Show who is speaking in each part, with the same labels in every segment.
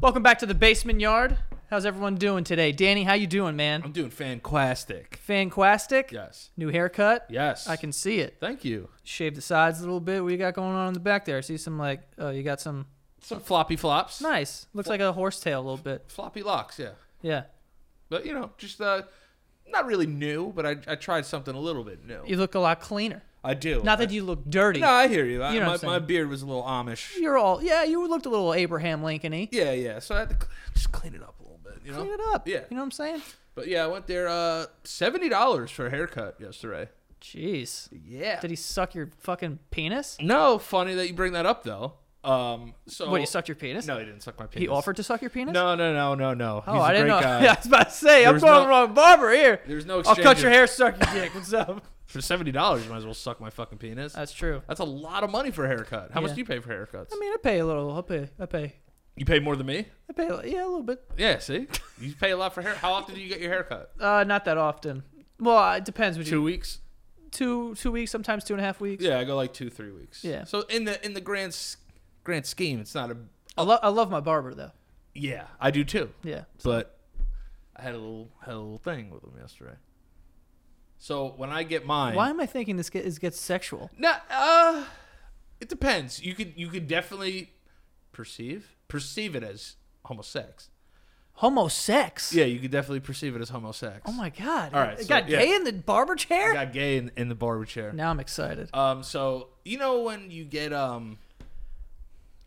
Speaker 1: Welcome back to the basement yard. How's everyone doing today? Danny, how you doing, man?
Speaker 2: I'm doing fanquastic.
Speaker 1: Fanquastic.
Speaker 2: Yes.
Speaker 1: New haircut.
Speaker 2: Yes.
Speaker 1: I can see it.
Speaker 2: Thank you.
Speaker 1: Shave the sides a little bit. What you got going on in the back there? I see some like oh, you got some
Speaker 2: Some floppy flops.
Speaker 1: nice. Looks like a horsetail a little bit.
Speaker 2: Floppy locks, yeah.
Speaker 1: Yeah.
Speaker 2: But you know, just uh not really new, but I, I tried something a little bit new.
Speaker 1: You look a lot cleaner.
Speaker 2: I do.
Speaker 1: Not that you look dirty.
Speaker 2: No, I hear you. I,
Speaker 1: You know
Speaker 2: my,
Speaker 1: what I'm
Speaker 2: my
Speaker 1: saying.
Speaker 2: beard was a little Amish.
Speaker 1: You're all yeah. You looked a little Abraham Lincoln-y.
Speaker 2: Yeah, yeah. So I had to cl- just clean it up a little bit, you know.
Speaker 1: Clean it up.
Speaker 2: Yeah.
Speaker 1: You know what I'm saying?
Speaker 2: But yeah, I went there uh $70 for a haircut yesterday.
Speaker 1: Jeez.
Speaker 2: Yeah.
Speaker 1: Did he suck your fucking penis?
Speaker 2: No, funny that you bring that up though. Um so
Speaker 1: What? He sucked your penis?
Speaker 2: No, he didn't suck my penis.
Speaker 1: He offered to suck your penis?
Speaker 2: No, no, no, no, no.
Speaker 1: Oh,
Speaker 2: He's a
Speaker 1: I didn't know.
Speaker 2: great guy.
Speaker 1: I was about to say, I'm
Speaker 2: was
Speaker 1: going
Speaker 2: no-
Speaker 1: wrong barber here.
Speaker 2: There's no
Speaker 1: I'll
Speaker 2: exchange.
Speaker 1: cut your
Speaker 2: of-
Speaker 1: hair, suck your dick. What's up?
Speaker 2: For seventy dollars, you might as well suck my fucking penis.
Speaker 1: That's true.
Speaker 2: That's a lot of money for a haircut. How
Speaker 1: Uh,
Speaker 2: much
Speaker 1: Yeah.
Speaker 2: do you pay for haircuts?
Speaker 1: I mean, I pay a little. I pay. I pay.
Speaker 2: you pay more than me.
Speaker 1: I pay. a- Yeah, a little bit.
Speaker 2: Yeah, see, you pay a lot for hair. How often do you get your haircut?
Speaker 1: Uh, not that often. Well, it depends. Would you
Speaker 2: Two weeks.
Speaker 1: two two weeks? Sometimes two and a half weeks.
Speaker 2: Yeah, I go like two, three weeks.
Speaker 1: Yeah.
Speaker 2: So in the in the grand s- grand scheme, it's not a.
Speaker 1: I love I love my barber though.
Speaker 2: Yeah, I do too.
Speaker 1: Yeah.
Speaker 2: But I had a little had a little thing with him yesterday. So when I get mine,
Speaker 1: Why am I thinking this get, is gets sexual?
Speaker 2: No, uh, it depends. You could you could definitely perceive perceive it as homosex.
Speaker 1: Homosex.
Speaker 2: Yeah, you could definitely perceive it as homosex.
Speaker 1: Oh my god.
Speaker 2: All right,
Speaker 1: It
Speaker 2: so,
Speaker 1: got
Speaker 2: yeah.
Speaker 1: gay in the barber chair.
Speaker 2: got gay in, in the barber chair.
Speaker 1: Now I'm excited.
Speaker 2: Um, so you know when you get um.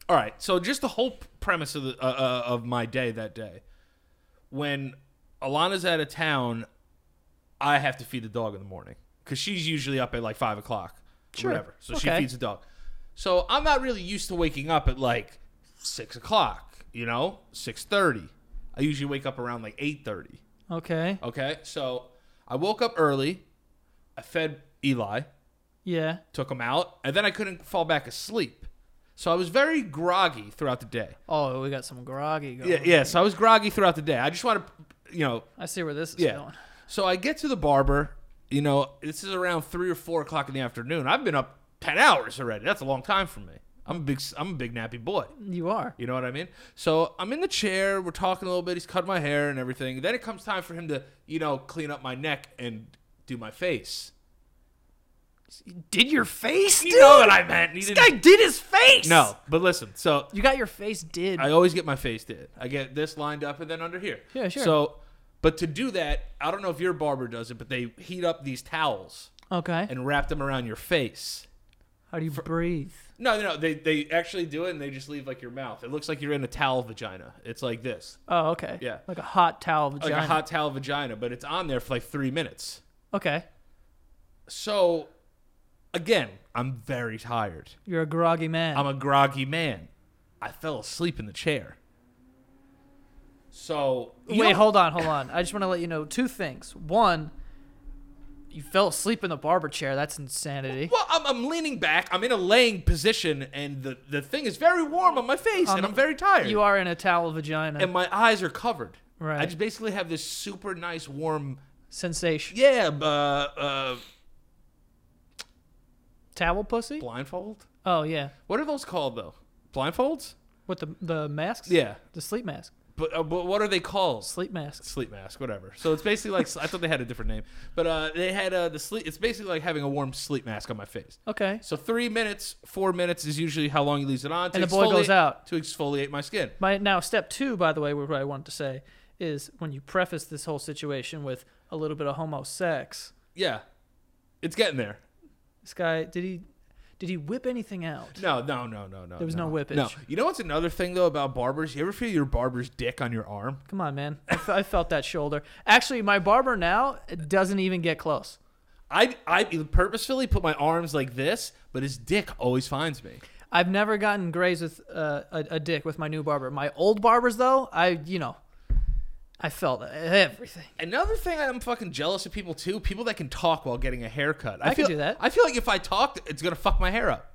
Speaker 2: All right, so just the whole p- premise of the uh, uh, of my day that day, when Alana's out of town, I have to feed the dog in the morning because she's usually up at like five o'clock, or
Speaker 1: Sure.
Speaker 2: whatever. So
Speaker 1: Okay.
Speaker 2: she feeds the dog. So I'm not really used to waking up at like six o'clock. You know, six thirty. I usually wake up around like eight thirty.
Speaker 1: Okay.
Speaker 2: Okay, so I woke up early. I fed Eli
Speaker 1: Yeah.
Speaker 2: took him out, and then I couldn't fall back asleep. So I was very groggy throughout the day.
Speaker 1: Oh, we got some groggy going.
Speaker 2: Yeah, yeah. So I was groggy throughout the day. I just want to, you know,
Speaker 1: I see where this is
Speaker 2: yeah.
Speaker 1: going.
Speaker 2: So I get to the barber. You know, this is around three or four o'clock in the afternoon. I've been up ten hours already. That's a long time for me. I'm a big, I'm a big nappy boy.
Speaker 1: You are.
Speaker 2: You know what I mean? So I'm in the chair. We're talking a little bit. He's cut my hair and everything. Then it comes time for him to, you know, clean up my neck and do my face.
Speaker 1: Did your face, dude?
Speaker 2: You know what I meant. He
Speaker 1: This
Speaker 2: didn't-
Speaker 1: guy did his face.
Speaker 2: no, but listen. So
Speaker 1: You got your face did.
Speaker 2: I always get my face did. I get this lined up and then under here.
Speaker 1: Yeah, sure.
Speaker 2: So, but to do that, I don't know if your barber does it, but they heat up these towels
Speaker 1: okay.
Speaker 2: and wrap them around your face.
Speaker 1: How do you breathe?
Speaker 2: No, no, no. They they actually do it, and they just leave like your mouth. It looks like you're in a towel vagina. It's like this,
Speaker 1: Oh, okay.
Speaker 2: Yeah.
Speaker 1: Like a hot towel vagina.
Speaker 2: like a hot towel vagina, but it's on there for like three minutes.
Speaker 1: okay.
Speaker 2: So, again, I'm very tired.
Speaker 1: You're a groggy man.
Speaker 2: I'm a groggy man. I fell asleep in the chair. So you
Speaker 1: Wait,
Speaker 2: know-
Speaker 1: hold on, hold on. I just want to let you know two things. One, you fell asleep in the barber chair. That's insanity.
Speaker 2: Well, I'm, I'm leaning back. I'm in a laying position, and the, the thing is very warm on my face, and I'm very tired.
Speaker 1: Um, You are in a towel vagina.
Speaker 2: and my eyes are covered.
Speaker 1: Right.
Speaker 2: I just basically have this super nice warm,
Speaker 1: Sensation.
Speaker 2: yeah, uh, uh,
Speaker 1: Towel pussy?
Speaker 2: blindfold.
Speaker 1: Oh, yeah.
Speaker 2: What are those called though? Blindfolds?
Speaker 1: With the the masks?
Speaker 2: Yeah,
Speaker 1: The sleep mask.
Speaker 2: but, uh, but what are they called?
Speaker 1: Sleep masks.
Speaker 2: Sleep mask, whatever. So it's basically like I thought they had a different name, but uh, they had uh, the sleep. It's basically like having a warm sleep mask on my face.
Speaker 1: Okay.
Speaker 2: So three minutes, four minutes is usually how long he leaves it on. to
Speaker 1: And the boy goes
Speaker 2: exfoliate-
Speaker 1: out.
Speaker 2: to exfoliate my skin.
Speaker 1: My now step two, by the way, what I wanted to say is when you preface this whole situation with a little bit of homosex,
Speaker 2: Yeah, it's getting there.
Speaker 1: this guy did he did he whip anything out?
Speaker 2: No, no, no, no, no.
Speaker 1: There was no whippage.
Speaker 2: No. You know what's another thing though about barbers? You ever feel your barber's dick on your arm?
Speaker 1: Come on, man. I fe- I felt that shoulder. Actually, my barber now doesn't even get close.
Speaker 2: I I purposefully put my arms like this, but his dick always finds me.
Speaker 1: I've never gotten grays with uh, a, a dick with my new barber. My old barbers, though, I you know, I felt everything.
Speaker 2: Another thing I'm fucking jealous of people too, people that can talk while getting a haircut.
Speaker 1: I
Speaker 2: I,
Speaker 1: could
Speaker 2: feel
Speaker 1: do that.
Speaker 2: I feel like if I talk, it's gonna fuck my hair up.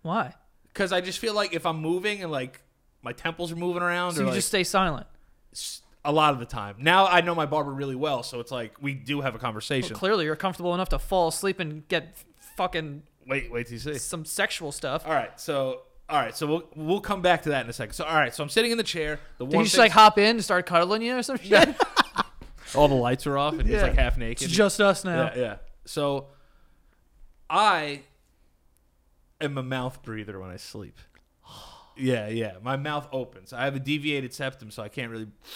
Speaker 1: Why?
Speaker 2: Cause I just feel like if I'm moving and like my temples are moving around,
Speaker 1: So
Speaker 2: or
Speaker 1: you
Speaker 2: like,
Speaker 1: just stay silent.
Speaker 2: s- a lot of the time. Now I know my barber really well, so it's like we do have a conversation.
Speaker 1: Clearly, you're comfortable enough to fall asleep and get fucking
Speaker 2: wait, wait till you see.
Speaker 1: some sexual stuff.
Speaker 2: All right, so all right, so we'll we'll come back to that in a second. So all right, so I'm sitting in the chair. The
Speaker 1: Did
Speaker 2: one
Speaker 1: he just
Speaker 2: thing-
Speaker 1: like hop in and start cuddling you or some shit?
Speaker 2: all the lights are off and he's
Speaker 1: Yeah.
Speaker 2: like half naked.
Speaker 1: it's just us now.
Speaker 2: yeah, yeah. So I am a mouth breather when I sleep. Yeah, yeah. My mouth opens. I have a deviated septum, so I can't really.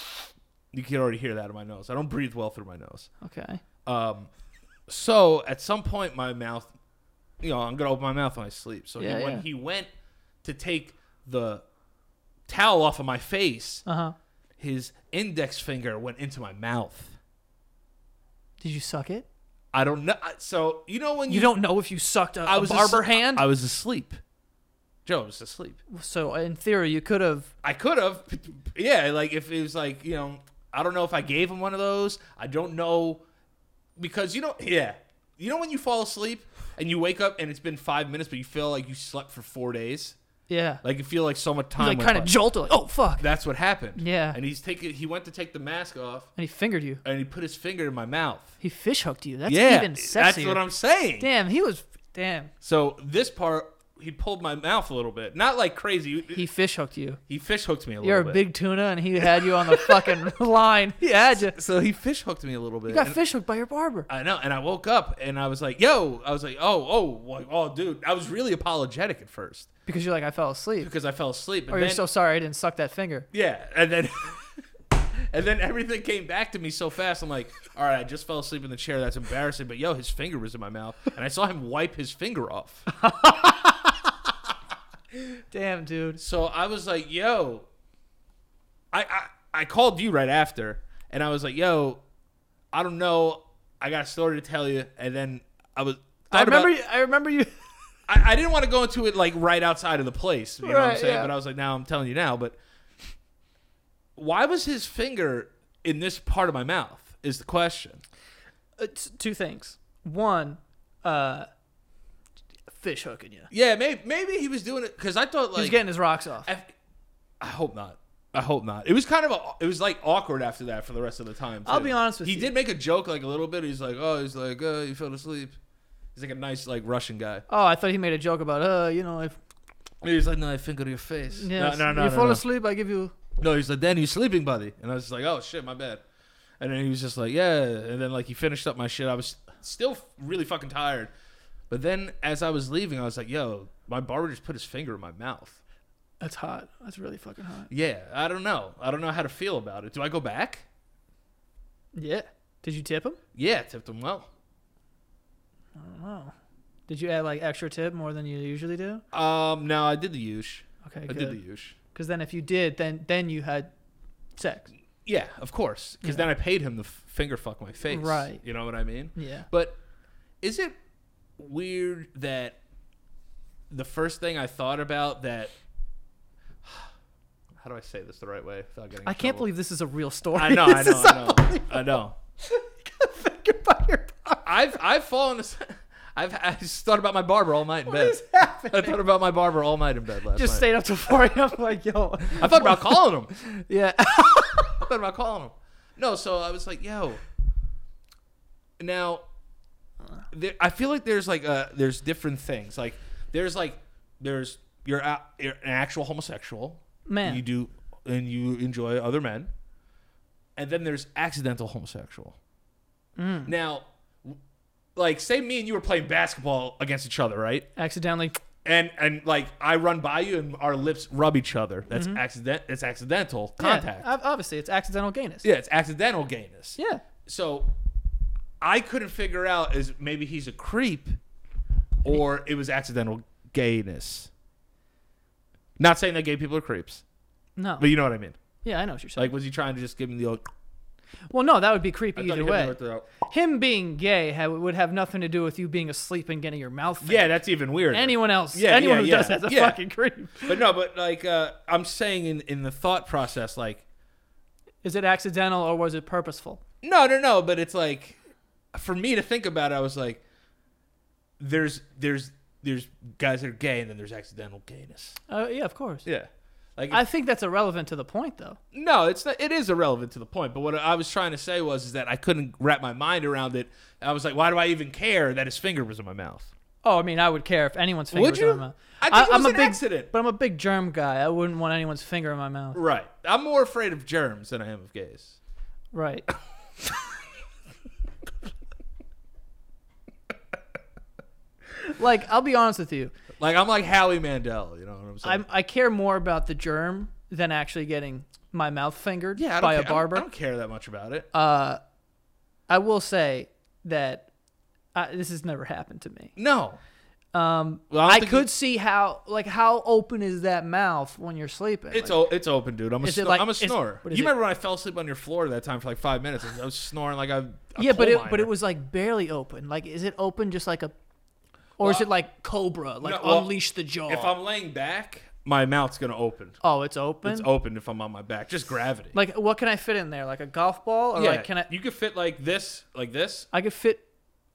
Speaker 2: You can already hear that in my nose. I don't breathe well through my nose.
Speaker 1: Okay.
Speaker 2: Um, so at some point, my mouth, you know, I'm gonna open my mouth when I sleep. So
Speaker 1: Yeah,
Speaker 2: he, when
Speaker 1: yeah.
Speaker 2: he went to take the towel off of my face,
Speaker 1: Uh huh.
Speaker 2: his index finger went into my mouth.
Speaker 1: Did you suck it?
Speaker 2: I don't know. I- So you know when
Speaker 1: You don't know if you sucked a,
Speaker 2: I
Speaker 1: a
Speaker 2: was
Speaker 1: barber
Speaker 2: asl-
Speaker 1: hand.
Speaker 2: I was asleep. Joe was asleep.
Speaker 1: so in theory, you could have.
Speaker 2: I could have, yeah. Like if it was like you know, I don't know if I gave him one of those. I don't know because you know, yeah. You know when you fall asleep and you wake up and it's been five minutes, but you feel like you slept for four days.
Speaker 1: Yeah.
Speaker 2: Like you feel like so much
Speaker 1: You,
Speaker 2: time.
Speaker 1: like
Speaker 2: went
Speaker 1: kind of
Speaker 2: by.
Speaker 1: jolted. Like, oh fuck! And
Speaker 2: That's what happened.
Speaker 1: Yeah.
Speaker 2: And he's taking. He went to take the mask off
Speaker 1: he fingered you.
Speaker 2: and he put his finger in my mouth.
Speaker 1: He fish hooked you. That's
Speaker 2: yeah.
Speaker 1: even sexier.
Speaker 2: That's what I'm saying.
Speaker 1: Damn, he was. Damn,
Speaker 2: So this part, he pulled my mouth a little bit, not like crazy.
Speaker 1: he fish hooked you.
Speaker 2: He fish hooked me a little
Speaker 1: You're a
Speaker 2: bit.
Speaker 1: big tuna, and he had you on the fucking line. He had you.
Speaker 2: So he fish hooked me a little bit.
Speaker 1: You got
Speaker 2: and-
Speaker 1: fish hooked by your barber.
Speaker 2: I know, and I woke up and I was like, "Yo!" I was like, "Oh, oh, well, oh, dude!" I was really apologetic at first
Speaker 1: Because you're like, I fell asleep.
Speaker 2: because I fell asleep. And
Speaker 1: Or
Speaker 2: then,
Speaker 1: you're so sorry I didn't suck that finger.
Speaker 2: yeah, and then and then everything came back to me so fast. I'm like, "All right, I just fell asleep in the chair. That's embarrassing." But yo, his finger was in my mouth, and I saw him wipe his finger off.
Speaker 1: Damn, dude.
Speaker 2: So I was like, "Yo," I I, I called you right after, and I was like, "Yo, I don't know. I got a story to tell you." And then I was.
Speaker 1: I
Speaker 2: thought about-
Speaker 1: remember. you I remember you.
Speaker 2: I, I didn't want to go into it like right outside of the place. You know what I'm
Speaker 1: Right,
Speaker 2: saying?
Speaker 1: yeah.
Speaker 2: But I was like, now I'm telling you now. But why was his finger in this part of my mouth? Is the question.
Speaker 1: Uh, t- two things. One, uh, fish hooking you.
Speaker 2: Yeah, maybe maybe he was doing it because I thought
Speaker 1: He's
Speaker 2: like
Speaker 1: getting his rocks off.
Speaker 2: I, I hope not. I hope not. It was kind of a, it was like awkward after that for the rest of the time.
Speaker 1: I'll
Speaker 2: too.
Speaker 1: be honest with
Speaker 2: he
Speaker 1: you.
Speaker 2: did make a joke like a little bit. He's like, oh, he's like, oh, you fell asleep. He's like a nice like Russian guy.
Speaker 1: Oh, I thought he made a joke about, uh, you know, if
Speaker 2: He's like, no, I finger your face.
Speaker 1: yes,
Speaker 2: no, no, no.
Speaker 1: you
Speaker 2: no,
Speaker 1: fall
Speaker 2: no.
Speaker 1: asleep, I give you.
Speaker 2: No, he's like, Dan, you sleeping, buddy? And I was just like, oh shit, my bad. And then he was just like, yeah. And then like he finished up my shit. I was still really fucking tired. But then as I was leaving, I was like, yo, my barber just put his finger in my mouth.
Speaker 1: That's hot. That's really fucking hot.
Speaker 2: Yeah, I don't know. I don't know how to feel about it. Do I go back?
Speaker 1: Yeah. Did you tip him?
Speaker 2: Yeah, tipped him well.
Speaker 1: Wow. Did you add like extra tip more than you usually do?
Speaker 2: Um, no, I did the yush.
Speaker 1: Okay,
Speaker 2: I
Speaker 1: good.
Speaker 2: did the yush.
Speaker 1: Because then if you did, then then you had sex.
Speaker 2: Yeah, of course. Because then I paid him to f- finger fuck my face.
Speaker 1: Right.
Speaker 2: You know what I mean?
Speaker 1: Yeah.
Speaker 2: But is it weird that the first thing I thought about that? How do I say this the right way without getting? in
Speaker 1: I can't
Speaker 2: trouble?
Speaker 1: believe this is a real story.
Speaker 2: I know. I
Speaker 1: This
Speaker 2: know.
Speaker 1: is
Speaker 2: I know. I know.
Speaker 1: Finger by your butt.
Speaker 2: I've I've fallen. as- I've I just thought about my barber all night in bed.
Speaker 1: is happening?
Speaker 2: I thought about my barber all night in bed last
Speaker 1: Just
Speaker 2: night.
Speaker 1: stayed up till 4 a.m. Like, yo.
Speaker 2: I thought about calling him.
Speaker 1: Yeah.
Speaker 2: I thought about calling him. No, so I was like, yo. Now, there, I feel like there's like uh there's different things. Like there's like there's you're, a, you're an actual homosexual
Speaker 1: Man.
Speaker 2: You do and you enjoy other men, and then there's accidental homosexual.
Speaker 1: Mm.
Speaker 2: Now, like say me and you were playing basketball against each other, right?
Speaker 1: Accidentally.
Speaker 2: and and like I run by you and our lips rub each other. That's accident. It's accidental contact.
Speaker 1: Mm-hmm. Yeah, ob- obviously, it's accidental gayness.
Speaker 2: Yeah, it's accidental gayness.
Speaker 1: Yeah.
Speaker 2: So I couldn't figure out is maybe he's a creep or it was accidental gayness. Not saying that gay people are creeps,
Speaker 1: No.
Speaker 2: but you know what I mean.
Speaker 1: yeah, I know what you're saying.
Speaker 2: Like, was he trying to just give him the old?
Speaker 1: well, no, that would be
Speaker 2: I
Speaker 1: creepy
Speaker 2: thought
Speaker 1: either
Speaker 2: he hit me
Speaker 1: way.
Speaker 2: with the-
Speaker 1: Him being gay ha- would have nothing to do with you being asleep and getting your mouth. fingered.
Speaker 2: Yeah, that's even weirder.
Speaker 1: Anyone else?
Speaker 2: Yeah,
Speaker 1: anyone
Speaker 2: yeah,
Speaker 1: who
Speaker 2: yeah,
Speaker 1: does that's a
Speaker 2: yeah.
Speaker 1: fucking creep.
Speaker 2: But no, but like uh, I'm saying in in the thought process, like
Speaker 1: Is it accidental or was it purposeful?
Speaker 2: No, no, no. But it's like, for me to think about it, I was like, there's, there's, there's guys that are gay, and then there's accidental gayness.
Speaker 1: Uh, yeah, of course.
Speaker 2: Yeah. Like,
Speaker 1: I think that's irrelevant to the point, though.
Speaker 2: no, it's not, it is irrelevant to the point. But what I was trying to say was is that I couldn't wrap my mind around it. I was like, why do I even care that his finger was in my mouth?
Speaker 1: Oh, I mean, I would care if anyone's finger
Speaker 2: Would
Speaker 1: was
Speaker 2: you?
Speaker 1: in my mouth.
Speaker 2: I think it
Speaker 1: I'm
Speaker 2: was
Speaker 1: a
Speaker 2: an
Speaker 1: big,
Speaker 2: accident.
Speaker 1: but I'm a big germ guy. I wouldn't want anyone's finger in my mouth.
Speaker 2: Right. I'm more afraid of germs than I am of gays.
Speaker 1: Right. like, I'll be honest with you.
Speaker 2: Like I'm like Howie Mandel. You know what I'm saying?
Speaker 1: I'm, I care more about the germ than actually getting my mouth fingered
Speaker 2: yeah, I don't
Speaker 1: by
Speaker 2: care.
Speaker 1: a
Speaker 2: I don't-
Speaker 1: barber. Uh,
Speaker 2: I don't care that much about it.
Speaker 1: I will say that I, this has never happened to me.
Speaker 2: no.
Speaker 1: Um,
Speaker 2: Well, I don't
Speaker 1: I,
Speaker 2: think
Speaker 1: could see how, like, how open is that mouth when you're sleeping?
Speaker 2: It's
Speaker 1: Like,
Speaker 2: o- it's open, dude. I'm a
Speaker 1: Is it
Speaker 2: snor-
Speaker 1: like-
Speaker 2: I'm a
Speaker 1: is-
Speaker 2: snorer.
Speaker 1: what
Speaker 2: you
Speaker 1: is it?
Speaker 2: remember when I fell asleep on your floor that time for like five minutes? I was snoring like a, a
Speaker 1: yeah, but
Speaker 2: coal
Speaker 1: it but it
Speaker 2: miner.
Speaker 1: was like barely open. Like, is it open just like a, or is it like Cobra, like
Speaker 2: no, well,
Speaker 1: unleash the jaw?
Speaker 2: If I'm laying back, my mouth's gonna open.
Speaker 1: oh, it's open.
Speaker 2: It's open if I'm on my back. Just gravity.
Speaker 1: Like, what can I fit in there? Like a golf ball, or
Speaker 2: yeah,
Speaker 1: like can I?
Speaker 2: You could fit like this, like this.
Speaker 1: I could fit.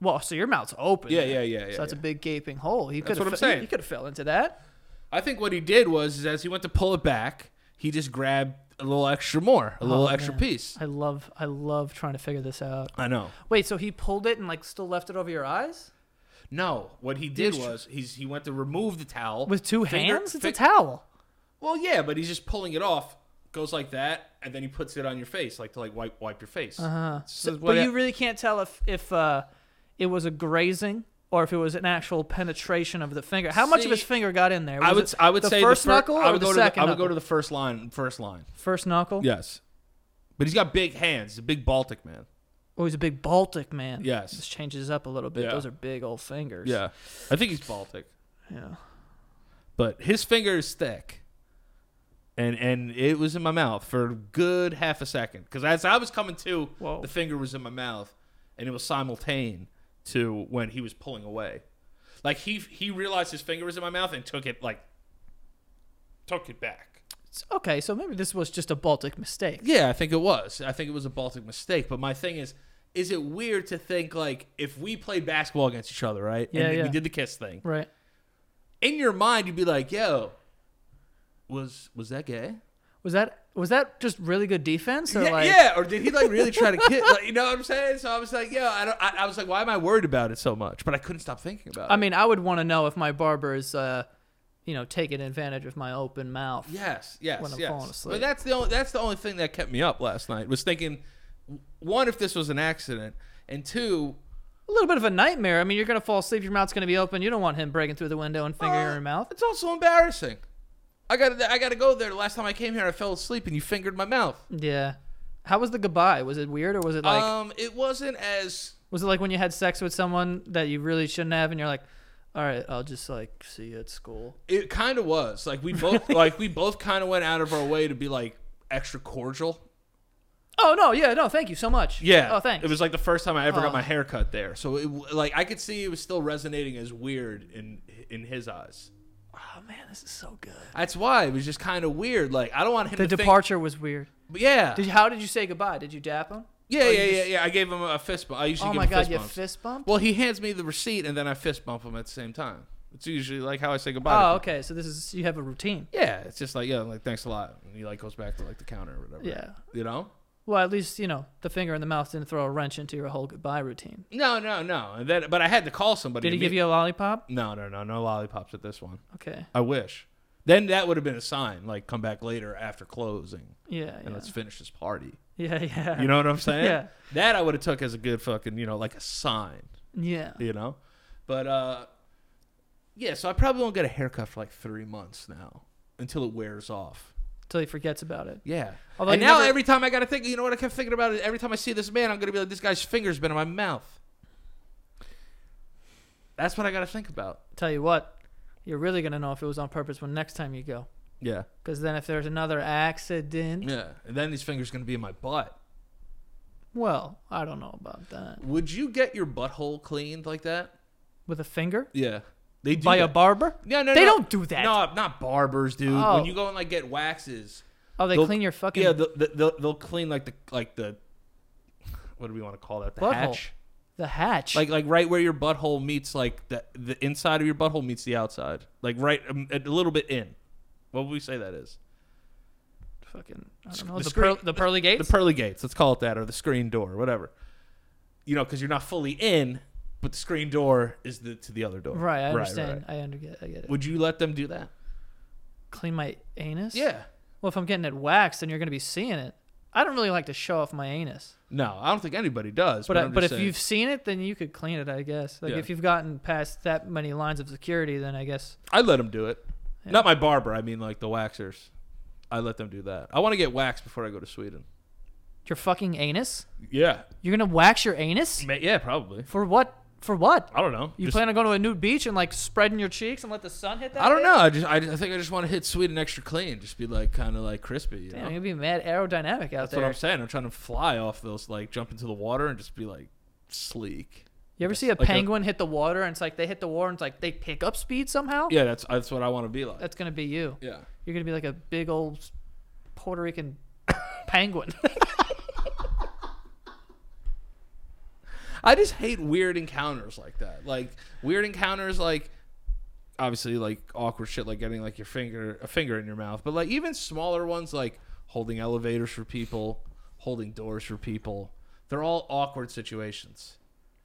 Speaker 1: Well, so your mouth's open.
Speaker 2: Yeah,
Speaker 1: there.
Speaker 2: yeah, yeah, yeah,
Speaker 1: So that's
Speaker 2: yeah.
Speaker 1: a big gaping hole. He could
Speaker 2: what I'm
Speaker 1: have.
Speaker 2: saying.
Speaker 1: He could have fell into that.
Speaker 2: I think what he did was is as he went to pull it back, he just grabbed a little extra more, a little extra piece.
Speaker 1: I love. I love trying to figure this out.
Speaker 2: I know.
Speaker 1: Wait, so he pulled it and like still left it over your eyes
Speaker 2: No, what he did
Speaker 1: was tr-
Speaker 2: was he's he went to remove the towel
Speaker 1: with two
Speaker 2: Finger-
Speaker 1: hands? It's a
Speaker 2: fi-
Speaker 1: towel.
Speaker 2: Well, yeah, but he's just pulling it off, goes like that, and then he puts it on your face, like to like wipe wipe your face. Uh-huh.
Speaker 1: So- but you really can't tell if if uh, it was a grazing or if it was an actual penetration of the finger. How much of his
Speaker 2: See,
Speaker 1: finger got in there?
Speaker 2: I
Speaker 1: Was
Speaker 2: would
Speaker 1: it
Speaker 2: I would
Speaker 1: the
Speaker 2: say
Speaker 1: first
Speaker 2: the fir-
Speaker 1: knuckle
Speaker 2: I
Speaker 1: or
Speaker 2: would
Speaker 1: the
Speaker 2: go to
Speaker 1: second.
Speaker 2: I would go to
Speaker 1: knuckle?
Speaker 2: the first line. First line.
Speaker 1: first knuckle.
Speaker 2: Yes, but he's got big hands. He's a big Baltic man.
Speaker 1: Oh, he's a big Baltic man.
Speaker 2: Yes.
Speaker 1: This changes up a little bit.
Speaker 2: Yeah.
Speaker 1: Those are big old fingers.
Speaker 2: I think he's Baltic,
Speaker 1: Yeah.
Speaker 2: but his finger is thick. And and it was in my mouth for a good half a second because as I was coming to,
Speaker 1: Whoa.
Speaker 2: the finger was in my mouth, and it was simultaneous to when he was pulling away. Like he he realized his finger was in my mouth and took it like took it back.
Speaker 1: It's- okay, so maybe this was just a Baltic mistake.
Speaker 2: Yeah, I think it was. I think it was a Baltic mistake. But my thing is, is it weird to think like if we played basketball against each other, right?
Speaker 1: Yeah,
Speaker 2: and
Speaker 1: yeah.
Speaker 2: we did the kiss thing.
Speaker 1: Right.
Speaker 2: In your mind, you'd be like, "Yo, was was that gay?"
Speaker 1: Was that was that just really good defense? Or
Speaker 2: yeah,
Speaker 1: like
Speaker 2: yeah, or did he like really try to kiss? Like, you know what I'm saying? So I was like, "Yo, I don't." I, I was like, "Why am I worried about it so much?" But I couldn't stop thinking about
Speaker 1: I
Speaker 2: it.
Speaker 1: mean, I would want to know if my barber is uh, you know, taking advantage of my open mouth.
Speaker 2: Yes, yes,
Speaker 1: when I'm
Speaker 2: yes.
Speaker 1: falling asleep.
Speaker 2: But that's the only that's the only thing that kept me up last night was thinking, w- one, if this was an accident, and two,
Speaker 1: A little bit of a nightmare. I mean, you're going to fall asleep, your mouth's going to be open. You don't want him breaking through the window and fingering
Speaker 2: Uh,
Speaker 1: your mouth.
Speaker 2: It's also embarrassing. I got I got to go there. The last time I came here, I fell asleep and you fingered my mouth.
Speaker 1: Yeah. How was the goodbye? Was it weird or was it like
Speaker 2: um, it wasn't as
Speaker 1: was it like when you had sex with someone that you really shouldn't have and you're like, "All right, I'll just like see you at school."
Speaker 2: it kind of was like we both like we both kind of went out of our way to be like extra cordial.
Speaker 1: Oh no, yeah, no, thank you so much.
Speaker 2: Yeah.
Speaker 1: Oh, thanks.
Speaker 2: It was like the first time I ever
Speaker 1: Oh.
Speaker 2: got my hair cut there, so it w- like I could see it was still resonating as weird in in his eyes.
Speaker 1: oh man, this is so good.
Speaker 2: That's why it was just kind of weird. Like I don't want him
Speaker 1: The
Speaker 2: to
Speaker 1: departure was weird.
Speaker 2: Think, but yeah,
Speaker 1: Did you, how did you say goodbye? Did you dap him?
Speaker 2: yeah,
Speaker 1: or
Speaker 2: yeah,
Speaker 1: you
Speaker 2: yeah,
Speaker 1: just-
Speaker 2: yeah. I gave him a fist bump. I usually
Speaker 1: oh
Speaker 2: give
Speaker 1: my
Speaker 2: him
Speaker 1: god,
Speaker 2: fist
Speaker 1: you
Speaker 2: bumps.
Speaker 1: fist bump.
Speaker 2: Well, he hands me the receipt and then I fist bump him at the same time. It's usually like how I say goodbye. to
Speaker 1: oh,
Speaker 2: people.
Speaker 1: okay. So this is you have a routine.
Speaker 2: Yeah, it's just like yeah, like thanks a lot. And he like goes back to like the counter or whatever.
Speaker 1: Yeah.
Speaker 2: You know?
Speaker 1: Well, at least you know the finger in the mouth didn't throw a wrench into your whole goodbye routine.
Speaker 2: No, no, no. And then but I had to call somebody.
Speaker 1: Did he give you a lollipop?
Speaker 2: No, no, no, no lollipops at this one.
Speaker 1: Okay.
Speaker 2: I wish. Then that would have been a sign, like come back later after closing
Speaker 1: Yeah.
Speaker 2: and
Speaker 1: Yeah.
Speaker 2: let's finish this party.
Speaker 1: Yeah. Yeah.
Speaker 2: You know what I'm saying?
Speaker 1: Yeah.
Speaker 2: That I would have took as a good fucking, you know, like a sign,
Speaker 1: yeah.
Speaker 2: you know? But uh yeah, so I probably won't get a haircut for like three months now until it wears off.
Speaker 1: Until he forgets about it.
Speaker 2: Yeah.
Speaker 1: Although
Speaker 2: and
Speaker 1: you
Speaker 2: now
Speaker 1: never-
Speaker 2: every time I gotta think, you know what I kept thinking about it. Every time I see this man, I'm gonna be like, this guy's finger's been in my mouth. That's what I gotta think about.
Speaker 1: Tell you what, you're really gonna know if it was on purpose when next time you go.
Speaker 2: Yeah.
Speaker 1: Because then if there's another accident,
Speaker 2: Yeah. And then his finger's gonna be in my butt.
Speaker 1: well, I don't know about that.
Speaker 2: Would you get your butthole cleaned like that?
Speaker 1: With a finger
Speaker 2: Yeah. They do
Speaker 1: by a
Speaker 2: that.
Speaker 1: barber?
Speaker 2: no, no,
Speaker 1: they
Speaker 2: no.
Speaker 1: don't do that.
Speaker 2: No, not barbers, dude.
Speaker 1: Oh.
Speaker 2: When you go and like get waxes,
Speaker 1: Oh, they
Speaker 2: They'll-
Speaker 1: clean your fucking
Speaker 2: yeah, they'll, they'll, they'll clean like the like the what do we want to call that? The
Speaker 1: Butthole.
Speaker 2: hatch,
Speaker 1: the hatch.
Speaker 2: like like right where your butthole meets like the the inside of your butthole meets the outside, like right um, a little bit in. What would we say that is?
Speaker 1: fucking I don't know the,
Speaker 2: the
Speaker 1: pearl,
Speaker 2: screen-
Speaker 1: the pearly gates.
Speaker 2: The pearly gates. Let's call it that, or the screen door, whatever. You know, because you're not fully in, but the screen door is the to the other door.
Speaker 1: Right, I
Speaker 2: right.
Speaker 1: understand. I under get, I get it.
Speaker 2: Would you let them do that?
Speaker 1: Clean my anus?
Speaker 2: Yeah.
Speaker 1: Well, if I'm getting it waxed, then you're going to be seeing it. I don't really like to show off my anus.
Speaker 2: No, I don't think anybody does.
Speaker 1: But I,
Speaker 2: I'm
Speaker 1: but if
Speaker 2: just saying-
Speaker 1: you've seen it, then you could clean it, I guess. Like
Speaker 2: Yeah.
Speaker 1: if you've gotten past that many lines of security, then I guess
Speaker 2: I let them do it. Not my barber. I mean, like the waxers. I let them do that. I want to get waxed before I go to Sweden.
Speaker 1: your fucking anus.
Speaker 2: Yeah.
Speaker 1: You're gonna wax your anus
Speaker 2: Ma- Yeah, probably.
Speaker 1: for what? For what?
Speaker 2: I don't know.
Speaker 1: You
Speaker 2: Just-
Speaker 1: plan on going to a nude beach and like spreading your cheeks and let the sun hit that?
Speaker 2: I don't
Speaker 1: bitch?
Speaker 2: know. I just. I, I think I just want to hit Sweden extra clean. Just be like kind of like crispy. You
Speaker 1: Damn,
Speaker 2: know?
Speaker 1: you're gonna be mad aerodynamic out
Speaker 2: That's
Speaker 1: there.
Speaker 2: what I'm saying. I'm trying to fly off those. Like jump into the water and just be like sleek.
Speaker 1: You ever see a
Speaker 2: Like a-
Speaker 1: penguin hit the water and it's like they hit the water and it's like they pick up speed somehow?
Speaker 2: Yeah, that's that's what I want to be like.
Speaker 1: That's gonna be you.
Speaker 2: yeah.
Speaker 1: You're gonna be like a big old Puerto Rican penguin.
Speaker 2: I just hate weird encounters like that. Like weird encounters like obviously like awkward shit like getting like your finger a finger in your mouth, but like even smaller ones like holding elevators for people, holding doors for people. They're all awkward situations.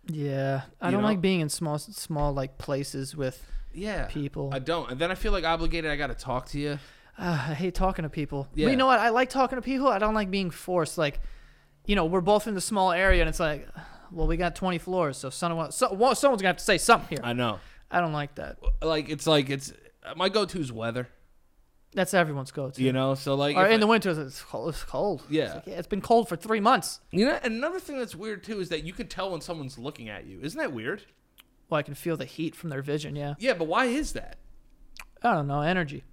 Speaker 1: yeah, I
Speaker 2: You
Speaker 1: don't
Speaker 2: know?
Speaker 1: like being in small small like places with.
Speaker 2: Yeah.
Speaker 1: People.
Speaker 2: I don't. And then I feel like obligated I got to talk to you.
Speaker 1: Ah, I hate talking to people. But
Speaker 2: Yeah.
Speaker 1: you know what? I like talking to people. I don't like being forced. Like, you know, we're both in the small area, and it's like, well, we got 20 floors, so someone, so, well, someone's gonna have to say something here.
Speaker 2: I know.
Speaker 1: I don't like that.
Speaker 2: Like it's like it's uh, my go-to is weather,
Speaker 1: That's everyone's go-to.
Speaker 2: you know? So like
Speaker 1: or
Speaker 2: if
Speaker 1: in
Speaker 2: I-
Speaker 1: the winter, it's cold. It's cold. It's
Speaker 2: Yeah.
Speaker 1: like, it's been cold for three months.
Speaker 2: you know another thing that's weird too is that you can tell when someone's looking at you. Isn't that weird?
Speaker 1: Well, I can feel the heat from their vision. Yeah.
Speaker 2: Yeah, but why is that?
Speaker 1: I don't know. Energy.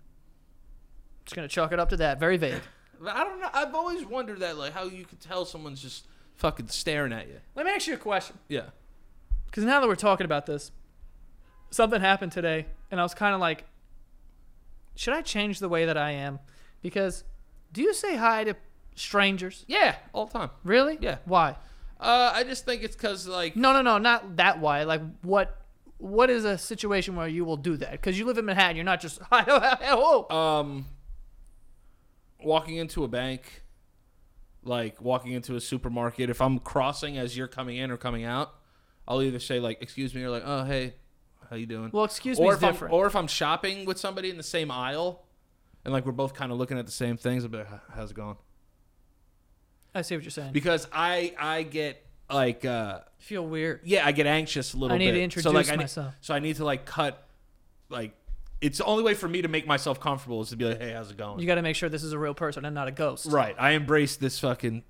Speaker 1: Just gonna chalk it up to that. Very vague.
Speaker 2: But I don't know. I've always wondered that, like how you could tell someone's just fucking staring at you.
Speaker 1: Let me ask you a question.
Speaker 2: Yeah.
Speaker 1: Because now that we're talking about this, something happened today, and I was kind of like, should I change the way that I am? Because do you say hi to strangers?
Speaker 2: Yeah, all the time.
Speaker 1: Really?
Speaker 2: Yeah.
Speaker 1: Why?
Speaker 2: Uh, I just think it's because like
Speaker 1: No, no, no, not that why. Like, what? What is a situation where you will do that? Because you live in Manhattan, you're not just hi, oh, oh, oh."
Speaker 2: um, walking into a bank, like walking into a supermarket. If I'm crossing as you're coming in or coming out, I'll either say like "excuse me" or like "oh hey, how you doing?"
Speaker 1: Well, excuse me
Speaker 2: or
Speaker 1: is
Speaker 2: if I'm-
Speaker 1: different.
Speaker 2: or if I'm shopping with somebody in the same aisle, and like we're both kind of looking at the same things, I'll be like, "How's it going?"
Speaker 1: I see what you're saying.
Speaker 2: Because I I get like uh.
Speaker 1: Feel weird.
Speaker 2: yeah, I get anxious a little
Speaker 1: I
Speaker 2: bit.
Speaker 1: need to
Speaker 2: so, like,
Speaker 1: introduce
Speaker 2: I ne-
Speaker 1: myself.
Speaker 2: so I need to like cut, like it's the only way for me to make myself comfortable is to be like, hey, how's it going?
Speaker 1: You got to make sure this is a real person and not a ghost.
Speaker 2: right. I embraced this fucking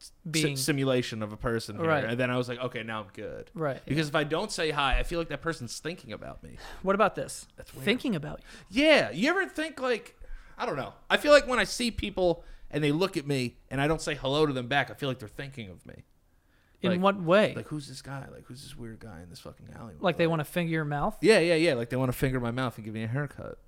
Speaker 2: si-
Speaker 1: Being
Speaker 2: simulation of a person, here,
Speaker 1: Right.
Speaker 2: And then I was like, okay, now I'm good.
Speaker 1: right.
Speaker 2: Because if I don't say hi, I feel like that person's thinking about me.
Speaker 1: What about this?
Speaker 2: That's weird.
Speaker 1: Thinking about you.
Speaker 2: Yeah. You ever think like, I don't know. I feel like when I see people and they look at me and I don't say hello to them back, I feel like they're thinking of me.
Speaker 1: In
Speaker 2: Like-
Speaker 1: what way?
Speaker 2: Like, who's this guy? Like, who's this weird guy in this fucking alley?
Speaker 1: like they want to finger your mouth?
Speaker 2: Yeah, yeah, yeah. Like they want to finger my mouth and give me a haircut.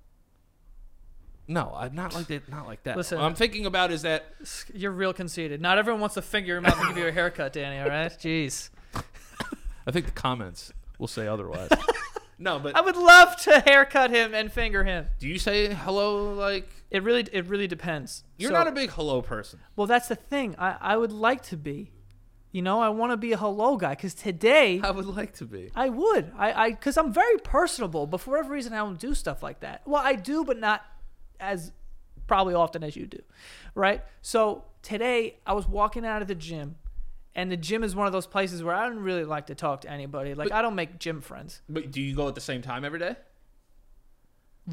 Speaker 2: No, I not like that. Not like that.
Speaker 1: Listen.
Speaker 2: what I'm thinking about is that
Speaker 1: You're real conceited. Not everyone wants to finger your mouth and give you a haircut, Danny. All right, jeez.
Speaker 2: I think the comments will say otherwise. no,
Speaker 1: I
Speaker 2: but
Speaker 1: would love to haircut him and finger him.
Speaker 2: do you say hello? Like
Speaker 1: It really, it really depends.
Speaker 2: you're
Speaker 1: So-
Speaker 2: not a big hello person.
Speaker 1: well, that's the thing. I, I would like to be. You know, I want to be a hello guy because today
Speaker 2: would like to be.
Speaker 1: I would. I, I, because I'm very personable. But for whatever reason, I don't do stuff like that. Well, I do, but not as probably often as you do, right? So today I was walking out of the gym. And the gym is one of those places where I don't really like to talk to anybody. Like I don't make gym friends.
Speaker 2: But do you go at the same time every day?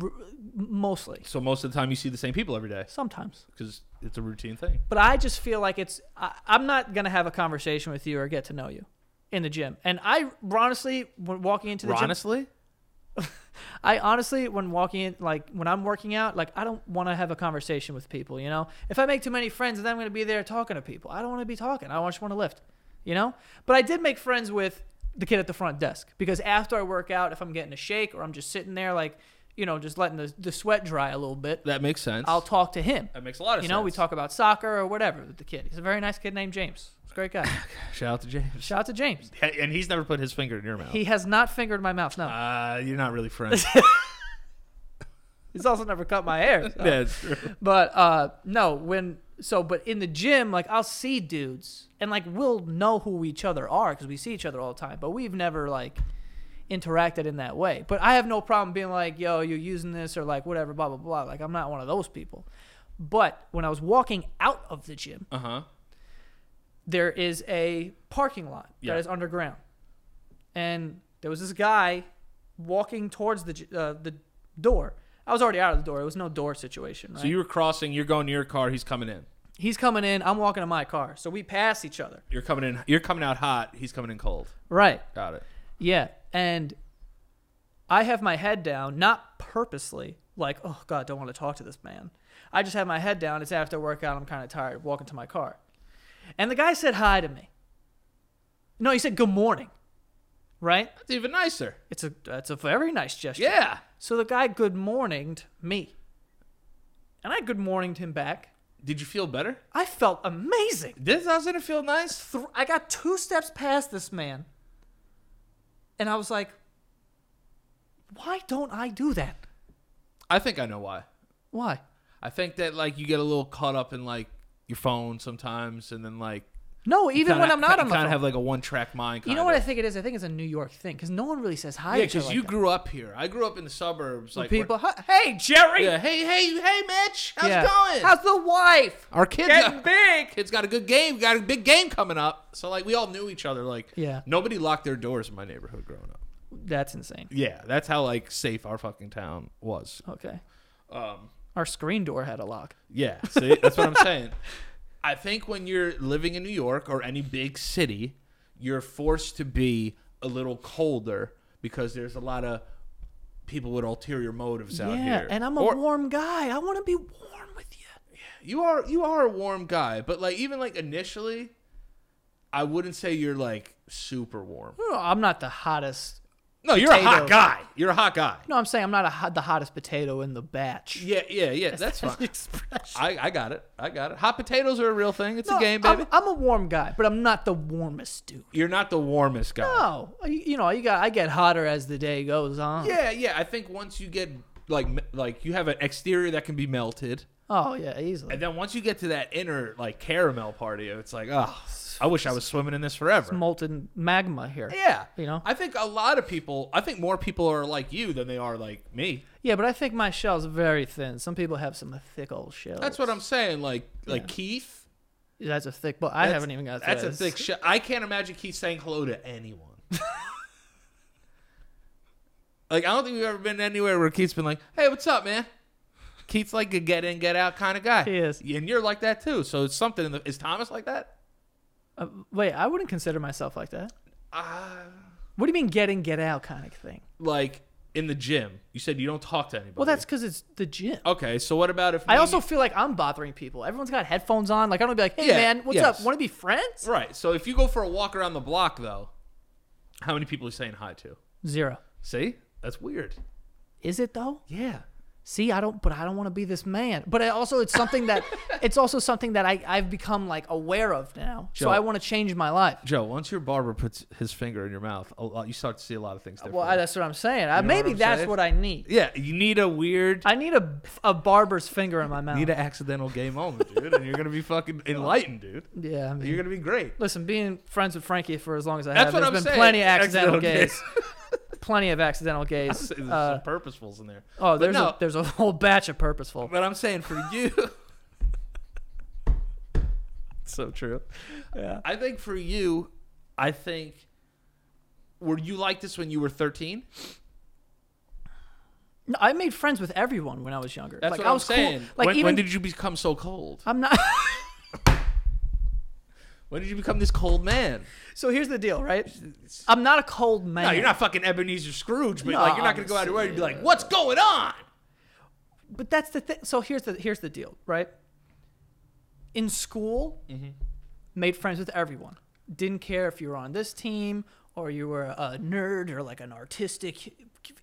Speaker 1: R- mostly
Speaker 2: So most of the time you see the same people every day
Speaker 1: sometimes
Speaker 2: because it's a routine thing.
Speaker 1: but i just feel like it's I, i'm not gonna have a conversation with you or get to know you in the gym and i honestly when walking into the gym
Speaker 2: Honestly,
Speaker 1: i honestly when walking in like when i'm working out like i don't want to have a conversation with people you know if i make too many friends then i'm gonna be there talking to people i don't want to be talking i just want to lift you know but i did make friends with the kid at the front desk because after i work out if i'm getting a shake or i'm just sitting there like you know just letting the, the sweat dry a little bit
Speaker 2: that makes sense.
Speaker 1: i'll talk to him
Speaker 2: that makes a lot of
Speaker 1: you
Speaker 2: sense.
Speaker 1: know, we talk about soccer or whatever with the kid. He's a very nice kid named James. He's a great guy.
Speaker 2: Shout out to James.
Speaker 1: Shout out to James.
Speaker 2: Hey, And he's never put his finger in your mouth.
Speaker 1: He has not fingered my mouth. No,
Speaker 2: uh, you're not really friends.
Speaker 1: he's also never cut my hair. so.
Speaker 2: That's true.
Speaker 1: But uh, no, when so but in the gym like i'll see dudes and like we'll know who each other are because we see each other all the time but we've never like interacted in that way but i have no problem being like yo you're using this or like whatever blah blah blah like i'm not one of those people but when i was walking out of the gym
Speaker 2: Uh huh.
Speaker 1: there is a parking lot
Speaker 2: Yeah.
Speaker 1: that is underground, and there was this guy walking towards the j- uh, the door. I was already out of the door. It was no door situation. Right?
Speaker 2: So you were crossing. You're going to your car. He's coming in.
Speaker 1: He's coming in. I'm walking to my car. So we pass each other.
Speaker 2: You're coming in. You're coming out hot. He's coming in cold.
Speaker 1: Right.
Speaker 2: Got it.
Speaker 1: Yeah. And I have my head down, not purposely. Like, oh god, don't want to talk to this man. I just have my head down. It's after workout. I'm kind of tired. Walking to my car, and the guy said hi to me. No, he said good morning. Right.
Speaker 2: That's even nicer.
Speaker 1: It's a that's a very nice gesture.
Speaker 2: Yeah.
Speaker 1: So the guy good morninged me, and I good morninged him back.
Speaker 2: Did you feel better?
Speaker 1: I felt amazing.
Speaker 2: This doesn't it feel nice?
Speaker 1: Th- I got two steps past this man, and I was like, "Why don't I do that?
Speaker 2: I think I know why.
Speaker 1: Why?"
Speaker 2: I think that like you get a little caught up in like your phone sometimes, and then like
Speaker 1: No, even when I'm not on my
Speaker 2: kind
Speaker 1: phone.
Speaker 2: of have like a one track mind.
Speaker 1: you know what I
Speaker 2: kinda.
Speaker 1: think it is? I think it's a New York thing because no one really says hi.
Speaker 2: yeah,
Speaker 1: to each other
Speaker 2: because
Speaker 1: like
Speaker 2: you
Speaker 1: that.
Speaker 2: grew up here. I grew up in the suburbs. Like
Speaker 1: people. "Hi- Hey, Jerry.
Speaker 2: Yeah. Hey, hey, hey, Mitch. How's
Speaker 1: Yeah.
Speaker 2: it going?
Speaker 1: How's the wife?
Speaker 2: Our kids.
Speaker 1: Getting
Speaker 2: got-
Speaker 1: big.
Speaker 2: Kids got a good game. Got a big game coming up. So like we all knew each other. Like
Speaker 1: Yeah.
Speaker 2: Nobody locked their doors in my neighborhood growing up.
Speaker 1: That's insane.
Speaker 2: Yeah, that's how like safe our fucking town was.
Speaker 1: Okay.
Speaker 2: Um,
Speaker 1: Our screen door had a lock.
Speaker 2: yeah, see, that's what I'm saying. I think when you're living in New York or any big city, you're forced to be a little colder because there's a lot of people with ulterior motives out
Speaker 1: yeah,
Speaker 2: here.
Speaker 1: and I'm a
Speaker 2: Or-
Speaker 1: warm guy. I want to be warm with you.
Speaker 2: you are you are a warm guy, but like even like initially, I wouldn't say you're like super warm.
Speaker 1: No, I'm not the hottest.
Speaker 2: No, you're a
Speaker 1: Potato.
Speaker 2: hot guy. You're a hot guy.
Speaker 1: No, I'm saying I'm not a, hot- the hottest potato in the batch.
Speaker 2: Yeah, yeah, yeah. That's fine.
Speaker 1: Expression.
Speaker 2: I, I got it. I got it. Hot potatoes are a real thing. It's
Speaker 1: No,
Speaker 2: a game,
Speaker 1: I'm-
Speaker 2: baby.
Speaker 1: I'm, a warm guy, but I'm not the warmest dude.
Speaker 2: You're not the warmest guy.
Speaker 1: No, you, you know, you got I get hotter as the day goes on.
Speaker 2: Yeah, yeah. I think once you get like me- like you have an exterior that can be melted,
Speaker 1: Oh yeah, easily.
Speaker 2: and then once you get to that inner like caramel party, it's like, oh, I wish I was swimming in this forever.
Speaker 1: Molten magma here.
Speaker 2: yeah,
Speaker 1: You know?
Speaker 2: I think a lot of people. I think more people are like you than they are like me.
Speaker 1: Yeah, but I think my shell's very thin. Some people have some thick old shells.
Speaker 2: That's what I'm saying. Like like Keith.
Speaker 1: That's a thick. But I
Speaker 2: that's-
Speaker 1: haven't even got.
Speaker 2: That's
Speaker 1: to
Speaker 2: a thick shit. I can't imagine Keith saying hello to anyone. like I don't think we've ever been anywhere where Keith's been like, "Hey, what's up, man?" Keith's like a get in, get out kind of guy.
Speaker 1: He is.
Speaker 2: and you're like that too. So it's something. In the, is Thomas like that?
Speaker 1: Uh, wait, I wouldn't consider myself like that.
Speaker 2: Uh,
Speaker 1: What do you mean get in, get out kind of thing?
Speaker 2: like in the gym, you said you don't talk to anybody.
Speaker 1: Well, that's because it's the gym.
Speaker 2: okay. So what about if
Speaker 1: I
Speaker 2: we-
Speaker 1: also feel like I'm bothering people. Everyone's got headphones on. Like I don't be like, hey
Speaker 2: Yeah,
Speaker 1: man, what's
Speaker 2: yes.
Speaker 1: up? Want to be friends?
Speaker 2: right? So if you go for a walk around the block, though, how many people are you saying hi to?
Speaker 1: Zero.
Speaker 2: See, that's weird.
Speaker 1: Is it though?
Speaker 2: Yeah.
Speaker 1: See, I don't. But I don't want to be this man. But I also, it's something that, it's also something that I I've become like aware of now.
Speaker 2: Joe.
Speaker 1: So I want to change my life.
Speaker 2: Joe, once your barber puts his finger in your mouth, a lot, you start to see a lot of things different.
Speaker 1: Well, I, that's what I'm saying. I,
Speaker 2: know
Speaker 1: maybe
Speaker 2: what I'm
Speaker 1: that's
Speaker 2: saying?
Speaker 1: what I need.
Speaker 2: yeah, you need a weird,
Speaker 1: I need a a barber's finger in my mouth.
Speaker 2: need an accidental gay moment, dude, and you're gonna be fucking enlightened, dude.
Speaker 1: yeah. I mean,
Speaker 2: You're gonna be great.
Speaker 1: listen, being friends with Frankie for as long as I
Speaker 2: That's
Speaker 1: have,
Speaker 2: what
Speaker 1: there's
Speaker 2: I'm
Speaker 1: been
Speaker 2: saying.
Speaker 1: plenty of accidental,
Speaker 2: Accidental
Speaker 1: gays. plenty of accidental gays.
Speaker 2: There's
Speaker 1: Uh,
Speaker 2: some purposefuls in there.
Speaker 1: oh,
Speaker 2: But
Speaker 1: there's
Speaker 2: no,
Speaker 1: a there's a whole batch of purposeful.
Speaker 2: but I'm saying for you, so true.
Speaker 1: Yeah.
Speaker 2: I think for you, I think were you like this when you were 13?
Speaker 1: No, I made friends with everyone when I was younger.
Speaker 2: That's
Speaker 1: like
Speaker 2: what
Speaker 1: I
Speaker 2: I'm
Speaker 1: was
Speaker 2: saying.
Speaker 1: cool. Like
Speaker 2: when,
Speaker 1: even
Speaker 2: when did you become so cold?
Speaker 1: I'm not.
Speaker 2: When did you become this cold man?
Speaker 1: so here's the deal, right? I'm not a cold man.
Speaker 2: No, you're not fucking Ebenezer Scrooge, but
Speaker 1: No,
Speaker 2: like you're not gonna go out of your way and be like, "What's going on?"
Speaker 1: But that's the thing. So here's the here's the deal, right? In school, made friends with everyone. Didn't care if you were on this team or you were a nerd or like an artistic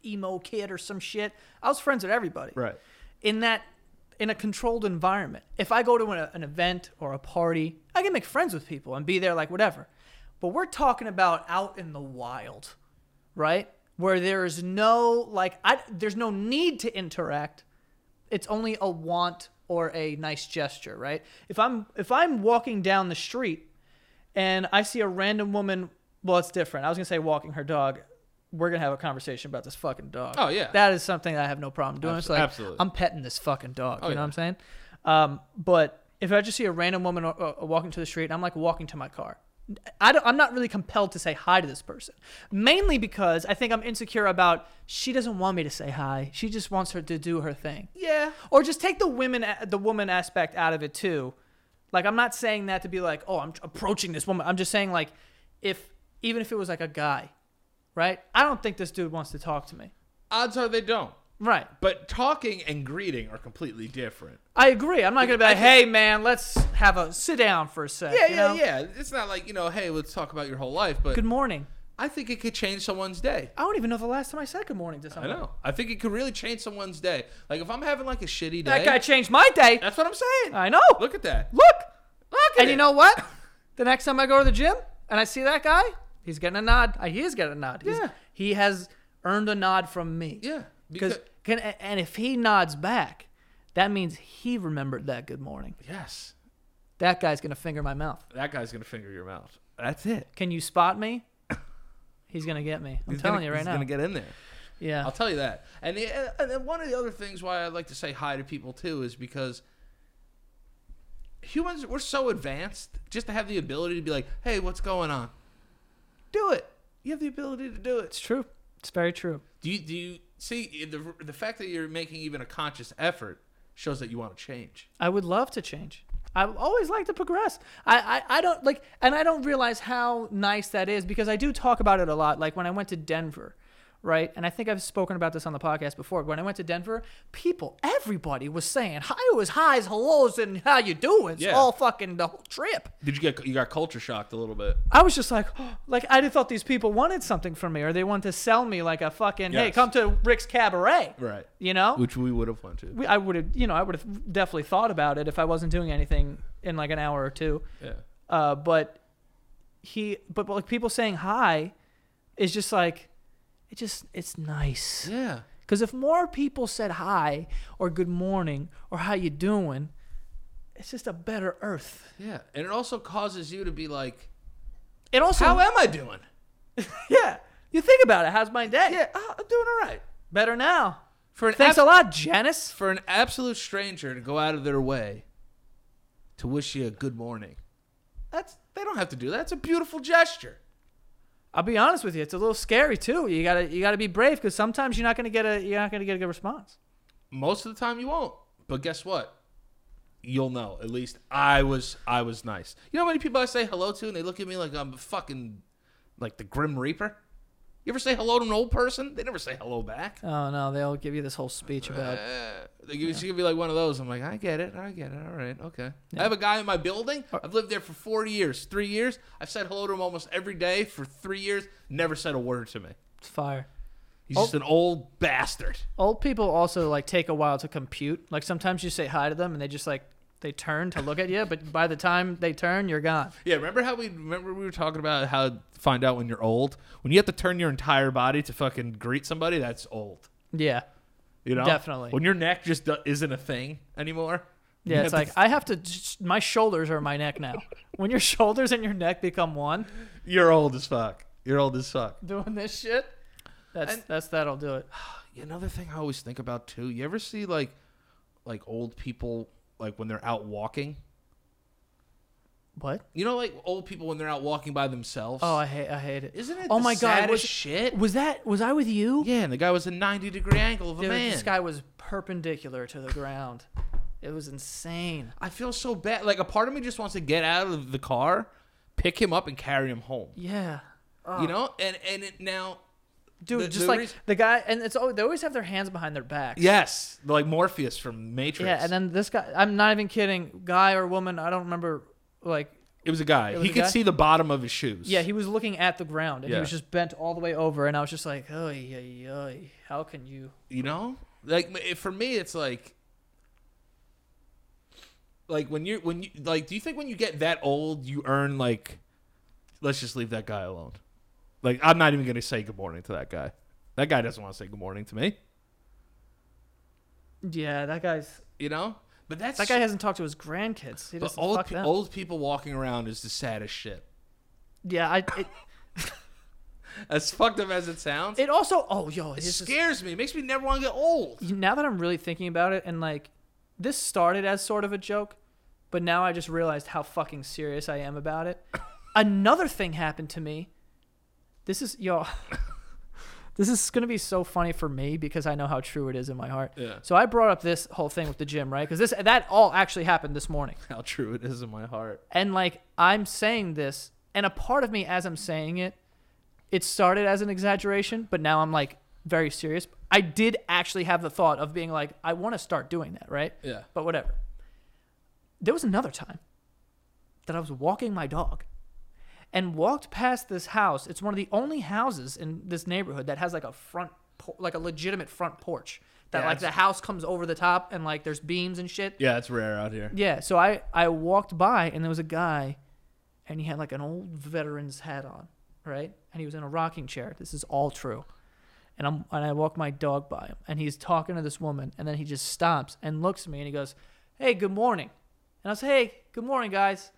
Speaker 1: emo kid or some shit. I was friends with everybody.
Speaker 2: Right.
Speaker 1: In that in a controlled environment. If I go to an, an event or a party, I can make friends with people and be there like whatever. But we're talking about out in the wild right? Where there is no like, I, there's no need to interact. It's only a want or a nice gesture, right? If I'm if I'm walking down the street and I see a random woman, well, it's different. I was gonna say walking her dog. We're gonna have a conversation about this fucking dog.
Speaker 2: Oh, yeah.
Speaker 1: that is something that I have no problem doing. It's
Speaker 2: Abso-
Speaker 1: like
Speaker 2: absolutely.
Speaker 1: I'm petting this fucking dog. you know
Speaker 2: yeah.
Speaker 1: what I'm saying? Um, but if I just see a random woman uh, uh, walking to the street, and I'm like walking to my car. I don't, I'm not really compelled to say hi to this person, mainly because I think I'm insecure about she doesn't want me to say hi. She just wants her to do her thing
Speaker 2: Yeah.
Speaker 1: or just take the women the woman aspect out of it too like i'm not saying that to be like oh i'm approaching this woman i'm just saying like if even if it was like a guy right i don't think this dude wants to talk to me
Speaker 2: Odds are they don't.
Speaker 1: right
Speaker 2: But talking and greeting are completely different.
Speaker 1: i agree i'm not gonna be like hey man let's have a sit down for a sec
Speaker 2: Yeah,
Speaker 1: you
Speaker 2: yeah,
Speaker 1: know?
Speaker 2: yeah. It's not like, you know, hey, let's talk about your whole life, but
Speaker 1: good morning
Speaker 2: I think it could change someone's day.
Speaker 1: i don't even know the last time i said good morning to
Speaker 2: I
Speaker 1: someone
Speaker 2: know. I think it could really change someone's day. Like if I'm having like a shitty day,
Speaker 1: that guy changed my day
Speaker 2: that's what I'm saying.
Speaker 1: i know look
Speaker 2: Look at that.
Speaker 1: look
Speaker 2: Look at
Speaker 1: and
Speaker 2: it.
Speaker 1: you know what the next time i go to the gym and i see that guy he's getting a nod Uh, he is getting a nod He's-
Speaker 2: Yeah.
Speaker 1: he has earned a nod from me
Speaker 2: Yeah.
Speaker 1: Because can and if he nods back, that means he remembered that good morning.
Speaker 2: yes,
Speaker 1: That guy's gonna finger my mouth.
Speaker 2: that guy's gonna finger your mouth. That's it.
Speaker 1: Can you spot me? He's gonna get me. I'm
Speaker 2: He's
Speaker 1: telling
Speaker 2: gonna-
Speaker 1: you right
Speaker 2: he's
Speaker 1: now.
Speaker 2: gonna get in there.
Speaker 1: yeah.
Speaker 2: I'll tell you that. And the, and then one of the other things why I like to say hi to people too is because humans we're so advanced just to have the ability to be like, "Hey, what's going on?" Do it. You have the ability to do it.
Speaker 1: it's true. It's very true.
Speaker 2: Do you do you see the the fact that you're making even a conscious effort shows that you want to change.
Speaker 1: I would love to change. I always like to progress. I, I, I don't like, and I don't realize how nice that is because I do talk about it a lot. Like when I went to Denver, right? And I think I've spoken about this on the podcast before. When I went to Denver, people, everybody was saying hi, it was highs, hellos, and how you doing? It's
Speaker 2: Yeah.
Speaker 1: All fucking the whole trip.
Speaker 2: Did you get you got culture shocked a little bit?
Speaker 1: I was just like, like I thought these people wanted something from me, or they wanted to sell me like a fucking, hey,
Speaker 2: Yes.
Speaker 1: come to Rick's Cabaret,
Speaker 2: Right.
Speaker 1: you know?
Speaker 2: Which we would have went to.
Speaker 1: we, I would have, you know, I would have definitely thought about it if I wasn't doing anything in like an hour or two.
Speaker 2: Yeah.
Speaker 1: Uh, but he, but, but like people saying hi is just like, it just, it's nice.
Speaker 2: Yeah.
Speaker 1: Because if more people said hi or good morning or how you doing, it's just a better earth.
Speaker 2: Yeah. And it also causes you to be like,
Speaker 1: It also,
Speaker 2: "How am I doing?"
Speaker 1: yeah, you think about it. How's my day?
Speaker 2: Yeah, oh, I'm doing all right.
Speaker 1: Better now.
Speaker 2: For an
Speaker 1: Thanks
Speaker 2: abs-
Speaker 1: a lot, Janice.
Speaker 2: for an absolute stranger to go out of their way to wish you a good morning. That's they don't have to do that. It's a beautiful gesture.
Speaker 1: I'll be honest with you, it's a little scary too. You gotta, you gotta be brave because sometimes you're not gonna get a, you're not gonna get a good response.
Speaker 2: Most of the time you won't. But guess what? You'll know. At least I was I was nice. You know how many people I say hello to and they look at me like I'm fucking like the Grim Reaper? You ever say hello to an old person? They never say hello back.
Speaker 1: Oh no, they'll give you this whole speech about
Speaker 2: Uh, they give, She could be like one of those. I'm like, I get it. I get it. All right. Okay. I have a guy in my building. I've lived there for 40 years, three years. I've said hello to him almost every day for three years. Never said a word to me.
Speaker 1: fire.
Speaker 2: He's
Speaker 1: Oh.
Speaker 2: just an old bastard.
Speaker 1: Old people also like take a while to compute. Like sometimes you say hi to them and they just like they turn to look at you, but by the time they turn, you're gone.
Speaker 2: Yeah. Remember how we remember we were talking about how to find out when you're old? When you have to turn your entire body to fucking greet somebody, that's old.
Speaker 1: Yeah.
Speaker 2: You know,
Speaker 1: Definitely.
Speaker 2: When your neck just do- isn't a thing anymore. You
Speaker 1: Yeah, it's
Speaker 2: have
Speaker 1: like
Speaker 2: to-
Speaker 1: I have to just- my shoulders are my neck now. when your shoulders and your neck become one
Speaker 2: you're old as fuck. You're old as fuck.
Speaker 1: doing this shit, that's
Speaker 2: And-
Speaker 1: that's that'll do it.
Speaker 2: another thing I always think about too. You ever see like like old people like when they're out walking?
Speaker 1: What?
Speaker 2: You know, like old people when they're out walking by themselves.
Speaker 1: Oh, I hate I hate it.
Speaker 2: isn't it?
Speaker 1: Oh
Speaker 2: the
Speaker 1: my god,
Speaker 2: saddest
Speaker 1: was
Speaker 2: shit.
Speaker 1: was that was I with you?
Speaker 2: yeah, and the guy was a ninety degree angle of a
Speaker 1: Dude,
Speaker 2: man.
Speaker 1: this guy was perpendicular to the ground. It was insane.
Speaker 2: I feel so bad. Like a part of me just wants to get out of the car, pick him up, and carry him home.
Speaker 1: Yeah.
Speaker 2: You know, and and it, now,
Speaker 1: dude.
Speaker 2: The-
Speaker 1: just
Speaker 2: the
Speaker 1: like
Speaker 2: reas-
Speaker 1: the guy, and it's oh, they always have their hands behind their back.
Speaker 2: yes, like Morpheus from Matrix.
Speaker 1: yeah. And then this guy, I'm not even kidding, guy or woman, I don't remember. Like,
Speaker 2: it was a guy.
Speaker 1: was
Speaker 2: he
Speaker 1: a
Speaker 2: could
Speaker 1: guy?
Speaker 2: see the bottom of his shoes.
Speaker 1: yeah, he was looking at the ground and
Speaker 2: Yeah.
Speaker 1: he was just bent all the way over, and I was just like, oh yeah, how can you?
Speaker 2: You know, like m- it- for me, it's like, like when you when you like, do you think when you get that old, you earn like, let's just leave that guy alone. Like I'm not even gonna say good morning to that guy. That guy doesn't want to say good morning to me.
Speaker 1: Yeah, that guy's.
Speaker 2: You know, But that's
Speaker 1: That guy hasn't talked to his grandkids. He
Speaker 2: but
Speaker 1: doesn't
Speaker 2: old
Speaker 1: fuck
Speaker 2: pe-
Speaker 1: them.
Speaker 2: old people walking around is the saddest shit.
Speaker 1: yeah, I, it,
Speaker 2: As fucked up as it sounds, it
Speaker 1: it also. Oh, yo, it's just,
Speaker 2: scares me. It makes me never want to get old.
Speaker 1: now that I'm really thinking about it, and like, this started as sort of a joke, but now I just realized how fucking serious I am about it. Another thing happened to me. This is yo. this is gonna be so funny for me because I know how true it is in my heart.
Speaker 2: Yeah.
Speaker 1: So I brought up this whole thing with the gym, right? Because this that all actually happened this morning.
Speaker 2: How true it is in my heart.
Speaker 1: And like I'm saying this, and a part of me as I'm saying it, it started as an exaggeration, but now I'm like very serious. I did actually have the thought of being like, I want to start doing that, right?
Speaker 2: Yeah.
Speaker 1: But whatever. There was another time that I was walking my dog and walked past this house. It's one of the only houses in this neighborhood that has like a front, por- like a legitimate front porch. That
Speaker 2: Yeah,
Speaker 1: like the
Speaker 2: it's-
Speaker 1: house comes over the top and like there's beams and shit.
Speaker 2: Yeah, it's rare out here.
Speaker 1: Yeah, so I I walked by and there was a guy, and he had like an old veteran's hat on, right? And he was in a rocking chair. This is all true. And I'm and I walk my dog by him, and he's talking to this woman, and then he just stops and looks at me, and he goes, "Hey, good morning," and I say, "Hey, good morning, guys."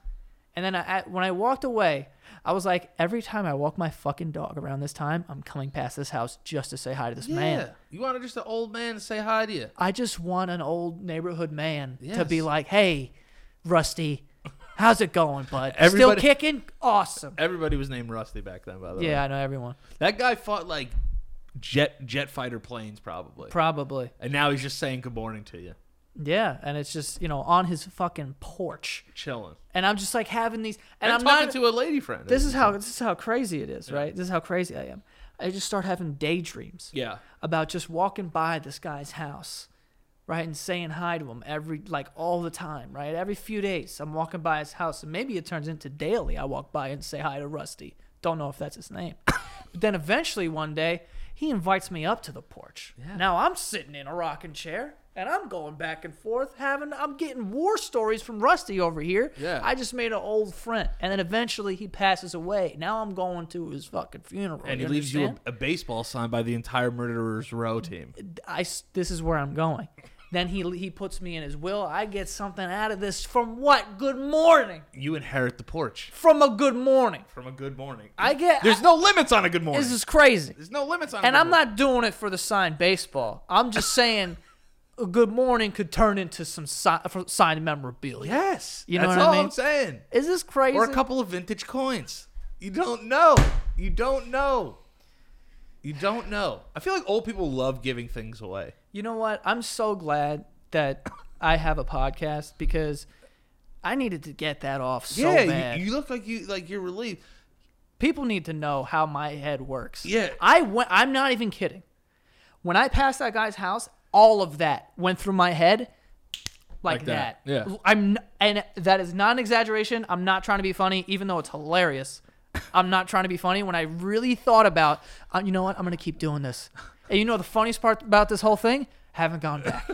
Speaker 1: And then I, I- when I walked away, I was like, every time I walk my fucking dog around this time, I'm coming past this house just to say hi to this man.
Speaker 2: Yeah. You want to just an old man to say hi to you?
Speaker 1: I just want an old neighborhood man to be
Speaker 2: Yes.
Speaker 1: like, "Hey, Rusty, how's it going, bud?
Speaker 2: Everybody-
Speaker 1: Still kicking? Awesome."
Speaker 2: Everybody was named Rusty back then, by the way.
Speaker 1: Yeah, I know everyone.
Speaker 2: That guy fought like jet jet fighter planes probably.
Speaker 1: Probably.
Speaker 2: and now he's just saying good morning to you.
Speaker 1: Yeah, and it's just, you know, on his fucking porch.
Speaker 2: Chilling.
Speaker 1: And I'm just like having these and
Speaker 2: And
Speaker 1: I'm,
Speaker 2: I'm
Speaker 1: not
Speaker 2: talking to a lady friend.
Speaker 1: This is how this is how crazy it is, right? This is how crazy I am. I just start having daydreams.
Speaker 2: Yeah.
Speaker 1: about just walking by this guy's house, right, and saying hi to him every like all the time, right? Every few days, I'm walking by his house, and maybe it turns into daily. I walk by and say hi to Rusty. Don't know if that's his name. but then eventually one day, he invites me up to the porch. Now I'm sitting in a rocking chair. And I'm going back and forth, having I'm getting war stories from Rusty over here.
Speaker 2: Yeah.
Speaker 1: I just made an old friend, and then eventually he passes away. Now I'm going to his fucking funeral.
Speaker 2: And
Speaker 1: you
Speaker 2: he leaves you
Speaker 1: understand?
Speaker 2: a, a baseball signed by the entire Murderers Row team.
Speaker 1: I s- this is where I'm going. Then he he puts me in his will. I get something out of this from what? Good morning.
Speaker 2: You inherit the porch
Speaker 1: From a good morning.
Speaker 2: from a good morning.
Speaker 1: I get
Speaker 2: There's no limits on a good
Speaker 1: I-
Speaker 2: morning.
Speaker 1: this is crazy.
Speaker 2: There's no limits on. a
Speaker 1: And
Speaker 2: good
Speaker 1: I'm
Speaker 2: morning.
Speaker 1: not doing it for the signed baseball. I'm just saying a good morning could turn into some si- for- signed memorabilia.
Speaker 2: Yes,
Speaker 1: You know
Speaker 2: that's
Speaker 1: what I
Speaker 2: all
Speaker 1: mean?
Speaker 2: I'm saying.
Speaker 1: Is this crazy?
Speaker 2: Or a couple of vintage coins. You don't know. You don't know. You don't know. I feel like old people love giving things away.
Speaker 1: You know what? I'm so glad that I have a podcast because I needed to get that off so
Speaker 2: yeah, you-
Speaker 1: bad.
Speaker 2: You, look like you like you're relieved.
Speaker 1: People need to know how my head works.
Speaker 2: Yeah.
Speaker 1: I went I'm not even kidding. When I passed that guy's house, all of that went through my head like,
Speaker 2: Like
Speaker 1: that.
Speaker 2: that. Yeah.
Speaker 1: I'm n- and that is not an exaggeration. I'm not trying to be funny even though it's hilarious. I'm not trying to be funny when I really thought about uh, you know what? I'm going to keep doing this. And you know the funniest part about this whole thing? Haven't gone back.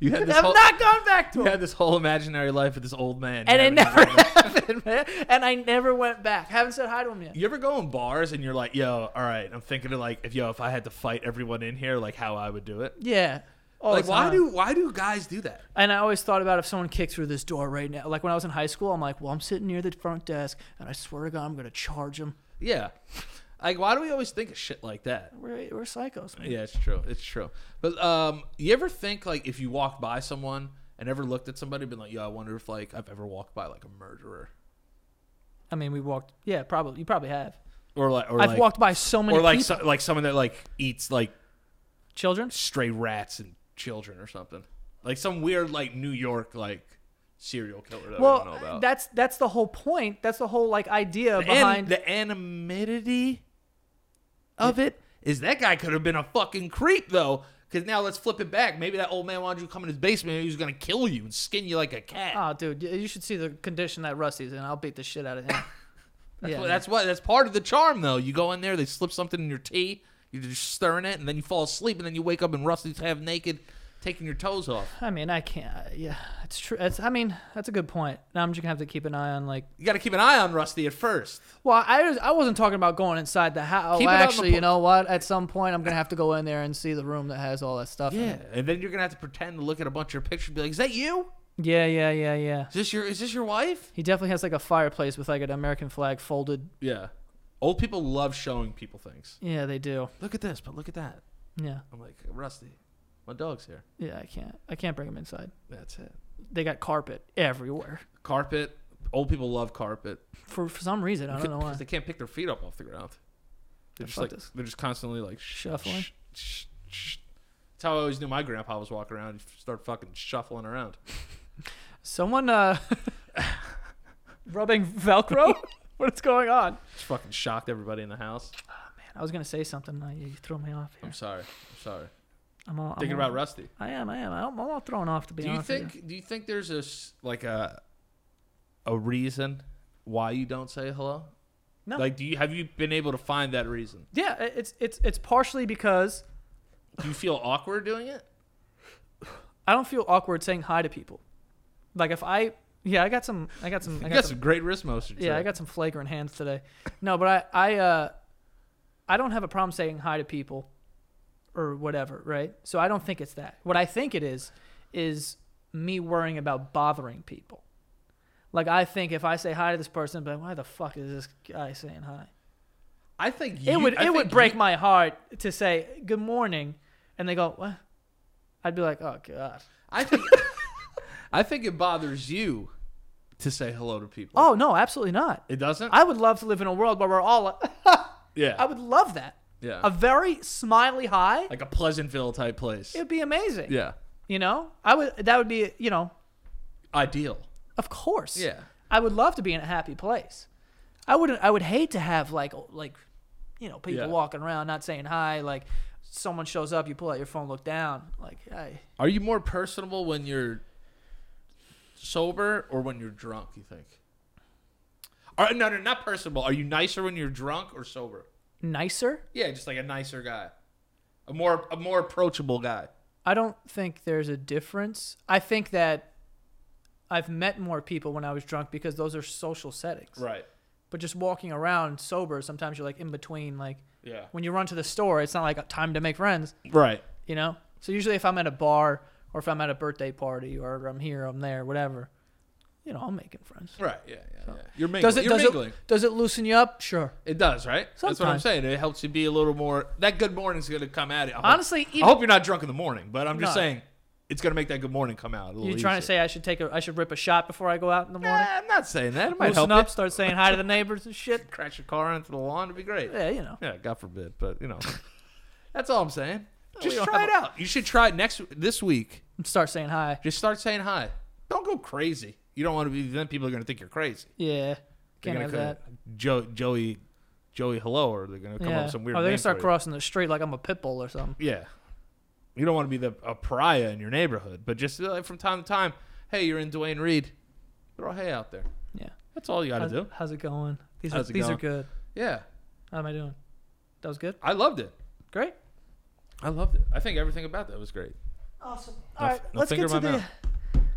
Speaker 2: You had this
Speaker 1: I've
Speaker 2: whole,
Speaker 1: not gone back to
Speaker 2: you
Speaker 1: it.
Speaker 2: had this whole imaginary life with this old man.
Speaker 1: And
Speaker 2: You
Speaker 1: it
Speaker 2: haven't
Speaker 1: never
Speaker 2: given up.
Speaker 1: happened, man. And I never went back. Haven't said hi to him yet.
Speaker 2: You ever go in bars and you're like, "Yo, all right, I'm thinking of like, if yo, if I had to fight everyone in here, like how I would do it."
Speaker 1: Yeah. Oh,
Speaker 2: like, why do why do guys do that?
Speaker 1: And I always thought about if someone kicked through this door right now. Like when I was in high school, I'm like, well, I'm sitting near the front desk, and I swear to God, I'm gonna charge them.
Speaker 2: Yeah, like why do we always think of shit like that?
Speaker 1: We're, we're psychos. Man.
Speaker 2: Yeah, it's true. It's true. But um, you ever think like if you walked by someone and ever looked at somebody, been like, "Yo, I wonder if like I've ever walked by like a murderer."
Speaker 1: I mean, we walked. Yeah, probably. You probably have.
Speaker 2: Or like, or
Speaker 1: I've
Speaker 2: like,
Speaker 1: walked by so many
Speaker 2: or like,
Speaker 1: people-
Speaker 2: so, like someone that like eats like
Speaker 1: children.
Speaker 2: stray rats and children or something, like some weird like New York like serial killer that I don't know
Speaker 1: Well,
Speaker 2: about.
Speaker 1: that's that's the whole point. That's the whole like idea
Speaker 2: and
Speaker 1: behind.
Speaker 2: the anonymity of it is that guy could have been a fucking creep though. Because now let's flip it back. Maybe that old man wanted you to come in his basement and he was gonna kill you and skin you like a cat.
Speaker 1: oh, dude, you- you should see the condition that Rusty's in. I'll beat the shit out of him.
Speaker 2: That's
Speaker 1: yeah,
Speaker 2: what, that's what that's part of the charm though. You go in there, they slip something in your tea, you're just stirring it, and then you fall asleep, and then you wake up and Rusty's half naked taking your toes off.
Speaker 1: I mean, I can't. Yeah, it's true. It's, I mean, that's a good point. Now I'm just gonna have to keep an eye on like.
Speaker 2: You got to keep an eye on Rusty at first.
Speaker 1: Well, I was, I wasn't talking about going inside the house.
Speaker 2: Keep it on the
Speaker 1: Actually, you
Speaker 2: po-
Speaker 1: know what? At some point, I'm gonna have to go in there and see the room that has all that stuff. in it.
Speaker 2: and then you're gonna have to pretend to look at a bunch of pictures. and Be like, is that you?
Speaker 1: Yeah, yeah, yeah, yeah.
Speaker 2: Is this your? Is this your wife?
Speaker 1: He definitely has like a fireplace with like an American flag folded.
Speaker 2: Yeah. Old people love showing people things.
Speaker 1: Yeah, they do.
Speaker 2: Look at this, but look at that.
Speaker 1: Yeah,
Speaker 2: I'm like Rusty. My dog's here.
Speaker 1: yeah. I can't. I can't bring him inside.
Speaker 2: That's it.
Speaker 1: They got carpet everywhere
Speaker 2: Carpet. Old people love carpet.
Speaker 1: for for some reason. I don't know why.
Speaker 2: They can't pick their feet up off the ground. They're just
Speaker 1: fuck
Speaker 2: like
Speaker 1: this.
Speaker 2: they're just constantly like sh-
Speaker 1: Shuffling.
Speaker 2: sh- sh- sh. That's how I always knew my grandpa was walking around. He'd start fucking shuffling around.
Speaker 1: Someone uh, rubbing Velcro. What's going on? Oh,
Speaker 2: Just fucking shocked everybody in the house.
Speaker 1: Man, I was gonna say something. Uh, you threw me off here.
Speaker 2: I'm sorry. I'm sorry.
Speaker 1: I'm all, I'm
Speaker 2: Thinking
Speaker 1: all-
Speaker 2: about Rusty.
Speaker 1: I am. I am. I'm all thrown off to be
Speaker 2: do you
Speaker 1: honest. with
Speaker 2: think do you think there's a s- like a a reason why you don't say hello
Speaker 1: No.
Speaker 2: like do you have you been able to find that reason
Speaker 1: you. Yeah, it- it's it's it's partially because
Speaker 2: do you feel awkward doing it
Speaker 1: I don't feel awkward saying hi to people. Like if I, yeah, I got some. I got some. I
Speaker 2: you
Speaker 1: got,
Speaker 2: got
Speaker 1: some.
Speaker 2: some great wrist motions
Speaker 1: Yeah, I got some flagrant hands today. No, but I I uh, I don't have a problem saying hi to people, or whatever, right? So I don't think it's that. What I think it is, is me worrying about bothering people. Like I think if I say hi to this person, but why the fuck is this guy saying hi?
Speaker 2: i think
Speaker 1: it
Speaker 2: you-
Speaker 1: would
Speaker 2: I
Speaker 1: it would
Speaker 2: think
Speaker 1: break
Speaker 2: you-
Speaker 1: my heart to say good morning, and they go what? I'd be like, oh god.
Speaker 2: i think i think it bothers you to say hello to people
Speaker 1: Oh no, absolutely not.
Speaker 2: it doesn't
Speaker 1: I would love to live in a world where we're all. like-
Speaker 2: yeah
Speaker 1: I would love that.
Speaker 2: yeah
Speaker 1: A very smiley hi.
Speaker 2: like a pleasantville type place
Speaker 1: It'd be amazing.
Speaker 2: yeah
Speaker 1: You know, I would. That would be. You know,
Speaker 2: ideal
Speaker 1: of course.
Speaker 2: yeah
Speaker 1: I would love to be in a happy place. I wouldn't. I would hate to have like like, you know, people
Speaker 2: Yeah.
Speaker 1: walking around not saying hi. Like, someone shows up, you pull out your phone, look down, like, hey.
Speaker 2: are you more personable when you're sober or when you're drunk you think Are, no no not personable are you nicer when you're drunk or sober
Speaker 1: nicer.
Speaker 2: yeah just like a nicer guy a more a more approachable guy
Speaker 1: I don't think there's a difference. I think that I've met more people when I was drunk because those are social settings.
Speaker 2: right
Speaker 1: But just walking around sober, sometimes you're like in between. Like
Speaker 2: yeah
Speaker 1: when you run to the store, it's not like uh, time to make friends,
Speaker 2: right
Speaker 1: you know? So usually if I'm at a bar or if I'm at a birthday party or I'm here, I'm there, whatever, you know, I'm making friends.
Speaker 2: right yeah yeah, yeah. you're mingling
Speaker 1: Does it
Speaker 2: you're
Speaker 1: does
Speaker 2: mingling.
Speaker 1: it does it loosen you up? Sure.
Speaker 2: It does, right? That's what I'm
Speaker 1: Sometimes.
Speaker 2: saying. It helps you be a little more. That good morning's going to come at it. I hope-
Speaker 1: Honestly,
Speaker 2: I
Speaker 1: even-
Speaker 2: hope you're not drunk in the morning, but I'm just
Speaker 1: No.
Speaker 2: saying it's going to make that good morning come out. A little
Speaker 1: You trying to
Speaker 2: easier.
Speaker 1: say I should take a I should rip a shot before I go out in the morning?
Speaker 2: Nah, I'm not saying that. It might help
Speaker 1: Loosen
Speaker 2: you.
Speaker 1: up, start saying hi to the neighbors and shit.
Speaker 2: crash your car onto the lawn would be great.
Speaker 1: Yeah, you know.
Speaker 2: Yeah, God forbid, but you know, that's all I'm saying. Just
Speaker 1: don't
Speaker 2: try
Speaker 1: have
Speaker 2: it out. You should try it next this week.
Speaker 1: Start saying hi.
Speaker 2: Just start saying hi. Don't go crazy. You don't want to be. Then people are going to think you're crazy.
Speaker 1: Yeah.
Speaker 2: They're
Speaker 1: Can't
Speaker 2: gonna
Speaker 1: have that.
Speaker 2: co- Joe, Joey, Joey, hello, or they're going to come up
Speaker 1: Yeah.
Speaker 2: with some weird.
Speaker 1: oh, they're
Speaker 2: name
Speaker 1: gonna start
Speaker 2: for you.
Speaker 1: crossing the street like I'm a pit bull or something.
Speaker 2: Yeah, you don't want to be the a pariah in your neighborhood, but just uh, from time to time, hey, you're in Dwayne Reed. Throw hay out there.
Speaker 1: Yeah.
Speaker 2: That's all you got to
Speaker 1: How's,
Speaker 2: do.
Speaker 1: how's it going? These
Speaker 2: How's
Speaker 1: are
Speaker 2: it
Speaker 1: these
Speaker 2: going?
Speaker 1: are good.
Speaker 2: Yeah,
Speaker 1: How am I doing? That was good.
Speaker 2: I loved it.
Speaker 1: Great.
Speaker 2: I loved it. I think everything about that was great.
Speaker 1: Awesome.
Speaker 2: No-
Speaker 1: All right,
Speaker 2: no
Speaker 1: let's
Speaker 2: finger
Speaker 1: get to
Speaker 2: in my
Speaker 1: the
Speaker 2: mouth.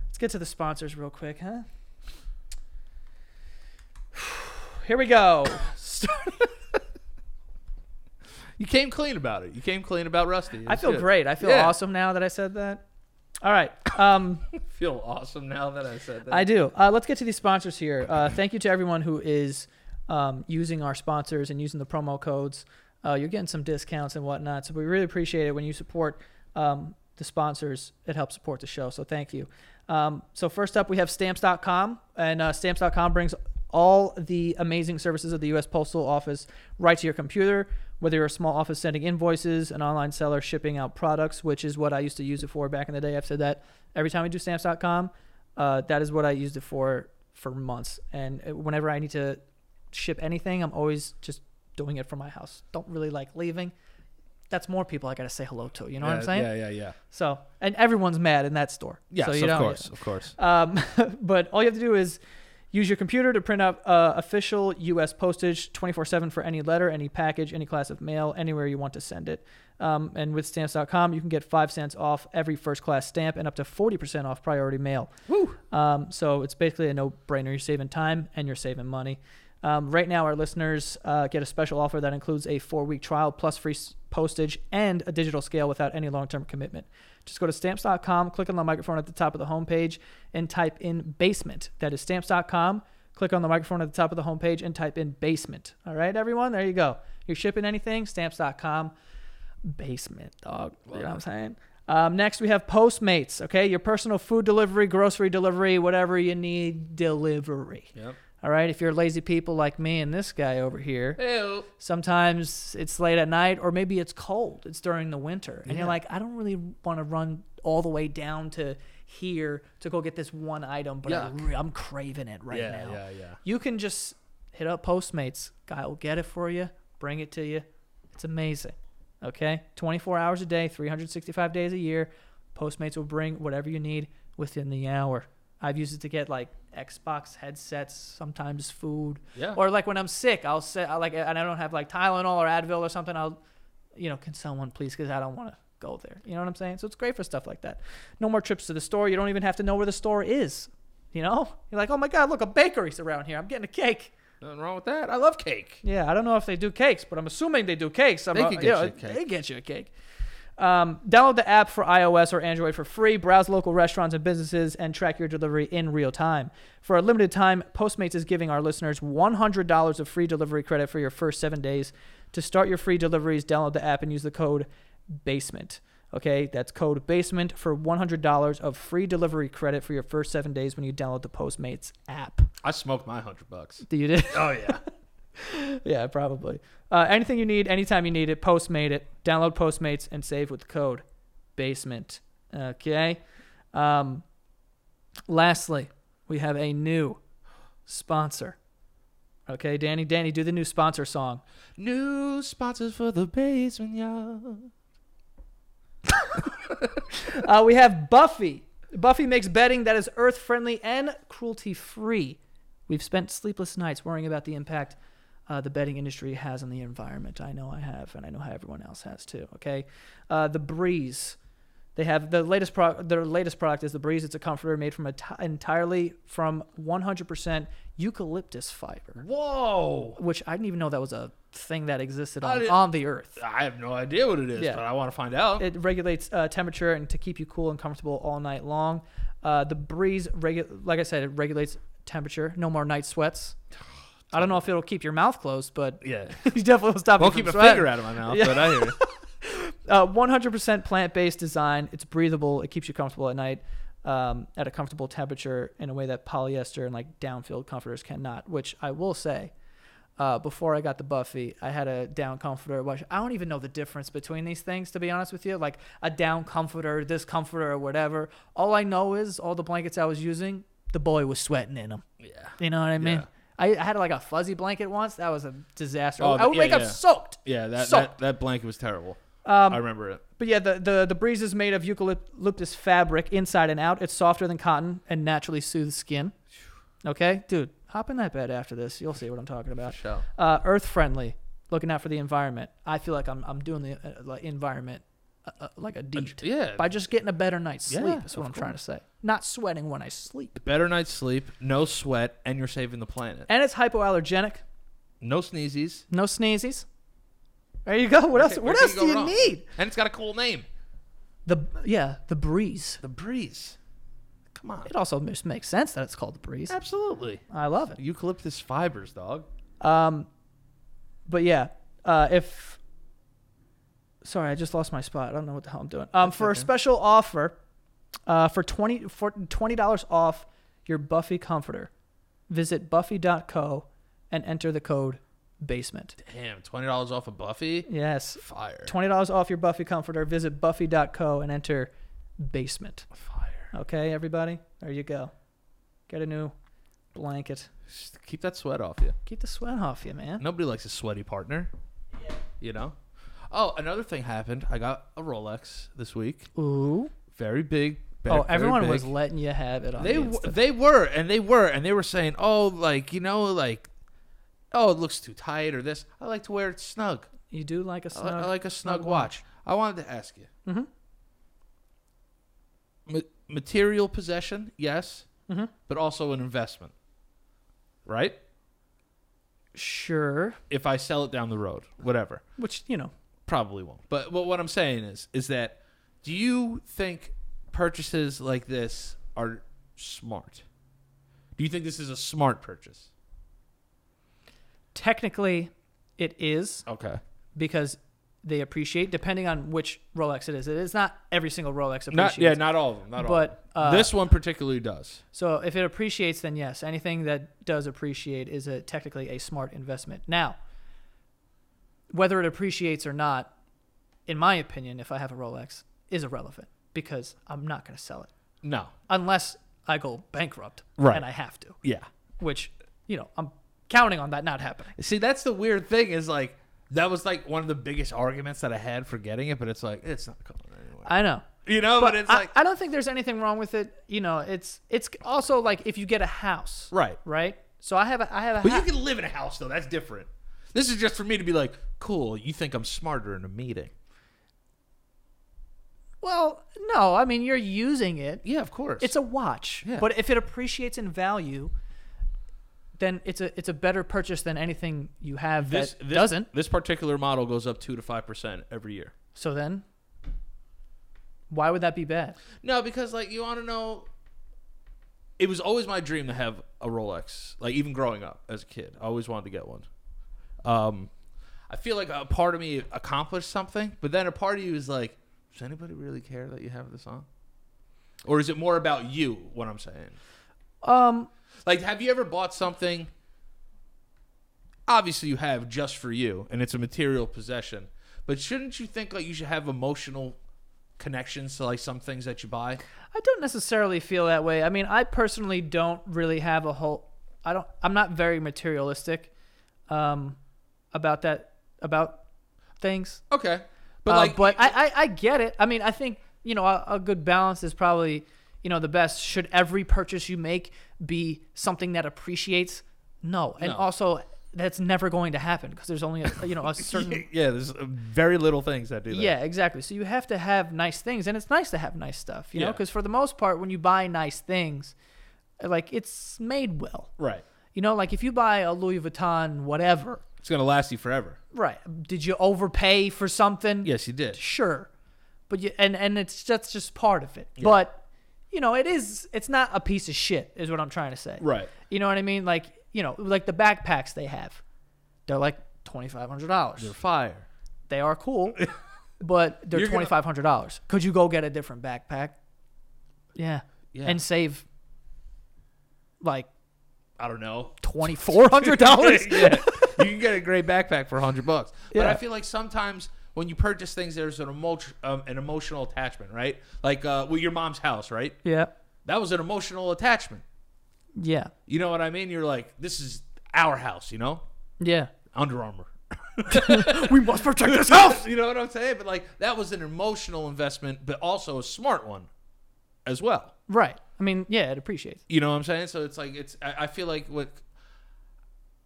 Speaker 1: let's get to the sponsors real quick, huh? Here we go.
Speaker 2: You came clean about it. You came clean about Rusty. It
Speaker 1: I
Speaker 2: was
Speaker 1: feel
Speaker 2: good.
Speaker 1: great. I feel
Speaker 2: Yeah.
Speaker 1: awesome now that I said that. All right. Um,
Speaker 2: Feel awesome now that I said that.
Speaker 1: I do. Uh, let's get to these sponsors here. Uh, thank you to everyone who is um, using our sponsors and using the promo codes. Uh, you're getting some discounts and whatnot. So we really appreciate it when you support um, the sponsors. It helps support the show. So thank you. Um, so first up, we have stamps.com, and uh, stamps.com brings all the amazing services of the U.S. Postal Office right to your computer. Whether you're a small office sending invoices, an online seller shipping out products, which is what I used to use it for back in the day. I've said that every time we do stamps.com, uh, that is what I used it for for months. And uh, whenever I need to ship anything, I'm always just doing it from my house. Don't really like leaving. That's more people I got to say hello to. You know what I'm saying?
Speaker 2: Yeah, yeah, yeah.
Speaker 1: So, and everyone's mad in that store.
Speaker 2: Yes,
Speaker 1: so you
Speaker 2: of
Speaker 1: don't-
Speaker 2: course, of course.
Speaker 1: um, but all you have to do is Use your computer to print out uh, official U.S. postage 24/7 for any letter, any package, any class of mail, anywhere you want to send it. Um, and with stamps.com, you can get five cents off every first-class stamp and up to 40% off priority mail. Woo! Um, so it's basically a no-brainer. You're saving time and you're saving money. Um, right now, our listeners uh, get a special offer that includes a four-week trial plus free s- postage and a digital scale without any long-term commitment. Just go to stamps.com, click on the microphone at the top of the homepage, and type in basement. That is stamps.com. Click on the microphone at the top of the homepage and type in basement. All right, everyone, there you go. You're shipping anything? Stamps.com basement, dog. You know what I'm saying? Um, next, we have Postmates. Okay, your personal food delivery, grocery delivery, whatever you need, delivery.
Speaker 2: Yep.
Speaker 1: All right, if you're lazy people like me and this guy over here,
Speaker 2: Ew.
Speaker 1: sometimes it's late at night or maybe it's cold it's during the winter and you're like i don't really want to run all the way down to here to go get this one item but I
Speaker 2: Yuck.
Speaker 1: re- i'm craving it right
Speaker 2: Yeah,
Speaker 1: now
Speaker 2: yeah, yeah.
Speaker 1: you can just hit up postmates guy will get it for you bring it to you it's amazing okay 24 hours a day 365 days a year postmates will bring whatever you need within the hour i've used it to get like xbox headsets sometimes food
Speaker 2: Yeah.
Speaker 1: or like when I'm sick, I'll say I like and I don't have like Tylenol or Advil or something. I'll, you know, can someone please? Because I don't want to go there. You know what I'm saying? So it's great for stuff like that. No more trips to the store. You don't even have to know where the store is. You know, you're like, oh my god, look, a bakery's around here. I'm getting a cake.
Speaker 2: Nothing wrong with that. I love cake.
Speaker 1: Yeah, I don't know if they do cakes, but I'm assuming they do cakes. I'm,
Speaker 2: They could
Speaker 1: uh,
Speaker 2: get
Speaker 1: yeah,
Speaker 2: you a cake.
Speaker 1: They get you a cake. Um, download the app for iOS or Android for free. Browse local restaurants and businesses and track your delivery in real time. For a limited time, Postmates is giving our listeners $100 of free delivery credit for your first seven days. To start your free deliveries, download the app and use the code BASEMENT. Okay, that's code BASEMENT for $100 of free delivery credit for your first seven days when you download the Postmates app.
Speaker 2: I smoked my hundred bucks.
Speaker 1: Do you do?
Speaker 2: Oh yeah.
Speaker 1: Yeah, probably. Uh, anything you need, anytime you need it, Postmate it. Download Postmates and save with code BASEMENT. Okay. Um, lastly, we have a new sponsor. Okay, Danny, Danny, do the new sponsor song.
Speaker 2: New sponsors for the basement, y'all.
Speaker 1: Uh, we have Buffy. Buffy makes bedding that is earth friendly and cruelty free. We've spent sleepless nights worrying about the impact uh, the bedding industry has on the environment. I know I have, and I know how everyone else has too. Okay, uh, the Breeze. They have the latest pro- their latest product is the Breeze. It's a comforter made from a t- entirely from 100% eucalyptus fiber,
Speaker 2: Whoa.
Speaker 1: which I didn't even know that was a thing that existed
Speaker 2: I
Speaker 1: on,
Speaker 2: did-
Speaker 1: on the earth.
Speaker 2: I have no idea what it is,
Speaker 1: Yeah.
Speaker 2: but I want to find out.
Speaker 1: It regulates uh, temperature and to keep you cool and comfortable all night long. Uh, the breeze, regu- like I said, it regulates temperature. No more night sweats. I don't know if it'll keep your mouth closed, but
Speaker 2: yeah.
Speaker 1: you definitely will stop.
Speaker 2: Won't
Speaker 1: you
Speaker 2: keep
Speaker 1: from
Speaker 2: a
Speaker 1: sweating.
Speaker 2: finger out of my mouth,
Speaker 1: Yeah.
Speaker 2: but I hear you.
Speaker 1: Uh, 100% plant-based design. It's breathable. It keeps you comfortable at night um, at a comfortable temperature in a way that polyester and like downfilled comforters cannot. Which I will say, uh, before I got the Buffy, I had a down comforter. Which I don't even know the difference between these things, to be honest with you. Like a down comforter, this comforter, or whatever. All I know is all the blankets I was using, the boy was sweating in them.
Speaker 2: Yeah.
Speaker 1: You know what I mean?
Speaker 2: Yeah.
Speaker 1: I, I had like a fuzzy blanket once. That was a disaster.
Speaker 2: Oh,
Speaker 1: I would
Speaker 2: yeah,
Speaker 1: wake up
Speaker 2: yeah.
Speaker 1: soaked.
Speaker 2: Yeah, that,
Speaker 1: So-
Speaker 2: that that blanket was terrible. Um, I remember it.
Speaker 1: But yeah, the, the, the breeze is made of eucalyptus fabric inside and out. It's softer than cotton and naturally soothes skin. Okay, dude, hop in that bed after this. You'll see what I'm talking about.
Speaker 2: Sure.
Speaker 1: Uh, Earth friendly, looking out for the environment. I feel like I'm, I'm doing the uh, like environment uh, uh, like a deed
Speaker 2: Yeah.
Speaker 1: by just getting a better night's
Speaker 2: Yeah,
Speaker 1: sleep. is what
Speaker 2: of
Speaker 1: I'm trying to say. Not sweating when I sleep.
Speaker 2: Better night's sleep, no sweat, and you're saving the planet.
Speaker 1: And it's hypoallergenic.
Speaker 2: No sneezes.
Speaker 1: No sneezes. There you go. What else?
Speaker 2: Where
Speaker 1: What
Speaker 2: can
Speaker 1: else
Speaker 2: go
Speaker 1: do you
Speaker 2: wrong?
Speaker 1: need?
Speaker 2: And it's got a cool name.
Speaker 1: The yeah, the breeze.
Speaker 2: The breeze. Come on.
Speaker 1: It also just makes sense that it's called the breeze.
Speaker 2: Absolutely.
Speaker 1: I love it. Um,
Speaker 2: Eucalyptus fibers, dog.
Speaker 1: but yeah, uh, if sorry, I just lost my spot. I don't know what the hell I'm doing. Um, for a special offer, uh, for twenty for twenty dollars off your Buffy comforter, visit Buffy.co and enter the code basement.
Speaker 2: Damn, twenty dollars off a Buffy.
Speaker 1: Yes,
Speaker 2: Fire.
Speaker 1: twenty dollars off your Buffy comforter. Visit Buffy.co and enter basement.
Speaker 2: Fire.
Speaker 1: Okay, everybody, there you go. Get a new blanket.
Speaker 2: Just keep that sweat off you.
Speaker 1: Keep the sweat off you, man.
Speaker 2: Nobody likes a sweaty partner. You know. Oh, another thing happened. I got a Rolex this week.
Speaker 1: Ooh,
Speaker 2: Very big back
Speaker 1: Oh,
Speaker 2: very
Speaker 1: everyone
Speaker 2: big.
Speaker 1: was letting you have it on
Speaker 2: They
Speaker 1: the
Speaker 2: w-
Speaker 1: Insta.
Speaker 2: they were and they were and they were saying, oh, like you know, like oh, it looks too tight or this. I like to wear it snug.
Speaker 1: You do like a
Speaker 2: I,
Speaker 1: snug.
Speaker 2: li- I like a snug
Speaker 1: snug
Speaker 2: watch. I wanted to ask you.
Speaker 1: Mhm.
Speaker 2: Ma- material possession, yes,
Speaker 1: Mhm.
Speaker 2: but also an investment, right?
Speaker 1: Sure,
Speaker 2: If I sell it down the road, whatever.
Speaker 1: which you know,
Speaker 2: probably won't. But but what I'm saying is is that do you think purchases like this are smart? Do you think this is a smart purchase?
Speaker 1: technically, it is
Speaker 2: Okay.
Speaker 1: because they appreciate depending on which Rolex it is. It is not every single Rolex appreciates.
Speaker 2: Not yeah, not all of them. Not all. of
Speaker 1: but
Speaker 2: them.
Speaker 1: uh,
Speaker 2: this one particularly does.
Speaker 1: So if it appreciates, then yes, anything that does appreciate is a technically a smart investment. Now, whether it appreciates or not, in my opinion, if I have a Rolex, is irrelevant because I'm not going to sell it
Speaker 2: No.
Speaker 1: unless I go bankrupt
Speaker 2: Right.
Speaker 1: and I have to,
Speaker 2: Yeah.
Speaker 1: which you know I'm counting on that not happening.
Speaker 2: See, that's the weird thing is like that was like one of the biggest arguments that I had for getting it, but it's like it's not going anywhere.
Speaker 1: I know.
Speaker 2: you know, but, it's
Speaker 1: I,
Speaker 2: like
Speaker 1: I don't think there's anything wrong with it. You know, it's it's also like if you get a house,
Speaker 2: right.
Speaker 1: right? So I have a I have a
Speaker 2: But
Speaker 1: hou-
Speaker 2: you can live in a house though. That's different. This is just for me to be like, cool. You think I'm smarter in a meeting?
Speaker 1: well, no, I mean you're using it.
Speaker 2: Yeah, of course.
Speaker 1: It's a watch,
Speaker 2: Yeah.
Speaker 1: but if it appreciates in value, then it's a it's a better purchase than anything you have
Speaker 2: this,
Speaker 1: that
Speaker 2: this-
Speaker 1: doesn't.
Speaker 2: This particular model goes up two to five percent every year.
Speaker 1: So then, why would that be bad?
Speaker 2: No, because like you want to know, it was always my dream to have a Rolex. Like even growing up as a kid, I always wanted to get one. Um, I feel like a part of me accomplished something, but then a part of you is like, does anybody really care that you have this on? Or is it more about you? What I'm saying,
Speaker 1: Um,
Speaker 2: like, have you ever bought something? Obviously, you have just for you, and it's a material possession. But shouldn't you think like you should have emotional connections to like some things that you buy?
Speaker 1: I don't necessarily feel that way. I mean, I personally don't really have a whole. I don't. I'm not very materialistic, um, about that about things.
Speaker 2: Okay,
Speaker 1: But
Speaker 2: Uh, but like,
Speaker 1: but I, I I get it. I mean, I think you know a, a good balance is probably you know the best. Should every purchase you make be something that appreciates? No, and
Speaker 2: No.
Speaker 1: also that's never going to happen because there's only a, you know a certain.
Speaker 2: yeah, there's uh, very little things that do that.
Speaker 1: Yeah, exactly. So you have to have nice things, and it's nice to have nice stuff, you know, 'cause know,
Speaker 2: Yeah.
Speaker 1: because for the most part, when you buy nice things, like it's made well,
Speaker 2: right.
Speaker 1: you know, like if you buy a Louis Vuitton, whatever,
Speaker 2: It's gonna last you forever.
Speaker 1: right? Did you overpay for something?
Speaker 2: Yes, you did.
Speaker 1: sure but you and and it's that's just part of it but you know it is it's not a piece of shit is what i'm trying to say
Speaker 2: Right.
Speaker 1: you know what i mean like you know like the backpacks they have they're like $2500
Speaker 2: fire.
Speaker 1: they are cool but they're
Speaker 2: You're gonna-
Speaker 1: $2500 could you go get a different backpack yeah,
Speaker 2: Yeah.
Speaker 1: and save like
Speaker 2: I don't know.
Speaker 1: $2400
Speaker 2: yeah. You can get a great backpack for 100 bucks. But I
Speaker 1: Yeah.
Speaker 2: feel like sometimes when you purchase things, there's an, emo- um, an emotional attachment, right? Like uh, with your mom's house, right?
Speaker 1: yeah
Speaker 2: That was an emotional attachment.
Speaker 1: yeah
Speaker 2: You know what I mean? You're like, this is our house, you know?
Speaker 1: yeah
Speaker 2: Under Armour.
Speaker 1: we must protect this house
Speaker 2: you know what I'm saying? But like, that was an emotional investment, but also a smart one as well.
Speaker 1: right i mean yeah it appreciates
Speaker 2: You know what I'm saying? So it's like, it's, I, I feel like what,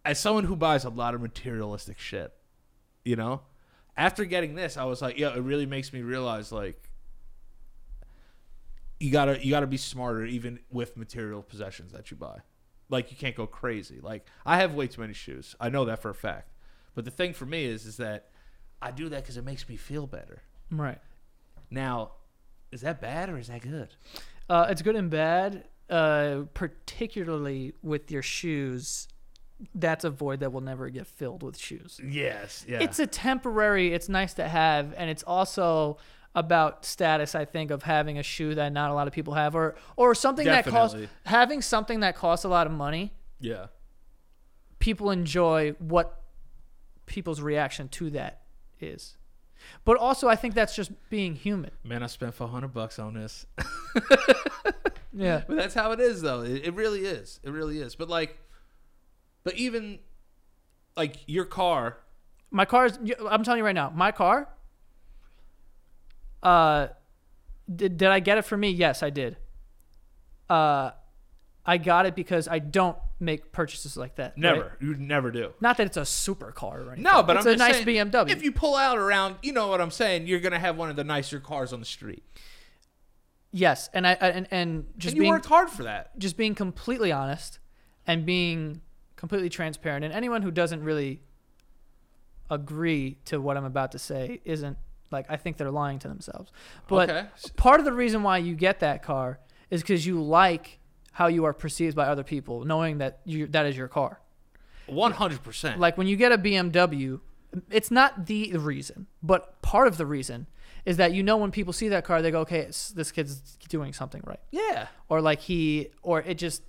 Speaker 2: as someone who buys a lot of materialistic shit, you know after getting this i was like yeah it really makes me realize like you gotta you gotta be smarter even with material possessions that you buy like you can't go crazy like i have way too many shoes i know that for a fact but the thing for me is is that i do that because it makes me feel better
Speaker 1: right
Speaker 2: now is that bad or is that good
Speaker 1: Uh, it's good and bad, uh, particularly with your shoes. That's a void that will never get filled with shoes.
Speaker 2: yes yeah
Speaker 1: It's a temporary, it's nice to have, and it's also about status, I think, of having a shoe that not a lot of people have, or or something that
Speaker 2: Definitely.
Speaker 1: costs having something that costs a lot of money.
Speaker 2: yeah
Speaker 1: People enjoy what people's reaction to that is, but also I think that's just being human.
Speaker 2: man i spent 400 bucks on this
Speaker 1: Yeah.
Speaker 2: But that's how it is, though. It, it really is. It really is. But like, but even like your car,
Speaker 1: My car's. I'm telling you right now, my car. Uh, did, did I get it for me? Yes, I did. Uh, I got it because I don't make purchases like that. right?
Speaker 2: Never. You never do.
Speaker 1: Not that it's a supercar, right?
Speaker 2: No, but
Speaker 1: it's
Speaker 2: I'm
Speaker 1: a
Speaker 2: just
Speaker 1: nice
Speaker 2: saying,
Speaker 1: BMW.
Speaker 2: If you pull out around, you know what I'm saying. You're gonna have one of the nicer cars on the street,
Speaker 1: yes, and I I- and and just
Speaker 2: and you
Speaker 1: being
Speaker 2: worked hard for that.
Speaker 1: just being completely honest and being completely transparent and anyone who doesn't really agree to what i'm about to say isn't like i think they're lying to themselves but
Speaker 2: Okay.
Speaker 1: part of the reason why you get that car is because you like how you are perceived by other people knowing that you that is your car
Speaker 2: One hundred percent.
Speaker 1: like when you get a BMW, it's not the reason, but part of the reason is that you know when people see that car, they go, okay, it's, this kid's doing something right,
Speaker 2: Yeah.
Speaker 1: or like he, or it just,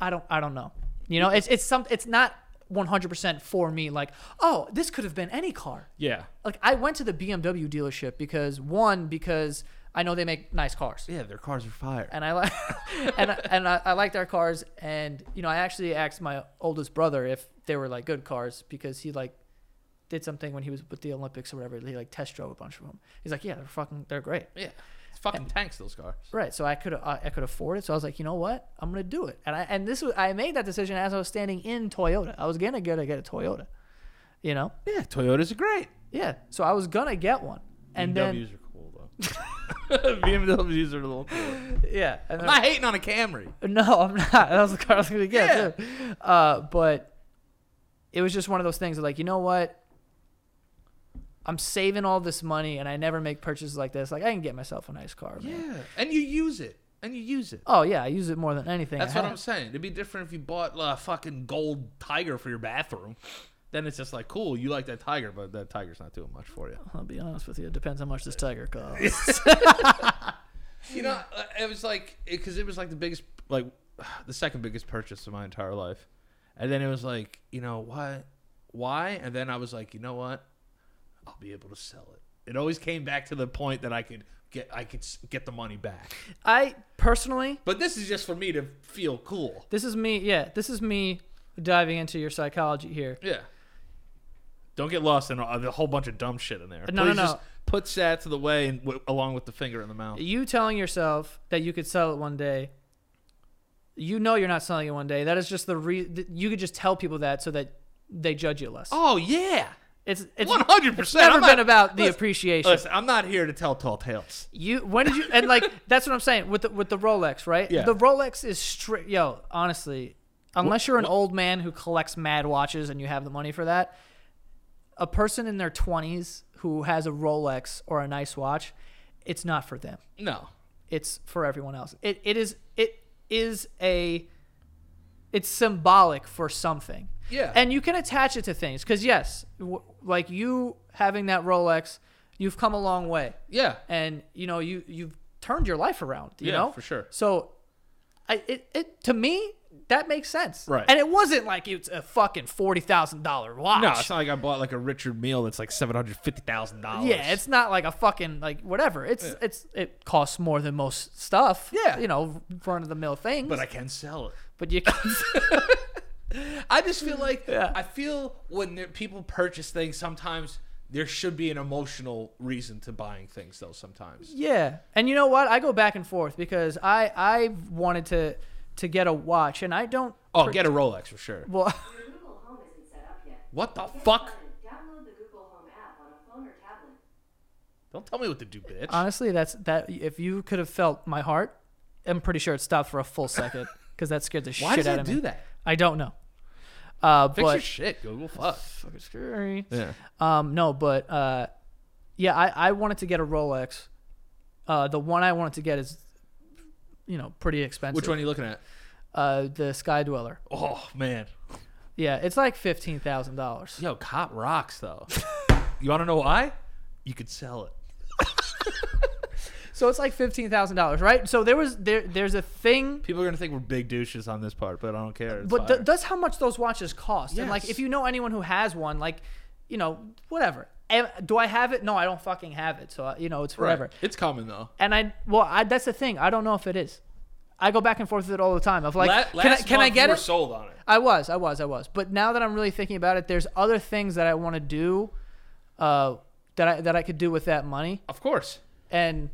Speaker 1: I don't, I don't know. You know, it's it's some, it's not 100% for me. Like, oh, this could have been any car.
Speaker 2: Yeah.
Speaker 1: Like I went to the BMW dealership because one, because I know they make nice cars
Speaker 2: Yeah. Their cars are fire.
Speaker 1: and I like and I- and I, I liked our cars. And you know, I actually asked my oldest brother if they were like good cars because he like did something when he was with the Olympics or whatever. He like test drove a bunch of them. He's like, yeah, they're fucking, they're great.
Speaker 2: Yeah. It's fucking tanks. Those cars.
Speaker 1: Right. So I could uh, I, I could afford it. So I was like, you know what, I'm gonna do it. And I and this was I made that decision as I was standing in Toyota. I was gonna go to get a Toyota. You know.
Speaker 2: Yeah. Toyotas are great.
Speaker 1: Yeah. So I was gonna get one. And then
Speaker 2: BMWs are cool though. BMWs are a little cool.
Speaker 1: yeah. And
Speaker 2: I'm
Speaker 1: then-
Speaker 2: not hating on a Camry.
Speaker 1: No, I'm not. That was the card I was gonna get.
Speaker 2: Yeah.
Speaker 1: Too. Uh, but it was just one of those things. Like, you know what? I'm saving all this money, and I never make purchases like this. Like, I can get myself a nice car. Man.
Speaker 2: Yeah. And you use it. And you use it.
Speaker 1: Oh yeah, I use it more than anything.
Speaker 2: That's
Speaker 1: I
Speaker 2: what
Speaker 1: have.
Speaker 2: I'm saying. It'd be different if you bought a fucking gold tiger for your bathroom. Then it's just like, cool, you like that tiger, but that tiger's not doing much for you.
Speaker 1: I'll be honest with you. It depends how much this tiger costs.
Speaker 2: You know, uh, it was like because it was like the biggest, like the second biggest purchase of my entire life, and then it was like, you know what, why? And then I was like, you know what, I'll be able to sell it. It always came back to the point that I could get, I could s- get the money back.
Speaker 1: I personally,
Speaker 2: But this is just for me to feel cool.
Speaker 1: this is me. Yeah, this is me diving into your psychology here.
Speaker 2: Yeah. Don't get lost in a, a whole bunch of dumb shit in there.
Speaker 1: No, no,
Speaker 2: Please
Speaker 1: no.
Speaker 2: Just put that to the way and w- along with the finger in the mouth.
Speaker 1: You telling yourself that you could sell it one day. You know you're not selling it one day. That is just the re. th- You could just tell people that so that they judge you less.
Speaker 2: Oh yeah,
Speaker 1: It's it's
Speaker 2: one hundred
Speaker 1: It's
Speaker 2: percent.
Speaker 1: never been about the appreciation.
Speaker 2: Listen, I'm not here to tell tall tales.
Speaker 1: You when did you and like that's what I'm saying with the with the Rolex, right?
Speaker 2: Yeah.
Speaker 1: The Rolex is straight. Yo, honestly, unless you're an old man who collects mad watches and you have the money for that, a person in their 20s who has a Rolex or a nice watch, it's not for them.
Speaker 2: No.
Speaker 1: it's for everyone else. It it is it is a it's symbolic for something.
Speaker 2: Yeah.
Speaker 1: And you can attach it to things cuz yes, w- like you having that Rolex, you've come a long way.
Speaker 2: Yeah.
Speaker 1: And you know, you you've turned your life around, you
Speaker 2: Yeah,
Speaker 1: know?
Speaker 2: for sure.
Speaker 1: So I it, it to me that makes sense.
Speaker 2: Right.
Speaker 1: And it wasn't like it's a fucking $40,000 watch.
Speaker 2: No, it's not like I bought like a Richard Meal that's like seven hundred fifty thousand dollars.
Speaker 1: Yeah, it's not like a fucking like whatever. It's it's it costs more than most stuff.
Speaker 2: Yeah.
Speaker 1: you know, run of the mill things.
Speaker 2: but I can sell it.
Speaker 1: but you can
Speaker 2: I just feel like I feel when there, people purchase things, sometimes there should be an emotional reason to buying things, though. Sometimes.
Speaker 1: yeah and you know what i go back and forth because i i wanted to to get a watch and i don't
Speaker 2: Oh, get a Rolex for sure.
Speaker 1: well
Speaker 3: Your Google Home isn't set up yet.
Speaker 2: What the
Speaker 3: Get
Speaker 2: fuck?
Speaker 3: started. Download the Google Home app on a phone or tablet.
Speaker 2: Don't tell me what to do, bitch.
Speaker 1: honestly that's that if you could have felt my heart i'm pretty sure it stopped for a full second because that scared the
Speaker 2: Why
Speaker 1: shit
Speaker 2: does
Speaker 1: out
Speaker 2: it
Speaker 1: of
Speaker 2: do
Speaker 1: me
Speaker 2: that?
Speaker 1: i don't know uh
Speaker 2: Fix your
Speaker 1: but
Speaker 2: shit, Google. Fuck.
Speaker 1: fucking scary
Speaker 2: Yeah.
Speaker 1: Um, no, but uh, yeah, I, I wanted to get a Rolex. Uh, the one I wanted to get is, you know, pretty expensive.
Speaker 2: Which one are you looking at?
Speaker 1: Uh, the Sky Dweller.
Speaker 2: Oh man,
Speaker 1: Yeah, it's like fifteen thousand dollars.
Speaker 2: yo, cop rocks though. you want to know why? You could sell it.
Speaker 1: So it's like fifteen thousand dollars, right? So there was there there's a thing,
Speaker 2: People are gonna think we're big douches on this part, but I don't care. It's
Speaker 1: but
Speaker 2: fire.
Speaker 1: th- that's how much those watches cost. And like,
Speaker 2: Yes.
Speaker 1: if you know anyone who has one, like, you know, whatever. Am- Do I have it? No, I don't fucking have it. So uh, you know, it's
Speaker 2: Right.
Speaker 1: whatever.
Speaker 2: It's coming though.
Speaker 1: And I well, I, that's the thing. I don't know if it is. I go back and forth with it all the time. Of like,
Speaker 2: La-
Speaker 1: can I
Speaker 2: last
Speaker 1: can I
Speaker 2: month
Speaker 1: get
Speaker 2: you
Speaker 1: it?
Speaker 2: Were sold on it.
Speaker 1: I was, I was, I was. But now that I'm really thinking about it, there's other things that I want to do uh, that I that I could do with that money,
Speaker 2: Of course.
Speaker 1: and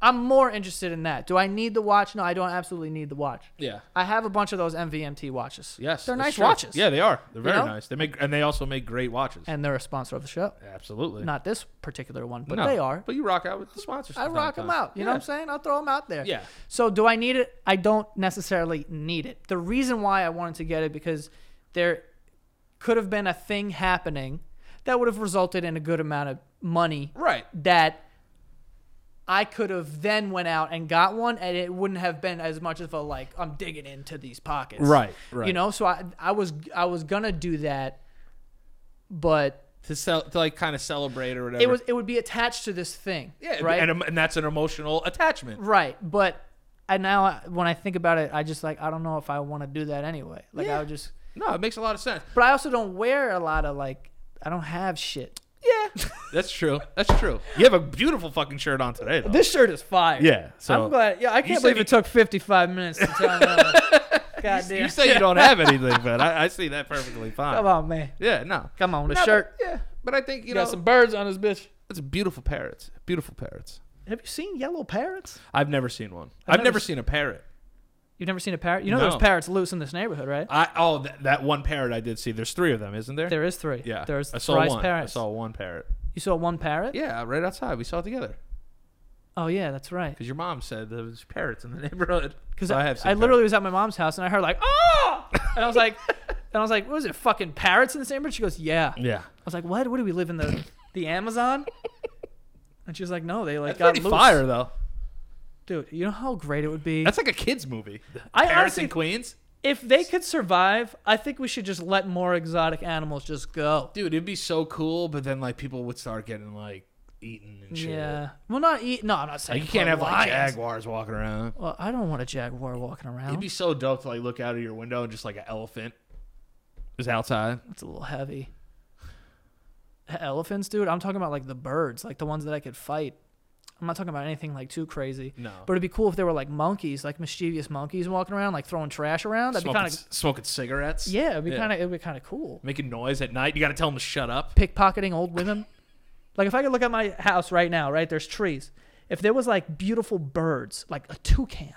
Speaker 1: I'm more interested in that. Do I need the watch? No, I don't absolutely need the watch.
Speaker 2: Yeah.
Speaker 1: I have a bunch of those MVMT watches.
Speaker 2: Yes.
Speaker 1: They're
Speaker 2: that's
Speaker 1: nice
Speaker 2: true.
Speaker 1: watches.
Speaker 2: Yeah, they are. They're very
Speaker 1: know?
Speaker 2: nice. They make and they also make great watches.
Speaker 1: And they're a sponsor of the show.
Speaker 2: Absolutely.
Speaker 1: Not this particular one, but
Speaker 2: No,
Speaker 1: they are.
Speaker 2: But you rock out with the sponsors.
Speaker 1: I
Speaker 2: from
Speaker 1: rock
Speaker 2: time
Speaker 1: them
Speaker 2: to time.
Speaker 1: out. You know what I'm
Speaker 2: Yeah.
Speaker 1: saying? I'll throw them out there.
Speaker 2: Yeah.
Speaker 1: So do I need it? I don't necessarily need it. The reason why I wanted to get it because there could have been a thing happening that would have resulted in a good amount of money.
Speaker 2: Right.
Speaker 1: That I could have then went out and got one, and it wouldn't have been as much of a like I'm digging into these pockets.
Speaker 2: Right, right.
Speaker 1: You know. So I I was I was gonna do that, but
Speaker 2: To sell, to like kind of celebrate or whatever.
Speaker 1: it was it would be attached to this thing.
Speaker 2: yeah,
Speaker 1: Right.
Speaker 2: and, and that's an emotional attachment.
Speaker 1: Right, but I now when I think about it, I just like I don't know if I want to do that anyway. Like
Speaker 2: Yeah.
Speaker 1: I would just,
Speaker 2: No, it makes a lot of sense.
Speaker 1: but I also don't wear a lot of like I don't have shit.
Speaker 2: Yeah, that's true. That's true. You have a beautiful fucking shirt on today. Though.
Speaker 1: This shirt is fire.
Speaker 2: Yeah, so-
Speaker 1: I'm glad. Yeah, I
Speaker 2: You
Speaker 1: can't
Speaker 2: said
Speaker 1: believe
Speaker 2: you-
Speaker 1: it took 55 minutes to tell me. that. God damn.
Speaker 2: you say you don't have anything, but I, I see that perfectly fine.
Speaker 1: Come on, man.
Speaker 2: Yeah, no.
Speaker 1: Come on, the
Speaker 2: No, but-
Speaker 1: shirt.
Speaker 2: yeah, but I think you know
Speaker 1: Got some birds on this bitch.
Speaker 2: It's beautiful parrots. Beautiful parrots.
Speaker 1: Have you seen yellow parrots?
Speaker 2: I've never seen one. I've,
Speaker 1: never
Speaker 2: never
Speaker 1: s-
Speaker 2: seen a parrot.
Speaker 1: You've never seen a parrot? You know
Speaker 2: No.
Speaker 1: there's parrots loose in this neighborhood, right?
Speaker 2: I oh th- that one parrot I did see. There's three of them, isn't there?
Speaker 1: there is three.
Speaker 2: yeah.
Speaker 1: There's
Speaker 2: I saw
Speaker 1: thrice
Speaker 2: one.
Speaker 1: parrots.
Speaker 2: I saw one parrot.
Speaker 1: You saw one parrot?
Speaker 2: Yeah, right outside. We saw it together
Speaker 1: Oh yeah, that's right.
Speaker 2: because your mom said there was parrots in the neighborhood.
Speaker 1: Because
Speaker 2: So
Speaker 1: I,
Speaker 2: have seen
Speaker 1: I
Speaker 2: parrots.
Speaker 1: literally was at my mom's house and I heard like, oh, and I was like, and I was like, what was it? Fucking parrots in the same bird? She goes, yeah. I
Speaker 2: yeah.
Speaker 1: was like, what? What do we live in the the Amazon? And she was like, no, they like
Speaker 2: That's
Speaker 1: got
Speaker 2: pretty
Speaker 1: loose.
Speaker 2: fire though.
Speaker 1: Dude, you know how great it would be
Speaker 2: That's like a kids movie.
Speaker 1: I
Speaker 2: parrots
Speaker 1: honestly-
Speaker 2: in Queens,
Speaker 1: if they could survive. I think we should just let more exotic animals just go.
Speaker 2: dude. It'd be so cool, but then like people would start getting like eaten and shit.
Speaker 1: Yeah. Well, not eat. No, I'm not saying
Speaker 2: Like you can't
Speaker 1: put
Speaker 2: have like
Speaker 1: lions.
Speaker 2: jaguars walking around.
Speaker 1: Well, I don't want a jaguar walking
Speaker 2: It'd
Speaker 1: around.
Speaker 2: be so dope to like look out of your window and just like an elephant is outside.
Speaker 1: It's a little heavy. Elephants, dude. I'm talking about like the birds, like the ones that I could fight. I'm not talking about anything like too crazy.
Speaker 2: No.
Speaker 1: But it'd be cool if there were like monkeys, like mischievous monkeys walking around, like throwing trash around. That'd
Speaker 2: smoking,
Speaker 1: be kind of
Speaker 2: c- smoking cigarettes.
Speaker 1: yeah. It'd be kind of it'd be kind of cool.
Speaker 2: making noise at night. You got to tell them to shut up.
Speaker 1: Pickpocketing old women. like if I could look at my house right now, right? There's trees. If there was like beautiful birds, like a toucan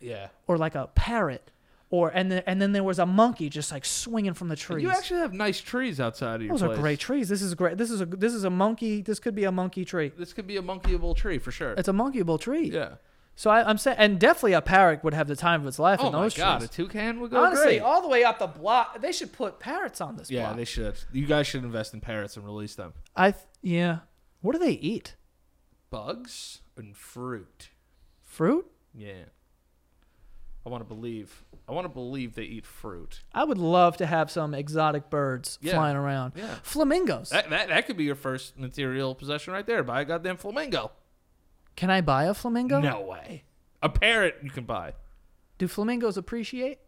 Speaker 2: Yeah.
Speaker 1: or like a parrot, or and then and then there was a monkey just like swinging from the trees.
Speaker 2: You actually have nice trees outside of your
Speaker 1: Those
Speaker 2: place.
Speaker 1: are great trees. This is great. This is a this is a monkey. This could be a monkey tree.
Speaker 2: This could be a monkeyable tree for sure.
Speaker 1: It's a monkeyable tree.
Speaker 2: yeah.
Speaker 1: So I, I'm saying, and definitely a parrot would have the time of its life
Speaker 2: Oh
Speaker 1: in
Speaker 2: my
Speaker 1: those
Speaker 2: god,
Speaker 1: trees.
Speaker 2: a toucan would go
Speaker 1: Honestly,
Speaker 2: great.
Speaker 1: all the way up the block, they should put parrots on this
Speaker 2: yeah,
Speaker 1: block.
Speaker 2: they should. You guys should invest in parrots and release them.
Speaker 1: I th- yeah. What do they eat?
Speaker 2: Bugs and fruit.
Speaker 1: Fruit?
Speaker 2: Yeah. I want to believe. I want to believe they eat fruit.
Speaker 1: I would love to have some exotic birds
Speaker 2: Yeah.
Speaker 1: flying around.
Speaker 2: Yeah.
Speaker 1: Flamingos.
Speaker 2: That, that that could be your first material possession right there. Buy a goddamn flamingo.
Speaker 1: Can I buy a flamingo?
Speaker 2: No way. A parrot you can buy.
Speaker 1: Do flamingos appreciate?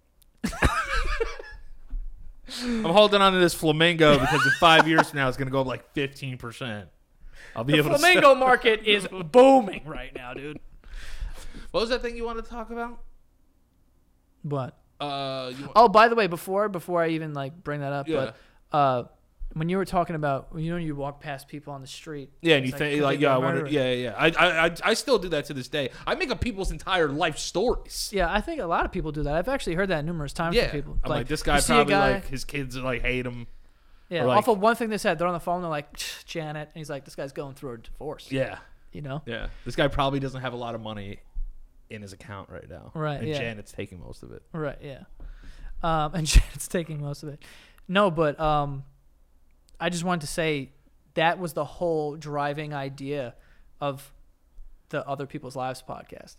Speaker 2: I'm holding on to this flamingo because in five years from now it's gonna go up like fifteen percent. I'll be able to.
Speaker 1: Flamingo market is booming right now, dude.
Speaker 2: What was that thing you wanted to talk about?
Speaker 1: What?
Speaker 2: Uh, you,
Speaker 1: Oh, by the way, before before I even like bring that up,
Speaker 2: Yeah.
Speaker 1: but uh, when you were talking about you know you walk past people on the street,
Speaker 2: yeah, and
Speaker 1: it's
Speaker 2: you think
Speaker 1: could
Speaker 2: like
Speaker 1: they be a
Speaker 2: yeah, I wanted,
Speaker 1: murderer?
Speaker 2: yeah, yeah, yeah. I, I, I, I still do that to this day. I make up people's entire life stories.
Speaker 1: Yeah, I think a lot of people do that. I've actually heard that numerous times
Speaker 2: Yeah,
Speaker 1: from people.
Speaker 2: I'm like, this
Speaker 1: you
Speaker 2: guy
Speaker 1: see a
Speaker 2: probably like his kids like hate him.
Speaker 1: yeah.
Speaker 2: or, like-
Speaker 1: off of one thing they said, they're on the phone. They're like "Tch, Janet, and he's like, this guy's going through a divorce.
Speaker 2: Yeah,
Speaker 1: you know.
Speaker 2: yeah. This guy probably doesn't have a lot of money in his account right now.
Speaker 1: Right,
Speaker 2: And
Speaker 1: yeah.
Speaker 2: Janet's taking most of it.
Speaker 1: Right. Yeah. Um, and Janet's taking most of it. No, but um, I just wanted to say that was the whole driving idea of the Other People's Lives podcast.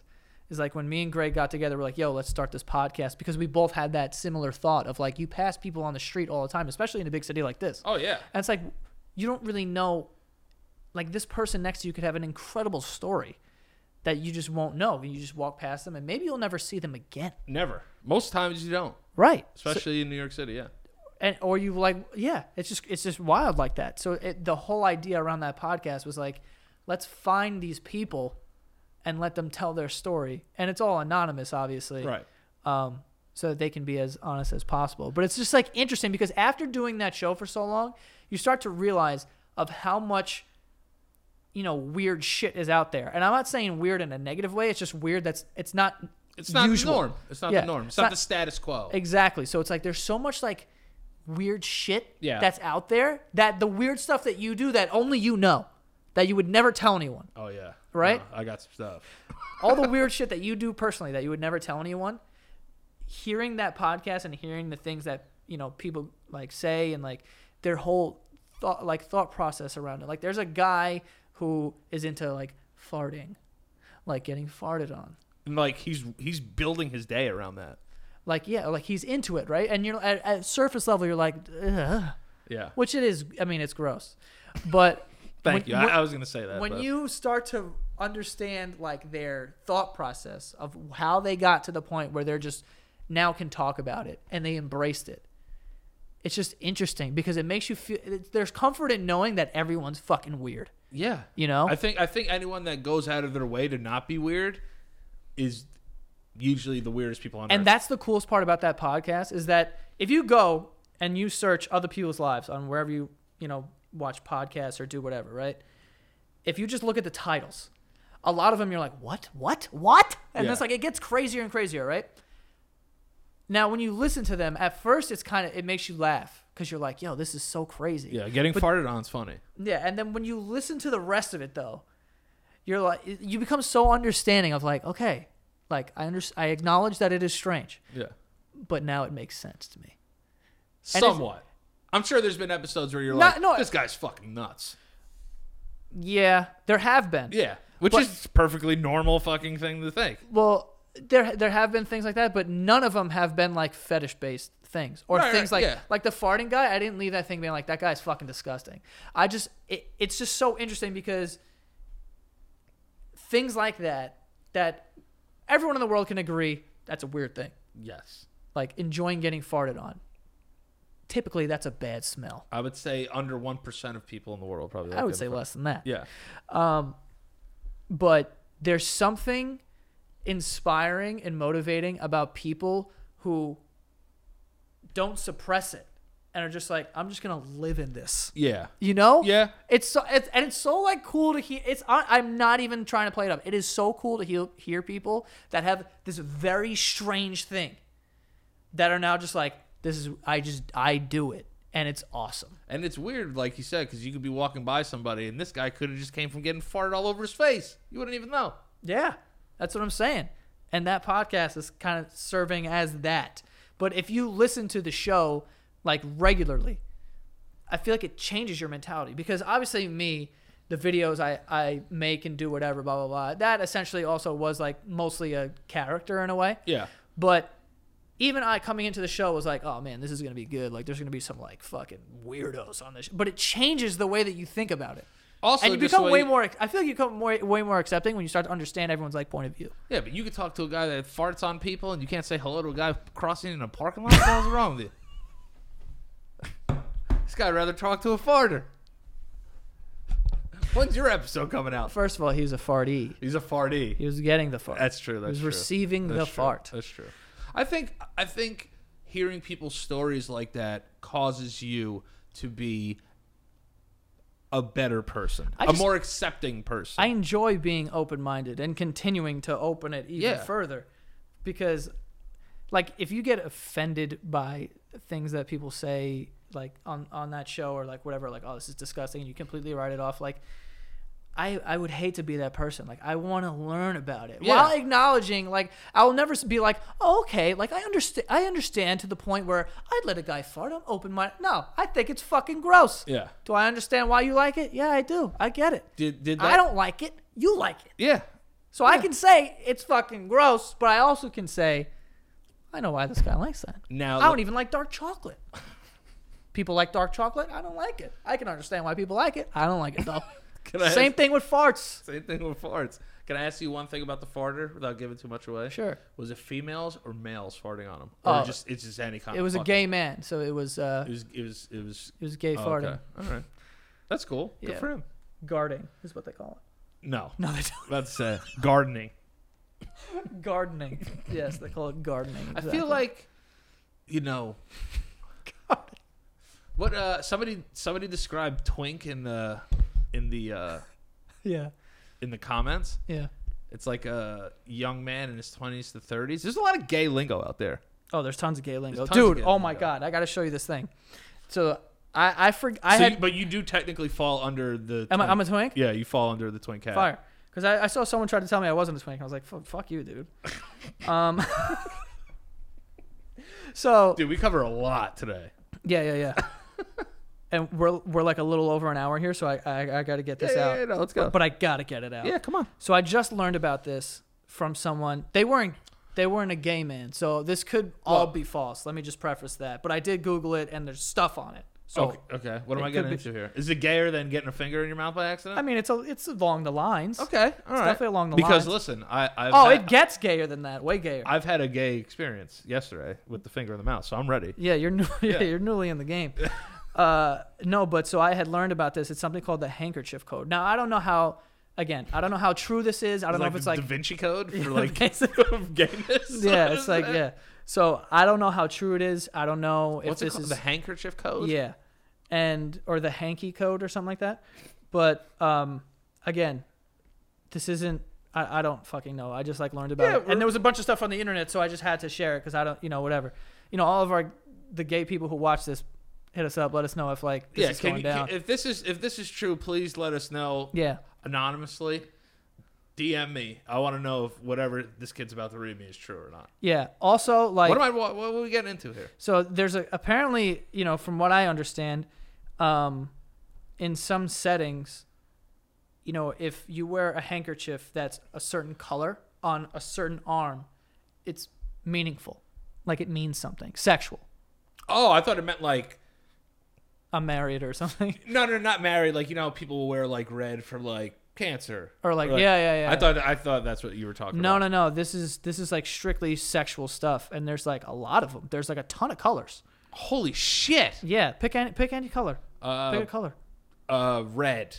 Speaker 1: Is like when me and Greg got together, we're like, yo, let's start this podcast because we both had that similar thought of like, you pass people on the street all the time, especially in a big city like this.
Speaker 2: Oh yeah.
Speaker 1: And it's like you don't really know like this person next to you could have an incredible story that you just won't know. You just walk past them and maybe you'll never see them again.
Speaker 2: Never. Most times you don't,
Speaker 1: Right. So-
Speaker 2: especially in New York City. Yeah.
Speaker 1: and or you like yeah, it's just it's just wild like that. So it, the whole idea around that podcast was like let's find these people and let them tell their story. And it's all anonymous obviously.
Speaker 2: Right.
Speaker 1: um, so that they can be as honest as possible. But it's just like interesting because after doing that show for so long, you start to realize of how much you know weird shit is out there. And I'm not saying weird in a negative way. It's just weird. That's it's not.
Speaker 2: It's not
Speaker 1: usual.
Speaker 2: the norm. It's not
Speaker 1: Yeah.
Speaker 2: the norm. It's,
Speaker 1: It's
Speaker 2: not,
Speaker 1: not-
Speaker 2: the status quo.
Speaker 1: Exactly. So it's like there's so much like weird shit
Speaker 2: Yeah.
Speaker 1: that's out there that the weird stuff that you do that only you know that you would never tell anyone.
Speaker 2: oh yeah.
Speaker 1: Right?
Speaker 2: No, I got some stuff.
Speaker 1: All the weird shit that you do personally that you would never tell anyone. Hearing that podcast and hearing the things that you know people like say and like their whole thought like thought process around it. Like there's a guy who is into like farting, like getting farted on.
Speaker 2: And like he's he's building his day around that.
Speaker 1: Like yeah, like he's into it, right? And you're at, at surface level, you're like, Ugh.
Speaker 2: Yeah.
Speaker 1: which it is. I mean, it's gross, but
Speaker 2: Thank
Speaker 1: when-
Speaker 2: you. I, I was gonna say that.
Speaker 1: When, when
Speaker 2: but-
Speaker 1: you start to understand like their thought process of how they got to the point where they're just now can talk about it and they embraced it, it's just interesting because it makes you feel. It, there's comfort in knowing that everyone's fucking weird.
Speaker 2: Yeah.
Speaker 1: You know?
Speaker 2: I think I think anyone that goes out of their way to not be weird is usually the weirdest people on earth.
Speaker 1: And that's the coolest part about that podcast is that if you go and you search other people's lives on wherever you, you know, watch podcasts or do whatever, right? If you just look at the titles, a lot of them you're like, "What? What? What?" And
Speaker 2: Yeah.
Speaker 1: it's like it gets crazier and crazier, right? Now, when you listen to them, at first it's kind of it makes you laugh cuz you're like, "Yo, this is so crazy."
Speaker 2: Yeah, getting farted on is funny.
Speaker 1: Yeah, and then when you listen to the rest of it though, you're like you become so understanding of like, "Okay, like I under- I acknowledge that it is strange."
Speaker 2: Yeah.
Speaker 1: but now it makes sense to me. And it's-
Speaker 2: Somewhat. I'm sure there's been episodes where you're
Speaker 1: No,
Speaker 2: like,
Speaker 1: no,
Speaker 2: this guy's fucking nuts.
Speaker 1: Yeah, there have been.
Speaker 2: Yeah. Which
Speaker 1: But-
Speaker 2: is perfectly normal fucking thing to think.
Speaker 1: Well, there there have been things like that, but none of them have been like fetish based things or
Speaker 2: Right,
Speaker 1: things
Speaker 2: right,
Speaker 1: like
Speaker 2: yeah.
Speaker 1: like the farting guy. I didn't leave that thing being like that guy's fucking disgusting. I just it, it's just so interesting because things like that that everyone in the world can agree that's a weird thing.
Speaker 2: Yes.
Speaker 1: Like enjoying getting farted on. Typically, that's a bad smell.
Speaker 2: I would say under one percent of people in the world probably.
Speaker 1: I
Speaker 2: like
Speaker 1: would
Speaker 2: that
Speaker 1: say
Speaker 2: before.
Speaker 1: less than that.
Speaker 2: Yeah.
Speaker 1: but there's something inspiring and motivating about people who don't suppress it and are just like i'm just gonna live in this
Speaker 2: Yeah.
Speaker 1: you know
Speaker 2: Yeah.
Speaker 1: it's so it's, and it's so like cool to hear it's I- i'm not even trying to play it up it is so cool to hear, hear people that have this very strange thing that are now just like this is i just i do it and it's awesome
Speaker 2: And it's weird, like you said, because you could be walking by somebody and this guy could have just came from getting farted all over his face. You wouldn't even know.
Speaker 1: Yeah, that's what I'm saying. And that podcast is kind of serving as that. But if you listen to the show like regularly, I feel like it changes your mentality because obviously me, the videos I, I make and do whatever, blah blah blah. That essentially also was like mostly a character in a way.
Speaker 2: Yeah.
Speaker 1: But even I coming into the show was like, oh man, this is gonna be good. Like there's gonna be some like fucking weirdos on this. But it changes the way that you think about it.
Speaker 2: Also,
Speaker 1: and you
Speaker 2: just
Speaker 1: become
Speaker 2: the
Speaker 1: way more. I feel like you become more, way more accepting when you start to understand everyone's like point of view.
Speaker 2: Yeah, but you could talk to a guy that farts on people, and you can't say hello to a guy crossing in a parking lot. What the hell's wrong with you? This guy would rather talk to a farter. When's your episode coming out?
Speaker 1: First of all, he was a fartee.
Speaker 2: He's a farty.
Speaker 1: He was getting the fart.
Speaker 2: That's true. That's
Speaker 1: he was
Speaker 2: true.
Speaker 1: receiving
Speaker 2: That's
Speaker 1: the
Speaker 2: true.
Speaker 1: fart.
Speaker 2: That's true. I think I think hearing people's stories like that causes you to be a better person,
Speaker 1: I
Speaker 2: a
Speaker 1: just-
Speaker 2: more accepting person.
Speaker 1: I enjoy being open minded and continuing to open it even
Speaker 2: Yeah.
Speaker 1: further because, like, if you get offended by things that people say, like on on that show or like whatever, like, oh, this is disgusting, and you completely write it off, like. I, I would hate to be that person. Like I want to learn about it
Speaker 2: Yeah.
Speaker 1: while acknowledging. Like I will never s- be like, oh, okay. Like I understand. I understand to the point where I'd let a guy fart. I'm open minded. No, I think it's fucking gross.
Speaker 2: Yeah.
Speaker 1: Do I understand why you like it? Yeah, I do. I get it.
Speaker 2: did did that,
Speaker 1: I don't like it. You like it.
Speaker 2: Yeah.
Speaker 1: So I can say it's fucking gross, but I also can say, I know why this guy likes that.
Speaker 2: Now
Speaker 1: I don't even like dark chocolate. People like dark chocolate. I don't like it. I can understand why people like it. I don't like it though.
Speaker 2: Can I
Speaker 1: Same
Speaker 2: ask-
Speaker 1: thing with farts.
Speaker 2: Same thing with farts. Can I ask you one thing about the farter without giving too much away?
Speaker 1: Sure.
Speaker 2: Was it females or males farting on him, or
Speaker 1: Oh.
Speaker 2: just it's just any kind?
Speaker 1: It
Speaker 2: of
Speaker 1: was a
Speaker 2: fucking-
Speaker 1: gay man, so it was uh,
Speaker 2: It was. It was. It was.
Speaker 1: it was gay
Speaker 2: oh,
Speaker 1: farting.
Speaker 2: okay. All right. That's cool. Good
Speaker 1: Yeah.
Speaker 2: for him.
Speaker 1: Guarding is what they call it.
Speaker 2: No.
Speaker 1: No, they don't.
Speaker 2: That's uh, gardening.
Speaker 1: Gardening. yes, they call it gardening.
Speaker 2: I
Speaker 1: exactly.
Speaker 2: feel like, you know, what uh somebody somebody described twink in the in the uh
Speaker 1: yeah,
Speaker 2: in the comments.
Speaker 1: yeah.
Speaker 2: It's like a young man in his 20s to 30s. There's a lot of gay lingo out there.
Speaker 1: Oh, there's tons of gay lingo,
Speaker 2: There's tons of
Speaker 1: dude.
Speaker 2: gay
Speaker 1: oh my
Speaker 2: lingo.
Speaker 1: god, I got to show you this thing. So I I for, I
Speaker 2: so
Speaker 1: had
Speaker 2: you, but you do technically fall under the.
Speaker 1: am I,
Speaker 2: twin-
Speaker 1: I'm a twink.
Speaker 2: yeah, you fall under the twin cat.
Speaker 1: Fire. Because I, I saw someone try to tell me I wasn't a twink. and I was like, "Fu- fuck you, dude. um, so,
Speaker 2: Dude, we cover a lot today.
Speaker 1: yeah, yeah, yeah. and we're, we're like a little over an hour here, so I, I, I got to get this out.
Speaker 2: no, let's go.
Speaker 1: But I got to get it out.
Speaker 2: yeah, come on.
Speaker 1: So I just learned about this from someone. They weren't they weren't a gay man, so this could all be false. Let me just preface that. But I did Google it, and there's stuff on it. So
Speaker 2: Oh, okay, okay. What am
Speaker 1: Oh. it
Speaker 2: I getting
Speaker 1: could be-
Speaker 2: into here? Is it gayer than getting a finger in your mouth by accident?
Speaker 1: I mean, it's a, it's along the lines.
Speaker 2: okay, all right.
Speaker 1: definitely along the lines.
Speaker 2: because listen, I I've
Speaker 1: Oh,
Speaker 2: had,
Speaker 1: it gets gayer than that. Way gayer.
Speaker 2: I've had a gay experience yesterday with the finger in the mouth, so I'm ready.
Speaker 1: Yeah, you're new, yeah,
Speaker 2: Yeah.
Speaker 1: you're newly in the game. uh, no, but so I had learned about this. It's something called the handkerchief code. Now I don't know how. Again, I don't know how true this is. I don't know if it's
Speaker 2: the
Speaker 1: like
Speaker 2: Da Vinci Code for like
Speaker 1: basically.
Speaker 2: gayness.
Speaker 1: yeah, it's like yeah. So I don't know how true it is. I don't know if
Speaker 2: What's it
Speaker 1: this
Speaker 2: called?
Speaker 1: is
Speaker 2: the handkerchief code?
Speaker 1: yeah, and or the hanky code or something like that. But um, again, this isn't. I, I don't fucking know. I just like learned about
Speaker 2: Yeah,
Speaker 1: it, and there was a bunch of stuff on the internet, so I just had to share it because I don't, you know, whatever. You know, all of our the gay people who watch this, hit us up. Let us know if like this
Speaker 2: yeah.
Speaker 1: is
Speaker 2: Can
Speaker 1: going
Speaker 2: you,
Speaker 1: down.
Speaker 2: can, if this is if this is true, please let us know
Speaker 1: yeah,
Speaker 2: anonymously. DM me. I want to know if whatever this kid's about to read me is true or not.
Speaker 1: yeah. Also, like,
Speaker 2: What am I? What, what are we getting into here?
Speaker 1: so there's a apparently, you know, from what I understand, um, in some settings, you know, if you wear a handkerchief that's a certain color on a certain arm, it's meaningful, like it means something sexual.
Speaker 2: Oh, I thought it meant like
Speaker 1: I'm married or something.
Speaker 2: no, no, not married. Like you know, people will wear like red for like cancer
Speaker 1: Or, like, yeah, yeah, yeah.
Speaker 2: I thought I thought that's what you were talking
Speaker 1: No,
Speaker 2: about.
Speaker 1: no, no. This is this is like strictly sexual stuff, and there's like a lot of them. There's like a ton of colors.
Speaker 2: Holy shit!
Speaker 1: Yeah, pick any pick any color.
Speaker 2: Uh,
Speaker 1: pick a color.
Speaker 2: Uh, red.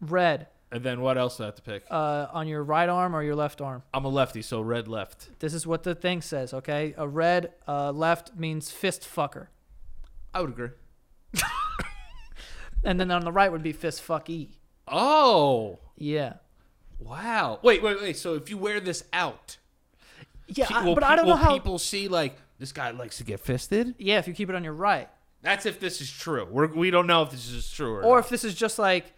Speaker 1: Red
Speaker 2: And then what else do I have to pick?
Speaker 1: uh, on your right arm or your left arm.
Speaker 2: I'm a lefty, so red left.
Speaker 1: This is what the thing says. Okay, a red uh, left means fist fucker,
Speaker 2: I would agree.
Speaker 1: and then on the right would be fist fuck e.
Speaker 2: Oh,
Speaker 1: Yeah.
Speaker 2: wow. Wait, wait, wait. So if you wear this out,
Speaker 1: Yeah,
Speaker 2: pe-
Speaker 1: I-
Speaker 2: will
Speaker 1: but
Speaker 2: pe-
Speaker 1: I don't know
Speaker 2: will
Speaker 1: how.
Speaker 2: people see like this guy likes to get fisted.
Speaker 1: yeah, if you keep it on your right,
Speaker 2: That's if this is true. We're, we don't know if this is true or,
Speaker 1: or
Speaker 2: not.
Speaker 1: if this is just like,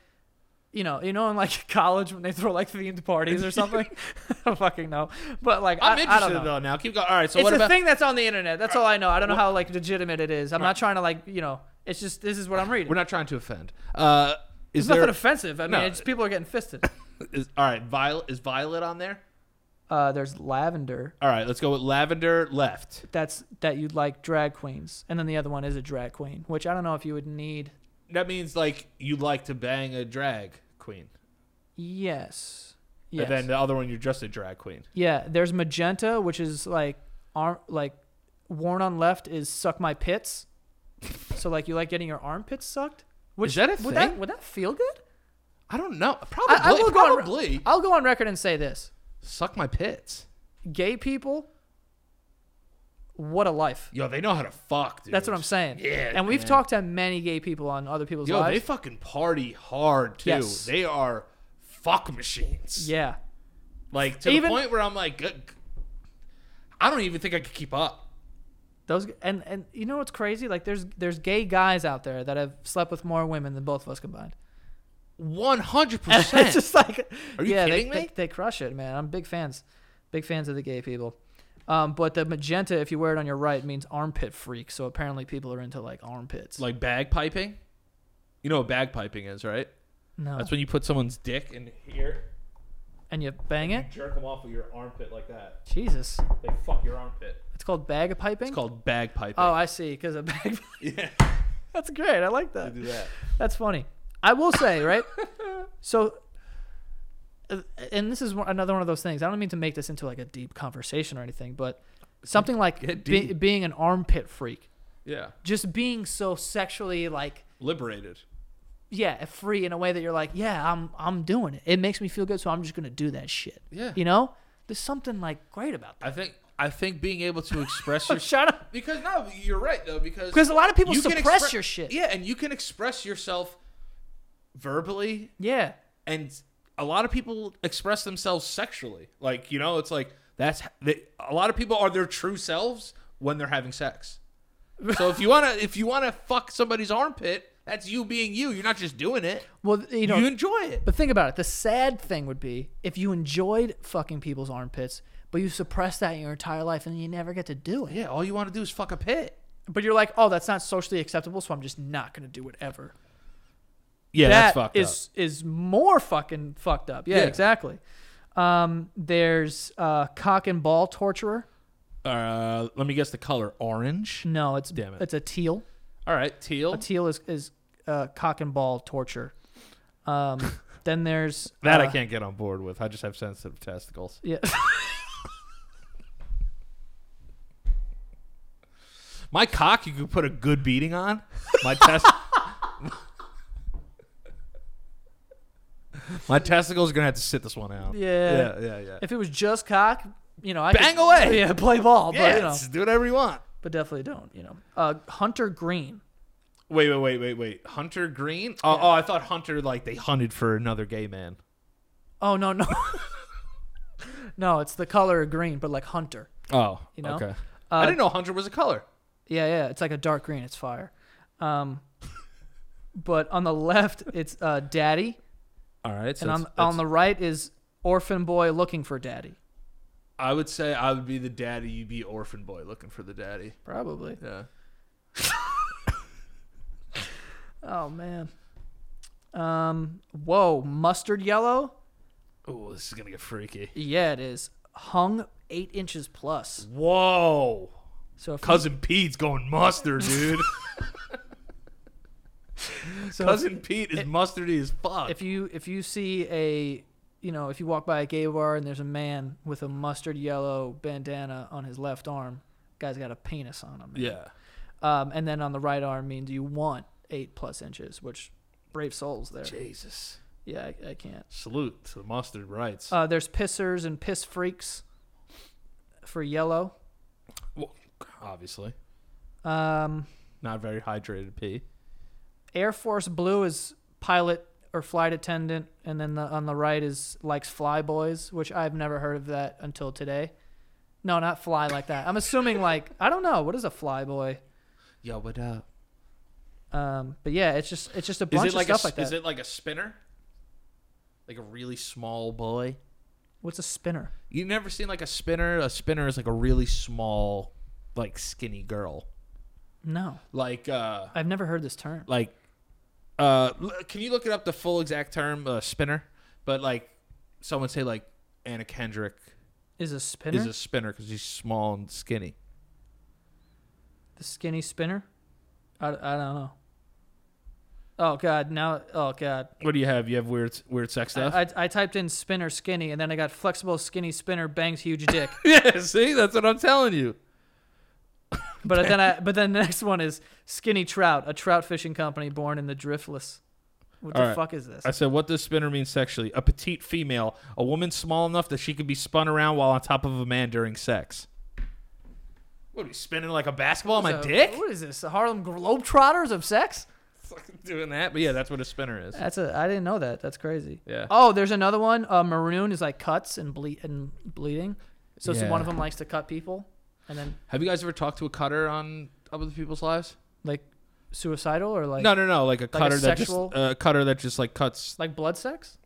Speaker 1: you know, you know, in like college when they throw like themed parties or something. I don't fucking know, but like
Speaker 2: I'm
Speaker 1: I, I don't
Speaker 2: interested
Speaker 1: know.
Speaker 2: though now. Keep going. All right. So
Speaker 1: it's
Speaker 2: what
Speaker 1: a
Speaker 2: about?
Speaker 1: thing that's on the internet. That's all I know. I don't know how like legitimate it is. I'm not trying to like you know. It's just this is what I'm reading.
Speaker 2: We're not trying to offend. Uh, is
Speaker 1: it's nothing
Speaker 2: there?
Speaker 1: offensive. I mean,
Speaker 2: No.
Speaker 1: it's just people are getting fisted.
Speaker 2: is- all right. Violet is violet on there.
Speaker 1: Uh, there's lavender.
Speaker 2: All right. Let's go with lavender left.
Speaker 1: That's that you'd like drag queens, and then the other one is a drag queen, which I don't know if you would need.
Speaker 2: That means like you like to bang a drag queen.
Speaker 1: Yes. Yes.
Speaker 2: And then uh, the other one, you're just a drag queen.
Speaker 1: yeah. There's magenta, which is like arm like worn on left is suck my pits. so like you like getting your armpits sucked. Which
Speaker 2: that a
Speaker 1: would that
Speaker 2: thing?
Speaker 1: would that feel good?
Speaker 2: I don't know. Probably.
Speaker 1: I, I will go on,
Speaker 2: probably.
Speaker 1: I'll go on record and say this.
Speaker 2: Suck my pits.
Speaker 1: gay people, what a life.
Speaker 2: Yo, they know how to fuck, dude.
Speaker 1: That's what I'm saying.
Speaker 2: Yeah.
Speaker 1: And we've
Speaker 2: man.
Speaker 1: talked to many gay people on other people's
Speaker 2: Yo, they
Speaker 1: lives.
Speaker 2: fucking party hard too.
Speaker 1: Yes.
Speaker 2: They are fuck machines.
Speaker 1: yeah.
Speaker 2: Like to
Speaker 1: Even-
Speaker 2: the point where I'm like, "Good- I don't even think I could keep up.
Speaker 1: Those and and you know what's crazy? Like there's there's gay guys out there that have slept with more women than both of us combined.
Speaker 2: One hundred
Speaker 1: And
Speaker 2: percent.
Speaker 1: it's just like
Speaker 2: Are you
Speaker 1: yeah, they-
Speaker 2: kidding
Speaker 1: they,
Speaker 2: me?
Speaker 1: They, crush it, man. I'm big fans. Big fans of the gay people. Um, but the magenta, if you wear it on your right, means armpit freak. So apparently people are into like armpits.
Speaker 2: Like bagpiping. You know what bagpiping is, right?
Speaker 1: no.
Speaker 2: That's when you put someone's dick in here,
Speaker 1: and you bang
Speaker 2: you
Speaker 1: it?
Speaker 2: jerk them off with your armpit like that.
Speaker 1: Jesus.
Speaker 2: They fuck your armpit.
Speaker 1: It's called bag of piping?
Speaker 2: It's called bagpiping.
Speaker 1: oh, I see. Because a bag.
Speaker 2: yeah.
Speaker 1: That's great. I like that.
Speaker 2: Do that.
Speaker 1: That's funny. I will say, right? so, uh, and this is one- another one of those things. I don't mean to make this into like a deep conversation or anything, but something like
Speaker 2: Get
Speaker 1: be,
Speaker 2: deep.
Speaker 1: being an armpit freak,
Speaker 2: Yeah.
Speaker 1: just being so sexually like,
Speaker 2: Liberated.
Speaker 1: yeah, free in a way that you're like, yeah, I'm I'm doing it. It makes me feel good, so I'm just gonna do that shit.
Speaker 2: Yeah.
Speaker 1: you know, there's something like great about that.
Speaker 2: I think I think being able to express your
Speaker 1: Shut up,
Speaker 2: because no, you're right though because
Speaker 1: because a lot of people
Speaker 2: you can
Speaker 1: suppress
Speaker 2: expre-
Speaker 1: your shit.
Speaker 2: Yeah, and you can express yourself verbally
Speaker 1: yeah.
Speaker 2: and a lot of people express themselves sexually. Like you know, it's like that's they, a lot of people are their true selves when they're having sex. So if you wanna if you wanna fuck somebody's armpit, that's you being you. You're not just doing it.
Speaker 1: Well, you
Speaker 2: You,
Speaker 1: know,
Speaker 2: enjoy it.
Speaker 1: But think about it. The sad thing would be if you enjoyed fucking people's armpits, but you suppress that your entire life and you never get to do it.
Speaker 2: Yeah, all you want to do is fuck a pit.
Speaker 1: But you're like, oh, that's not socially acceptable, so I'm just not gonna do it ever.
Speaker 2: Yeah,
Speaker 1: That
Speaker 2: that's fucked up.
Speaker 1: is is more fucking fucked up. Yeah,
Speaker 2: Yeah.
Speaker 1: exactly. Um, there's uh, cock and ball torturer.
Speaker 2: Uh, let me guess the color orange.
Speaker 1: No, it's
Speaker 2: Damn it.
Speaker 1: it's a teal.
Speaker 2: All right, teal.
Speaker 1: A teal is is uh, cock and ball torture. Um, then there's
Speaker 2: that I
Speaker 1: uh,
Speaker 2: can't get on board with. I just have sensitive testicles.
Speaker 1: Yeah,
Speaker 2: My cock, you could put a good beating on. My test. My testicles are gonna have to sit this one out.
Speaker 1: Yeah.
Speaker 2: yeah, yeah. yeah.
Speaker 1: if it was just cock, you know, I
Speaker 2: Bang
Speaker 1: could,
Speaker 2: away!
Speaker 1: Yeah, play ball,
Speaker 2: yeah,
Speaker 1: but you know.
Speaker 2: just do whatever you want.
Speaker 1: but definitely don't. You know, uh, Hunter Green.
Speaker 2: Wait, wait, wait, wait, wait. Hunter Green? Oh, oh, I thought Hunter like they hunted for another gay man.
Speaker 1: Oh no no, no, it's the color of green, but like Hunter.
Speaker 2: Oh,
Speaker 1: know? Uh,
Speaker 2: okay. I didn't know Hunter was a color.
Speaker 1: Yeah yeah, it's like a dark green. It's fire. Um, but on the left it's uh, Daddy,
Speaker 2: All right. So
Speaker 1: and on
Speaker 2: it's-
Speaker 1: on
Speaker 2: it's-
Speaker 1: the right is orphan boy looking for daddy.
Speaker 2: I would say I would be the daddy. You'd be orphan boy looking for the daddy.
Speaker 1: Probably.
Speaker 2: Yeah.
Speaker 1: Oh man. Um. Whoa. Mustard yellow.
Speaker 2: Oh, this is gonna get freaky.
Speaker 1: Yeah, it is. Hung eight inches plus.
Speaker 2: Whoa.
Speaker 1: So if you-
Speaker 2: Cousin Pete's going mustard, dude.
Speaker 1: so if-
Speaker 2: Cousin Pete is mustardy as fuck.
Speaker 1: if you if you see a you know if you walk by a gay bar and there's a man with a mustard yellow bandana on his left arm guy's got a penis on him
Speaker 2: yeah.
Speaker 1: um, and then on the right arm means you want eight plus inches which brave souls there
Speaker 2: Jesus.
Speaker 1: yeah i, I can't
Speaker 2: Salute to the mustard rights.
Speaker 1: uh, there's pissers and piss freaks for yellow
Speaker 2: Well, obviously.
Speaker 1: um,
Speaker 2: Not very hydrated pee.
Speaker 1: air force blue is pilot or flight attendant and then the, on the right is likes fly boys which i've never heard of that until today no not fly like that i'm assuming like i don't know what is a fly boy
Speaker 2: Yo, what up?
Speaker 1: um, but yeah it's just it's just a
Speaker 2: Is
Speaker 1: bunch
Speaker 2: it like
Speaker 1: of stuff
Speaker 2: a,
Speaker 1: like that
Speaker 2: is it like a spinner? Like a really small boy?
Speaker 1: what's a spinner
Speaker 2: You never seen like a spinner? A spinner is like a really small, like skinny girl.
Speaker 1: no
Speaker 2: Like uh
Speaker 1: i've never heard this term
Speaker 2: like uh l- can you look it up the full exact term uh, spinner but like someone say like anna kendrick
Speaker 1: is a spinner
Speaker 2: is a spinner because she's small and skinny
Speaker 1: the skinny spinner I, I don't know oh god now oh god
Speaker 2: what do you have you have weird weird sex stuff
Speaker 1: I, I typed in spinner skinny and then i got flexible skinny spinner bangs huge dick
Speaker 2: yeah see that's what i'm telling you
Speaker 1: But then I but then the next one is Skinny Trout, a trout fishing company born in the Driftless. What the
Speaker 2: All right.
Speaker 1: fuck is this?
Speaker 2: i said what does spinner mean sexually a petite female a woman small enough that she can be spun around while on top of a man during sex what are we spinning like a basketball on my
Speaker 1: So,
Speaker 2: dick
Speaker 1: What is this? The Harlem Globetrotters of sex?
Speaker 2: Fucking doing that but yeah that's what a spinner is
Speaker 1: That's a I didn't know that. That's crazy.
Speaker 2: Yeah.
Speaker 1: Oh, there's another one. Uh, maroon is like cuts and ble- and bleeding. So, so one
Speaker 2: Yeah.
Speaker 1: of them likes to cut people and then
Speaker 2: have you guys ever talked to a cutter on other people's lives
Speaker 1: like suicidal or like
Speaker 2: No, no, no. Like a cutter that
Speaker 1: sexual-
Speaker 2: just uh, cutter that just like cuts.
Speaker 1: like blood sex?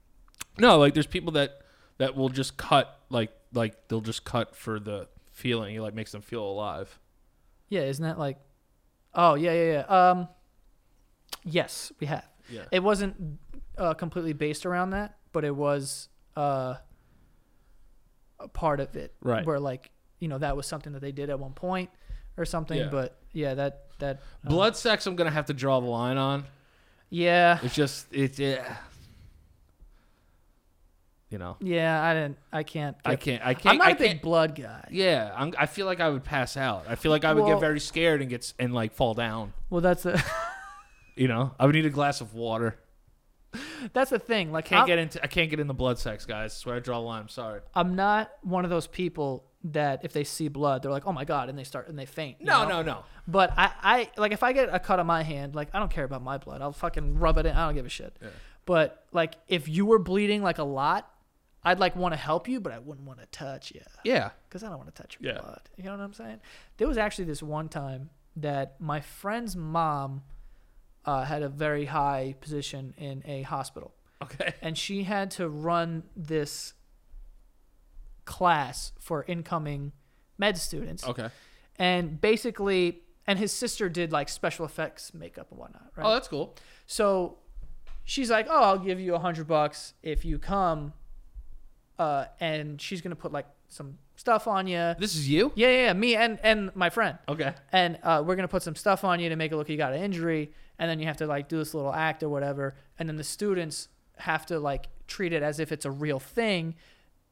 Speaker 2: No, like there's people that that will just cut like like they'll just cut for the feeling. It like makes them feel alive.
Speaker 1: Yeah, isn't that like Oh, yeah, yeah, yeah. Um yes, we have.
Speaker 2: Yeah.
Speaker 1: It wasn't uh, completely based around that, but it was uh, a part of it.
Speaker 2: Right.
Speaker 1: Where like, you know, that was something that they did at one point or something,
Speaker 2: Yeah.
Speaker 1: but yeah, that that uh,
Speaker 2: Blood sex. I'm gonna have to draw the line on.
Speaker 1: Yeah.
Speaker 2: It's just it's yeah. You know,
Speaker 1: Yeah, I didn't I can't
Speaker 2: I
Speaker 1: get-
Speaker 2: can't. I can't.
Speaker 1: I'm not
Speaker 2: I
Speaker 1: a big
Speaker 2: can't-
Speaker 1: blood guy.
Speaker 2: Yeah, I'm, I feel like I would pass out. I feel like I would
Speaker 1: Well-
Speaker 2: get very scared and get s- and like fall down.
Speaker 1: Well, that's the
Speaker 2: You know, I would need a glass of water.
Speaker 1: that's the thing. Like,
Speaker 2: Can't
Speaker 1: I'm,
Speaker 2: get into. I can't get into blood sex, guys. That's where I draw the line. I'm sorry.
Speaker 1: I'm not one of those people that if they see blood, they're like, "Oh my god!" and they start and they faint. you
Speaker 2: No,
Speaker 1: know?
Speaker 2: no, no.
Speaker 1: But I, I like if I get a cut on my hand, like I don't care about my blood. I'll fucking rub it in. I don't give a shit. But like if you were bleeding like a lot, I'd like want to help you, but I wouldn't want to touch you
Speaker 2: Yeah.
Speaker 1: because I don't want to touch your
Speaker 2: Yeah.
Speaker 1: blood. You know what I'm saying? There was actually this one time that my friend's mom uh, had a very high position in a hospital,
Speaker 2: Okay.
Speaker 1: and she had to run this class for incoming med students.
Speaker 2: Okay.
Speaker 1: And basically, and his sister did like special effects makeup and whatnot, right?
Speaker 2: Oh, that's cool.
Speaker 1: So she's like, "Oh, I'll give you a hundred bucks if you come," uh, and she's gonna put like some stuff on you. Yeah,
Speaker 2: This is you.
Speaker 1: yeah, yeah, me and and my friend,
Speaker 2: Okay.
Speaker 1: and uh, we're gonna put some stuff on you to make it look like you got an injury, and then you have to like do this little act or whatever, and then the students have to like treat it as if it's a real thing.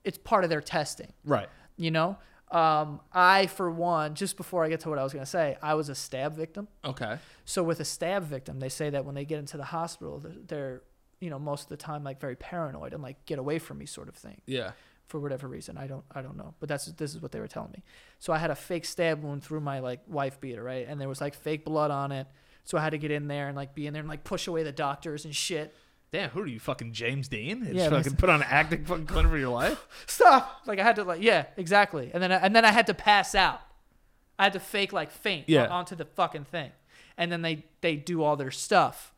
Speaker 1: It's part of their testing
Speaker 2: Right.
Speaker 1: you know um, i for one just before i get to what i was going to say i was a stab victim
Speaker 2: Okay.
Speaker 1: so with a stab victim they say that when they get into the hospital they're, they're you know most of the time like very paranoid and like get away from me sort of thing
Speaker 2: Yeah.
Speaker 1: for whatever reason i don't i don't know but that's this is what they were telling me so i had a fake stab wound through my like wife beater right and there was like fake blood on it so i had to get in there and like be in there and like push away the doctors and shit
Speaker 2: Damn, who are you, fucking James Dean? Just
Speaker 1: Yeah,
Speaker 2: fucking put on an acting fucking clinic for your life.
Speaker 1: stop like i had to like yeah exactly and then I, and then i had to pass out i had to fake like faint
Speaker 2: Yeah.
Speaker 1: on- onto the fucking thing and then they they do all their stuff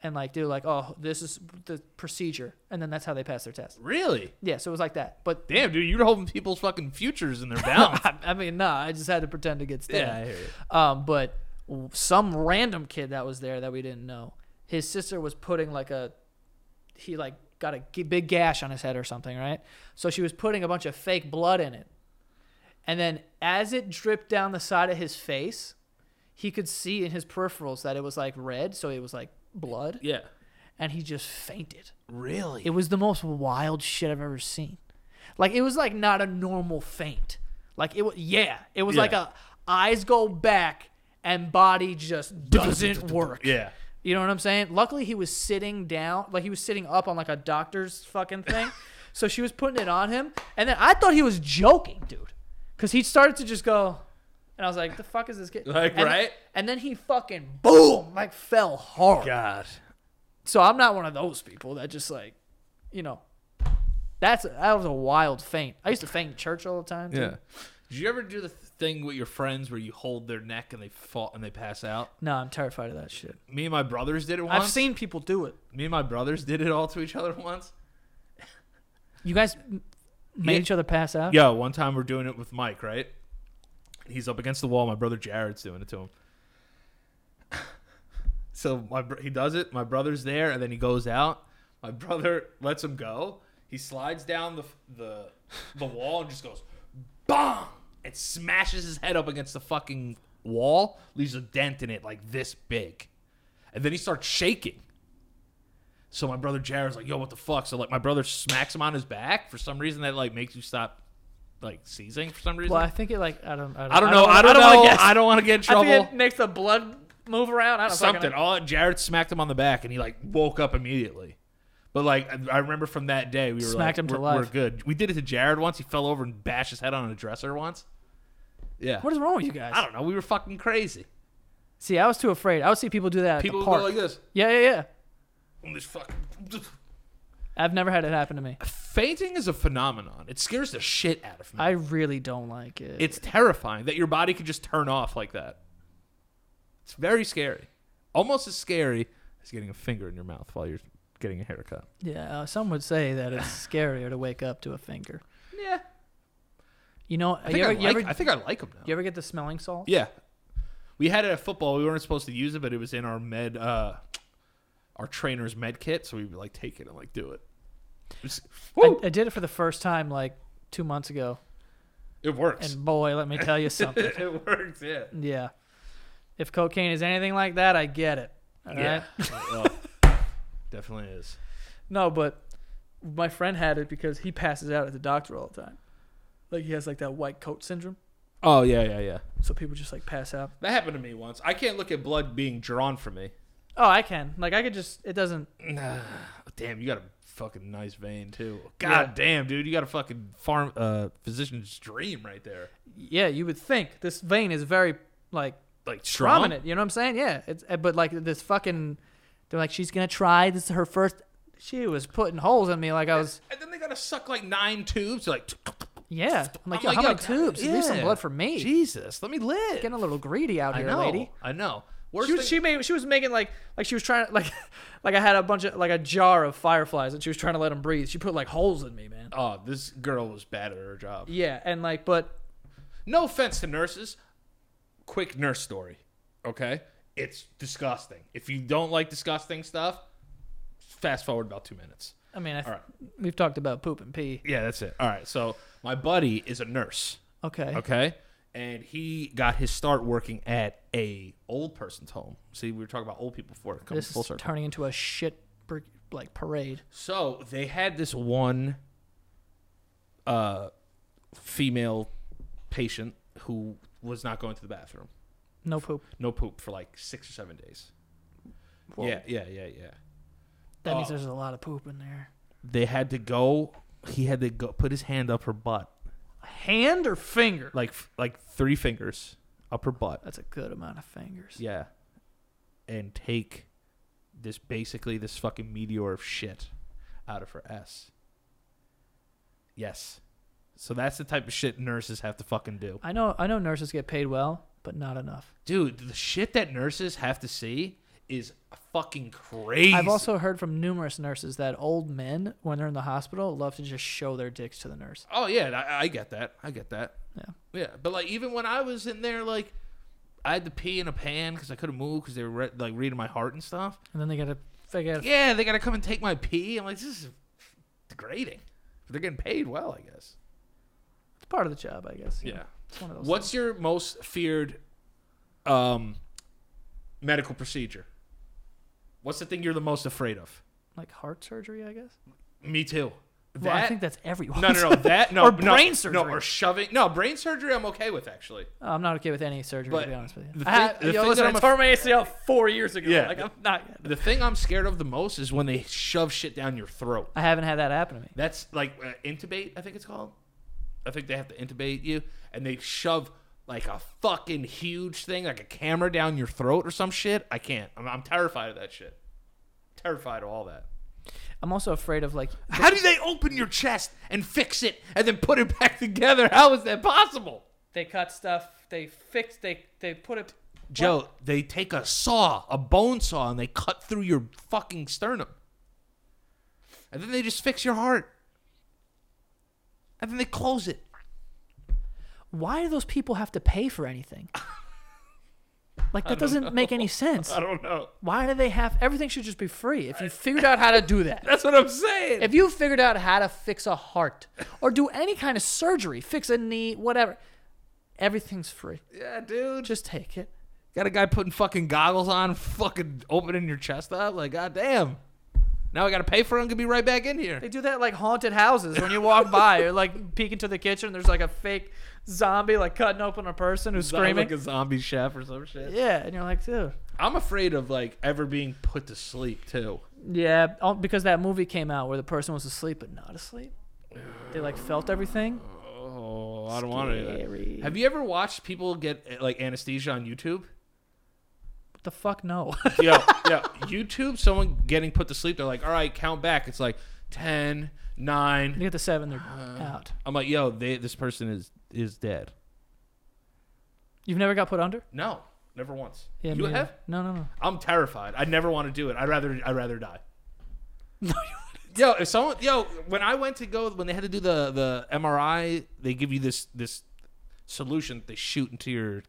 Speaker 1: and like do like oh this is the procedure and then that's how they pass their test
Speaker 2: Really?
Speaker 1: yeah so it was like that but
Speaker 2: Damn, dude, you're holding people's fucking futures in their balance.
Speaker 1: I, I mean nah i just had to pretend to get
Speaker 2: yeah, I
Speaker 1: stabbed
Speaker 2: hear you.
Speaker 1: um but w- some random kid that was there that we didn't know his sister was putting like a he like got a g- big gash on his head or something, right? So she was putting a bunch of fake blood in it. And then as it dripped down the side of his face, he could see in his peripherals that it was like red, so it was like blood,
Speaker 2: Yeah.
Speaker 1: and he just fainted.
Speaker 2: Really?
Speaker 1: It was the most wild shit I've ever seen. Like it was like not a normal faint. Like it was yeah, it was
Speaker 2: Yeah.
Speaker 1: like a eyes go back and body just doesn't work.
Speaker 2: Yeah.
Speaker 1: You know what I'm saying? Luckily, he was sitting down, like he was sitting up on like a doctor's fucking thing. so she was putting it on him, and then I thought he was joking, dude, because he started to just go, and I was like, "The fuck is this kid?"
Speaker 2: Like,
Speaker 1: And-
Speaker 2: right?
Speaker 1: And then he fucking boom, like fell hard.
Speaker 2: God.
Speaker 1: So I'm not one of those people that just like, you know, that's that was a wild faint. I used to faint in church all the time. dude.
Speaker 2: Yeah. Did you ever do the thing with your friends where you hold their neck and they fall and they pass out?
Speaker 1: No, I'm terrified of that shit.
Speaker 2: Me and my brothers did it once.
Speaker 1: I've seen people do it.
Speaker 2: Me and my brothers did it all to each other once.
Speaker 1: You guys m- made
Speaker 2: Yeah.
Speaker 1: each other pass out.
Speaker 2: Yeah, one time we're doing it with Mike, right? He's up against the wall. My brother Jared's doing it to him. so my br- he does it. My brother's there, and then he goes out. My brother lets him go. He slides down the f- the the wall and just goes bong and smashes his head up against the fucking wall, leaves a dent in it like this big, and then he starts shaking. So my brother Jared's like, "Yo, what the fuck?" So like, my brother smacks him on his back for some reason that like makes you stop, like seizing for some reason.
Speaker 1: Well, I think it like I don't I don't,
Speaker 2: I don't know. I don't,
Speaker 1: wanna
Speaker 2: know.
Speaker 1: guess.
Speaker 2: I don't want to get in
Speaker 1: I
Speaker 2: trouble.
Speaker 1: think it makes the blood move around. I don't
Speaker 2: Something.
Speaker 1: fucking know.
Speaker 2: All Jared smacked him on the back, and he like woke up immediately. But like, I- I remember from that day, we were
Speaker 1: Smacked
Speaker 2: like,
Speaker 1: him to
Speaker 2: we're,
Speaker 1: life.
Speaker 2: we're good. We did it to Jared once. He fell over and bashed his head on a dresser once. Yeah.
Speaker 1: What is wrong with you guys?
Speaker 2: I don't know. We were fucking crazy.
Speaker 1: See, I was too afraid. I would see people do that at
Speaker 2: People
Speaker 1: the
Speaker 2: would
Speaker 1: park.
Speaker 2: go like this.
Speaker 1: yeah, yeah, yeah.
Speaker 2: On this fucking.
Speaker 1: I've never had it happen to me.
Speaker 2: Fainting is a phenomenon. It scares the shit out of me.
Speaker 1: I really don't like it.
Speaker 2: It's terrifying that your body could just turn off like that. It's very scary. Almost as scary as getting a finger in your mouth while you're getting a haircut.
Speaker 1: yeah. Uh, some would say that it's scarier to wake up to a finger.
Speaker 2: Yeah.
Speaker 1: You know,
Speaker 2: I
Speaker 1: you
Speaker 2: think,
Speaker 1: ever,
Speaker 2: I,
Speaker 1: you,
Speaker 2: like,
Speaker 1: ever,
Speaker 2: I think I like them now.
Speaker 1: you ever get the smelling salt?
Speaker 2: Yeah. We had it at football. We weren't supposed to use it, but it was in our med, uh, our trainer's med kit. So we would like take it and like do it. It, was-
Speaker 1: I,
Speaker 2: Woo!
Speaker 1: I did it for the first time like two months ago,
Speaker 2: it works.
Speaker 1: and boy, let me tell you something.
Speaker 2: it works. Yeah.
Speaker 1: yeah. If cocaine is anything like that, I get it. All right.
Speaker 2: yeah. Well, definitely is.
Speaker 1: No, but my friend had it because he passes out at the doctor all the time. Like he has like that white coat syndrome,
Speaker 2: Oh yeah, yeah, yeah.
Speaker 1: so people just like pass out.
Speaker 2: That happened to me once. I can't look at blood being drawn from me.
Speaker 1: Oh, I can. Like I could just. It doesn't.
Speaker 2: Nah, Oh, damn, you got a fucking nice vein too. God damn, dude, you got a fucking farm uh, physician's dream right there.
Speaker 1: Yeah, you would think this vein is very like
Speaker 2: Like strong.
Speaker 1: eh, prominent. You know what I'm saying? Yeah. It's uh, but like this fucking. They're like she's gonna try. This is her first she was putting holes in me like I was.
Speaker 2: And then they gotta suck like nine tubes. They're like,
Speaker 1: Yeah, I'm like,
Speaker 2: I'm
Speaker 1: yo,
Speaker 2: like,
Speaker 1: how
Speaker 2: yo,
Speaker 1: many tubes? Leave some
Speaker 2: yeah.
Speaker 1: blood for me.
Speaker 2: Jesus, let me live.
Speaker 1: Getting a little greedy out
Speaker 2: I
Speaker 1: here,
Speaker 2: know.
Speaker 1: lady.
Speaker 2: I know. Worst
Speaker 1: She
Speaker 2: thing-
Speaker 1: was, she made she was making like like she was trying to like like I had a bunch of like a jar of fireflies and she was trying to let them breathe. She put like holes in me, man.
Speaker 2: oh, this girl was bad at her job.
Speaker 1: Yeah, and like but
Speaker 2: No offense to nurses. Quick nurse story. Okay? It's disgusting. If you don't like disgusting stuff, fast forward about two minutes.
Speaker 1: I mean I th-
Speaker 2: All right.
Speaker 1: we've talked about poop and pee.
Speaker 2: Yeah, that's it. All right. So my buddy is a nurse.
Speaker 1: Okay.
Speaker 2: Okay. And he got his start working at a old person's home. See, we were talking about old people before. It comes
Speaker 1: This
Speaker 2: full
Speaker 1: is
Speaker 2: circle.
Speaker 1: turning into a shit br- like parade.
Speaker 2: So they had this one uh, female patient who was not going to the bathroom.
Speaker 1: No poop.
Speaker 2: No poop for like six or seven days. Yeah, yeah, yeah, yeah.
Speaker 1: That means
Speaker 2: Oh.
Speaker 1: there's a lot of poop in there.
Speaker 2: They had to go. He had to go put his hand up her butt,
Speaker 1: Hand or finger?
Speaker 2: like like three fingers up her butt.
Speaker 1: That's a good amount of fingers.
Speaker 2: Yeah. And take this basically this fucking meteor of shit out of her S. Yes. So that's the type of shit nurses have to fucking do.
Speaker 1: I know I know nurses get paid well, but not enough.
Speaker 2: Dude, the shit that nurses have to see is fucking crazy.
Speaker 1: I've also heard from numerous nurses that old men, when they're in the hospital, love to just show their dicks to the nurse.
Speaker 2: Oh yeah, I, I get that. I get that.
Speaker 1: Yeah.
Speaker 2: Yeah, but like even when I was in there, like I had to pee in a pan because I couldn't move because they were re- like reading my heart and stuff.
Speaker 1: And then they gotta figure out
Speaker 2: yeah, they gotta come and take my pee. I'm like, this is degrading. But they're getting paid well, I guess.
Speaker 1: it's part of the job, I guess. you know. It's one of those
Speaker 2: What's your most feared um medical procedure? What's the thing you're the most afraid of?
Speaker 1: things. like heart surgery, I guess.
Speaker 2: Me too. That
Speaker 1: well, I think that's everyone.
Speaker 2: no, no, no. That no.
Speaker 1: or
Speaker 2: no,
Speaker 1: brain
Speaker 2: No,
Speaker 1: surgery.
Speaker 2: or shoving. No, brain surgery. I'm okay with actually.
Speaker 1: I'm not okay with any surgery
Speaker 2: But
Speaker 1: to be honest with you.
Speaker 2: the
Speaker 1: I had,
Speaker 2: thing- the
Speaker 1: yo,
Speaker 2: thing that
Speaker 1: listen, I
Speaker 2: I'm a-
Speaker 1: tore my ACL four years ago.
Speaker 2: Yeah.
Speaker 1: Like I'm not.
Speaker 2: The thing I'm scared of the most is when they shove shit down your throat.
Speaker 1: I haven't had that happen to me.
Speaker 2: That's like uh, intubate, I think it's called. I think they have to intubate you, and they shove like a fucking huge thing, like a camera down your throat or some shit. I can't. I'm, I'm terrified of that shit. Terrified of all that.
Speaker 1: I'm also afraid of like
Speaker 2: How do they open your chest and fix it and then put it back together? How is that possible?
Speaker 1: they cut stuff, they fix, they they put it.
Speaker 2: Joe, they take a saw, a bone saw, and they cut through your fucking sternum. And then they just fix your heart. And then they close it.
Speaker 1: Why do those people have to pay for anything? Like that doesn't make any sense.
Speaker 2: I don't know.
Speaker 1: Why do they have everything should just be free if you figured out how to do that?
Speaker 2: That's what I'm saying.
Speaker 1: If you figured out how to fix a heart or do any kind of surgery, fix a knee, whatever, everything's free.
Speaker 2: yeah, dude. Just
Speaker 1: Just take it.
Speaker 2: got a guy putting fucking goggles on, fucking opening your chest up. Like, goddamn. Now I gotta pay for it. I'm gonna be right back in here.
Speaker 1: They do that like haunted houses when you walk by, you're like peek into the kitchen, there's like a fake zombie like cutting open a person who's
Speaker 2: Sound
Speaker 1: screaming.
Speaker 2: like a zombie chef or some shit.
Speaker 1: yeah, and you're like, dude.
Speaker 2: I'm afraid of like ever being put to sleep too.
Speaker 1: Yeah, all- because that movie came out where the person was asleep but not asleep. They like felt everything.
Speaker 2: Oh, I don't want to do
Speaker 1: Scary.
Speaker 2: that. Have you ever watched people get eh, like anesthesia on YouTube?
Speaker 1: What the fuck? No.
Speaker 2: yeah, yeah. YouTube, someone getting put to sleep. They're like, all right, count back. It's like 10, 9.
Speaker 1: you get the seven, they're out.
Speaker 2: I'm like, yo, they, this person is is dead.
Speaker 1: You've never got put under?
Speaker 2: No, never once.
Speaker 1: Yeah,
Speaker 2: you
Speaker 1: me neither.
Speaker 2: have?
Speaker 1: No, no, no.
Speaker 2: I'm terrified. I never want to do it. I'd rather I'd rather die. yo, if someone yo, when I went to go when they had to do the the MRI, they give you this this solution that they shoot into your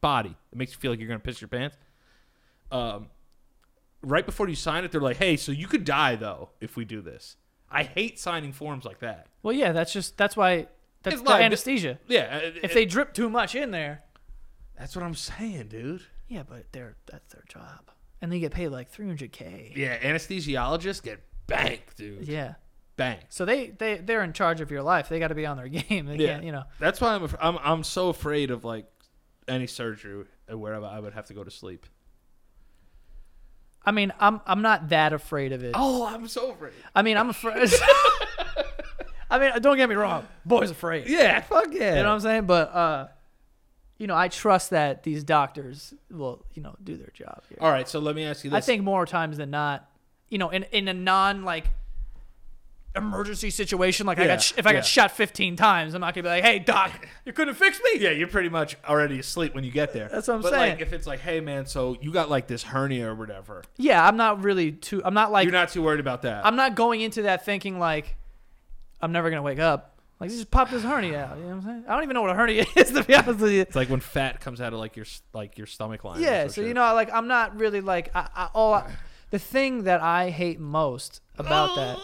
Speaker 2: body. It makes you feel like you're gonna piss your pants. Um right before you sign it, they're like, Hey, so you could die though if we do this. I hate signing forms like that.
Speaker 1: Well, yeah, that's just that's why that's
Speaker 2: It's
Speaker 1: the
Speaker 2: like-
Speaker 1: anesthesia.
Speaker 2: Yeah. it-
Speaker 1: If
Speaker 2: it-
Speaker 1: they drip too much in there,
Speaker 2: That's what I'm saying, dude.
Speaker 1: yeah, but they're that's their job, and they get paid like 300k.
Speaker 2: Yeah, anesthesiologists get banked, dude.
Speaker 1: Yeah.
Speaker 2: Banked.
Speaker 1: So they they they're in charge of your life. They got to be on their game. They can't, you know.
Speaker 2: That's why I'm, af- I'm I'm so afraid of like any surgery where I would have to go to sleep.
Speaker 1: I mean, I'm I'm not that afraid of it.
Speaker 2: Oh, I'm so afraid.
Speaker 1: I mean, I'm afraid. I mean, don't get me wrong. Boy's afraid.
Speaker 2: Yeah, fuck yeah.
Speaker 1: You know what I'm saying? But uh, you know, I trust that these doctors will, you know, do their job. Here.
Speaker 2: All right, so let me ask you this.
Speaker 1: I think more times than not, you know, in in a non like emergency situation, like I
Speaker 2: Yeah,
Speaker 1: got sh- if I
Speaker 2: yeah.
Speaker 1: got shot 15 times, I'm not gonna be like, hey doc, you couldn't fix me.
Speaker 2: Yeah, you're pretty much already asleep when you get there.
Speaker 1: That's what I'm
Speaker 2: but
Speaker 1: saying.
Speaker 2: Like, if it's like, hey man, so you got like this hernia or whatever,
Speaker 1: Yeah, I'm not really too. I'm not like
Speaker 2: you're not too worried about that.
Speaker 1: I'm not going into that thinking like I'm never gonna wake up. Like just pop this hernia out. You know what I'm saying? I don't even know what a hernia is to be honest with you.
Speaker 2: it's like when fat comes out of like your s- like your stomach line. or
Speaker 1: Yeah,
Speaker 2: some
Speaker 1: so
Speaker 2: shit.
Speaker 1: you know, like I'm not really like I, I all the thing that I hate most about that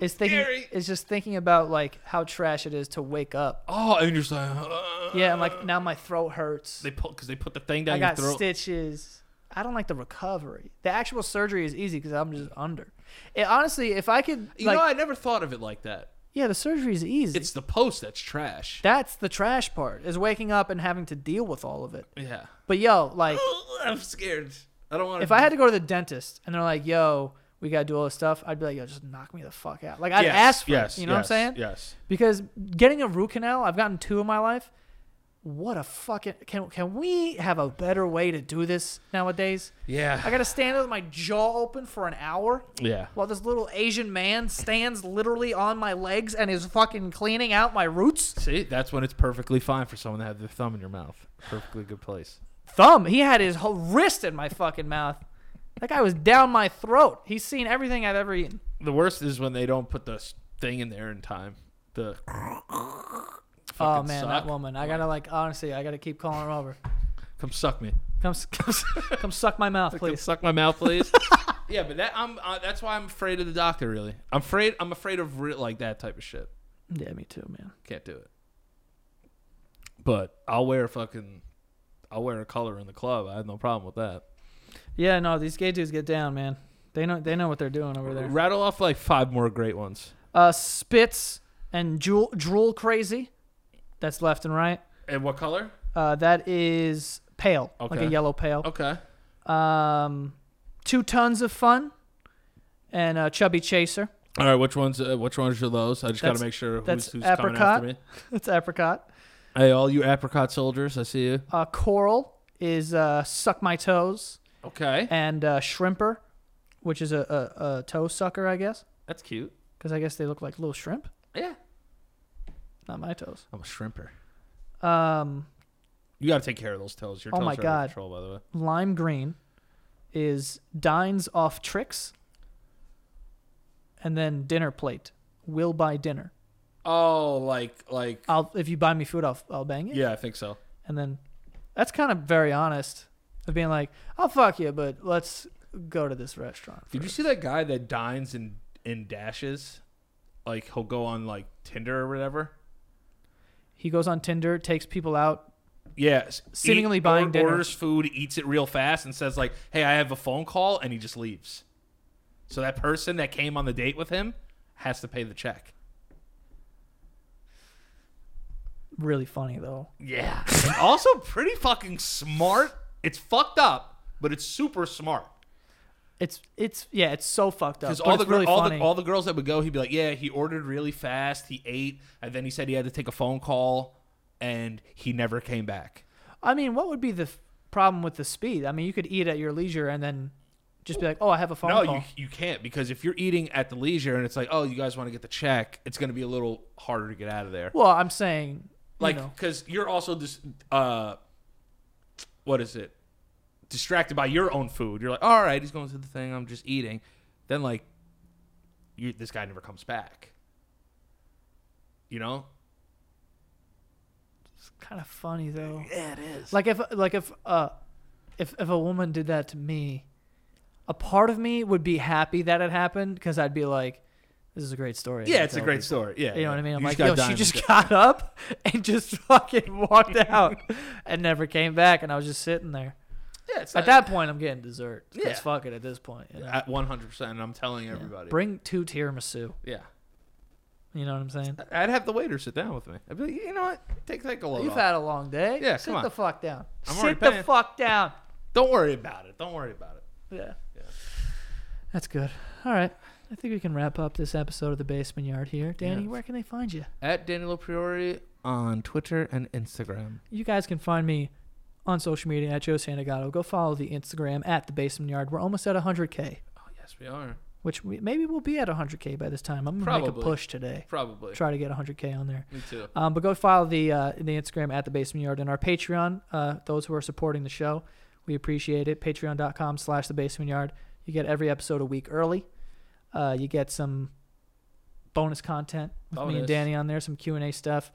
Speaker 1: is thinking
Speaker 2: Oh, Gary.
Speaker 1: is just thinking about like how trash it is to wake up.
Speaker 2: Oh, and you're just like, uh,
Speaker 1: Yeah, I'm like now my throat hurts.
Speaker 2: They put because they put the thing down
Speaker 1: I
Speaker 2: your
Speaker 1: got
Speaker 2: throat.
Speaker 1: stitches. I don't like the recovery. The actual surgery is easy because I'm just under. It, honestly, if I could,
Speaker 2: you
Speaker 1: like,
Speaker 2: know, I never thought of it like that.
Speaker 1: yeah, the surgery is easy.
Speaker 2: It's the post that's trash.
Speaker 1: That's the trash part is waking up and having to deal with all of it.
Speaker 2: yeah,
Speaker 1: But yo, like
Speaker 2: I'm scared. I don't want.
Speaker 1: if I had to go to the dentist and they're like, "Yo, we gotta do all this stuff," I'd be like, "Yo, just knock me the fuck out." Like I'd ask for
Speaker 2: yes,
Speaker 1: it. You know
Speaker 2: yes,
Speaker 1: what I'm saying?
Speaker 2: Yes.
Speaker 1: Because getting a root canal, I've gotten two in my life. What a fucking can can we have a better way to do this nowadays?
Speaker 2: Yeah.
Speaker 1: I gotta stand with my jaw open for an hour.
Speaker 2: Yeah.
Speaker 1: While this little Asian man stands literally on my legs and is fucking cleaning out my roots.
Speaker 2: See, that's when it's perfectly fine for someone to have their thumb in your mouth. Perfectly good place.
Speaker 1: thumb. He had his whole wrist in my fucking mouth. That guy was down my throat. He's seen everything I've ever eaten.
Speaker 2: The worst is when they don't put the s- thing in there in time. The
Speaker 1: Oh
Speaker 2: Fucking
Speaker 1: man,
Speaker 2: suck.
Speaker 1: that woman. I gotta like honestly, I gotta keep calling her over.
Speaker 2: come suck me.
Speaker 1: Come, s- come, s- come suck my mouth,
Speaker 2: Come
Speaker 1: please.
Speaker 2: suck my mouth, please. yeah, but that I'm uh, that's why I'm afraid of the doctor. Really, I'm afraid. I'm afraid of re- like that type of shit.
Speaker 1: Yeah, me too, man.
Speaker 2: Can't do it. But I'll wear a fucking, I'll wear a color in the club. I have no problem with that.
Speaker 1: Yeah, no, these gay dudes get down, man. They know they know what they're doing over there.
Speaker 2: Rattle off like five more great ones,
Speaker 1: Uh, spits and drool, drool crazy. That's left and right.
Speaker 2: and what color?
Speaker 1: Uh, that is pale, like
Speaker 2: Okay.
Speaker 1: a yellow pale.
Speaker 2: Okay.
Speaker 1: Um, two tons of fun, and uh, chubby chaser.
Speaker 2: All right, which ones? Uh, which ones are those? I just got
Speaker 1: That's-
Speaker 2: to make sure who's,
Speaker 1: that's
Speaker 2: who's coming after me.
Speaker 1: apricot. That's apricot.
Speaker 2: Hey, all you apricot soldiers, I see you.
Speaker 1: Uh, coral is uh, suck my toes,
Speaker 2: Okay,
Speaker 1: and uh, shrimper, which is a, a, a toe sucker, I guess,
Speaker 2: that's cute.
Speaker 1: because I guess they look like little shrimp,
Speaker 2: Yeah,
Speaker 1: not my toes.
Speaker 2: I'm a shrimper.
Speaker 1: Um,
Speaker 2: You got to take care of those toes. Your
Speaker 1: Oh
Speaker 2: toes
Speaker 1: my
Speaker 2: are out of
Speaker 1: God.
Speaker 2: control, by the way.
Speaker 1: lime green is dines off tricks, and then dinner plate will buy dinner.
Speaker 2: Oh, like like
Speaker 1: I'll if you buy me food, I'll I'll bang you.
Speaker 2: yeah, I think so.
Speaker 1: and then that's kind of very honest of being like, I'll fuck you, but let's go to this restaurant.
Speaker 2: Did you
Speaker 1: first."
Speaker 2: see that guy that dines and and dashes? Like he'll go on like Tinder or whatever.
Speaker 1: He goes on Tinder, takes people out,
Speaker 2: Yeah, s-
Speaker 1: Seemingly buying
Speaker 2: or-
Speaker 1: dinner.
Speaker 2: Orders food, eats it real fast, and says like, "Hey, I have a phone call," and he just leaves. So that person that came on the date with him has to pay the check.
Speaker 1: really funny though.
Speaker 2: Yeah. And also pretty fucking smart. It's fucked up, but it's super smart.
Speaker 1: It's it's yeah, it's so fucked up.
Speaker 2: Because
Speaker 1: But
Speaker 2: all
Speaker 1: it's
Speaker 2: the gir-
Speaker 1: really
Speaker 2: all
Speaker 1: funny.
Speaker 2: the all the girls that would go, he'd be like, "Yeah, he ordered really fast. He ate, and then he said he had to take a phone call, and he never came back."
Speaker 1: I mean, what would be the f- problem with the speed? I mean, you could eat at your leisure and then just be like, "Oh, I have a phone
Speaker 2: No,
Speaker 1: call."
Speaker 2: you you can't because if you're eating at the leisure and it's like, "Oh, you guys want to get the check," it's going to be a little harder to get out of there.
Speaker 1: well, I'm saying
Speaker 2: Like,
Speaker 1: you know,
Speaker 2: because you are also just uh, what is it? Distracted by your own food. You're like, "All right, he's going to the thing. I'm just eating." Then like, you this guy never comes back. You know,
Speaker 1: it's kind of funny though. Yeah, it is. Like if like if uh if if a woman did that to me, a part of me would be happy that it happened because I'd be like, "This is a great story." I
Speaker 2: Yeah,
Speaker 1: can
Speaker 2: it's a
Speaker 1: tell
Speaker 2: great
Speaker 1: people."
Speaker 2: story. Yeah,
Speaker 1: You know what I mean? I'm
Speaker 2: You
Speaker 1: like,
Speaker 2: got
Speaker 1: yo, she
Speaker 2: diamonds.
Speaker 1: just got up and just fucking walked out and never came back, and I was just sitting there.
Speaker 2: yeah, it's
Speaker 1: At
Speaker 2: not-
Speaker 1: that point, I'm getting dessert.
Speaker 2: Yeah.
Speaker 1: Yeah. Fuck it at this point. you know?
Speaker 2: at one hundred percent. I'm telling everybody.
Speaker 1: Bring two tiramisu.
Speaker 2: yeah,
Speaker 1: You know what I'm saying?
Speaker 2: I'd have the waiter sit down with me. I'd be like, you know what? Take that glove
Speaker 1: You've
Speaker 2: off.
Speaker 1: had a long day.
Speaker 2: Yeah,
Speaker 1: Sit
Speaker 2: come on.
Speaker 1: the fuck down.
Speaker 2: I'm already
Speaker 1: Sit the
Speaker 2: paying.
Speaker 1: fuck down.
Speaker 2: Don't worry about it. Don't worry about it.
Speaker 1: Yeah. That's good. All right. I think we can wrap up this episode of The Basement Yard here. Danny,
Speaker 2: Yeah.
Speaker 1: where can they find you?
Speaker 2: At Daniel Priori on Twitter and Instagram.
Speaker 1: You guys can find me on social media at Joe Santagato. Go follow the Instagram at The Basement Yard. We're almost at 100K.
Speaker 2: Oh yes, we are.
Speaker 1: which we, maybe we'll be at 100k by this time. I'm gonna make
Speaker 2: Probably.
Speaker 1: a push today.
Speaker 2: Probably.
Speaker 1: Try to get 100k on there.
Speaker 2: Me too.
Speaker 1: Um, but go follow the uh, the Instagram at the Basement Yard and our Patreon. Uh, those who are supporting the show, we appreciate it. Patreon.com slash the Basement Yard. You get every episode a week early. Uh, you get some bonus content with me and
Speaker 2: Bonus.
Speaker 1: Danny on there, some Q and A stuff,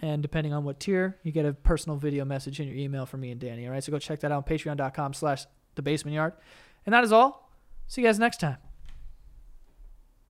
Speaker 1: and depending on what tier, you get a personal video message in your email from me and Danny. All right, so go check that out. Patreon.com slash the Basement Yard. And that is all. See you guys next time.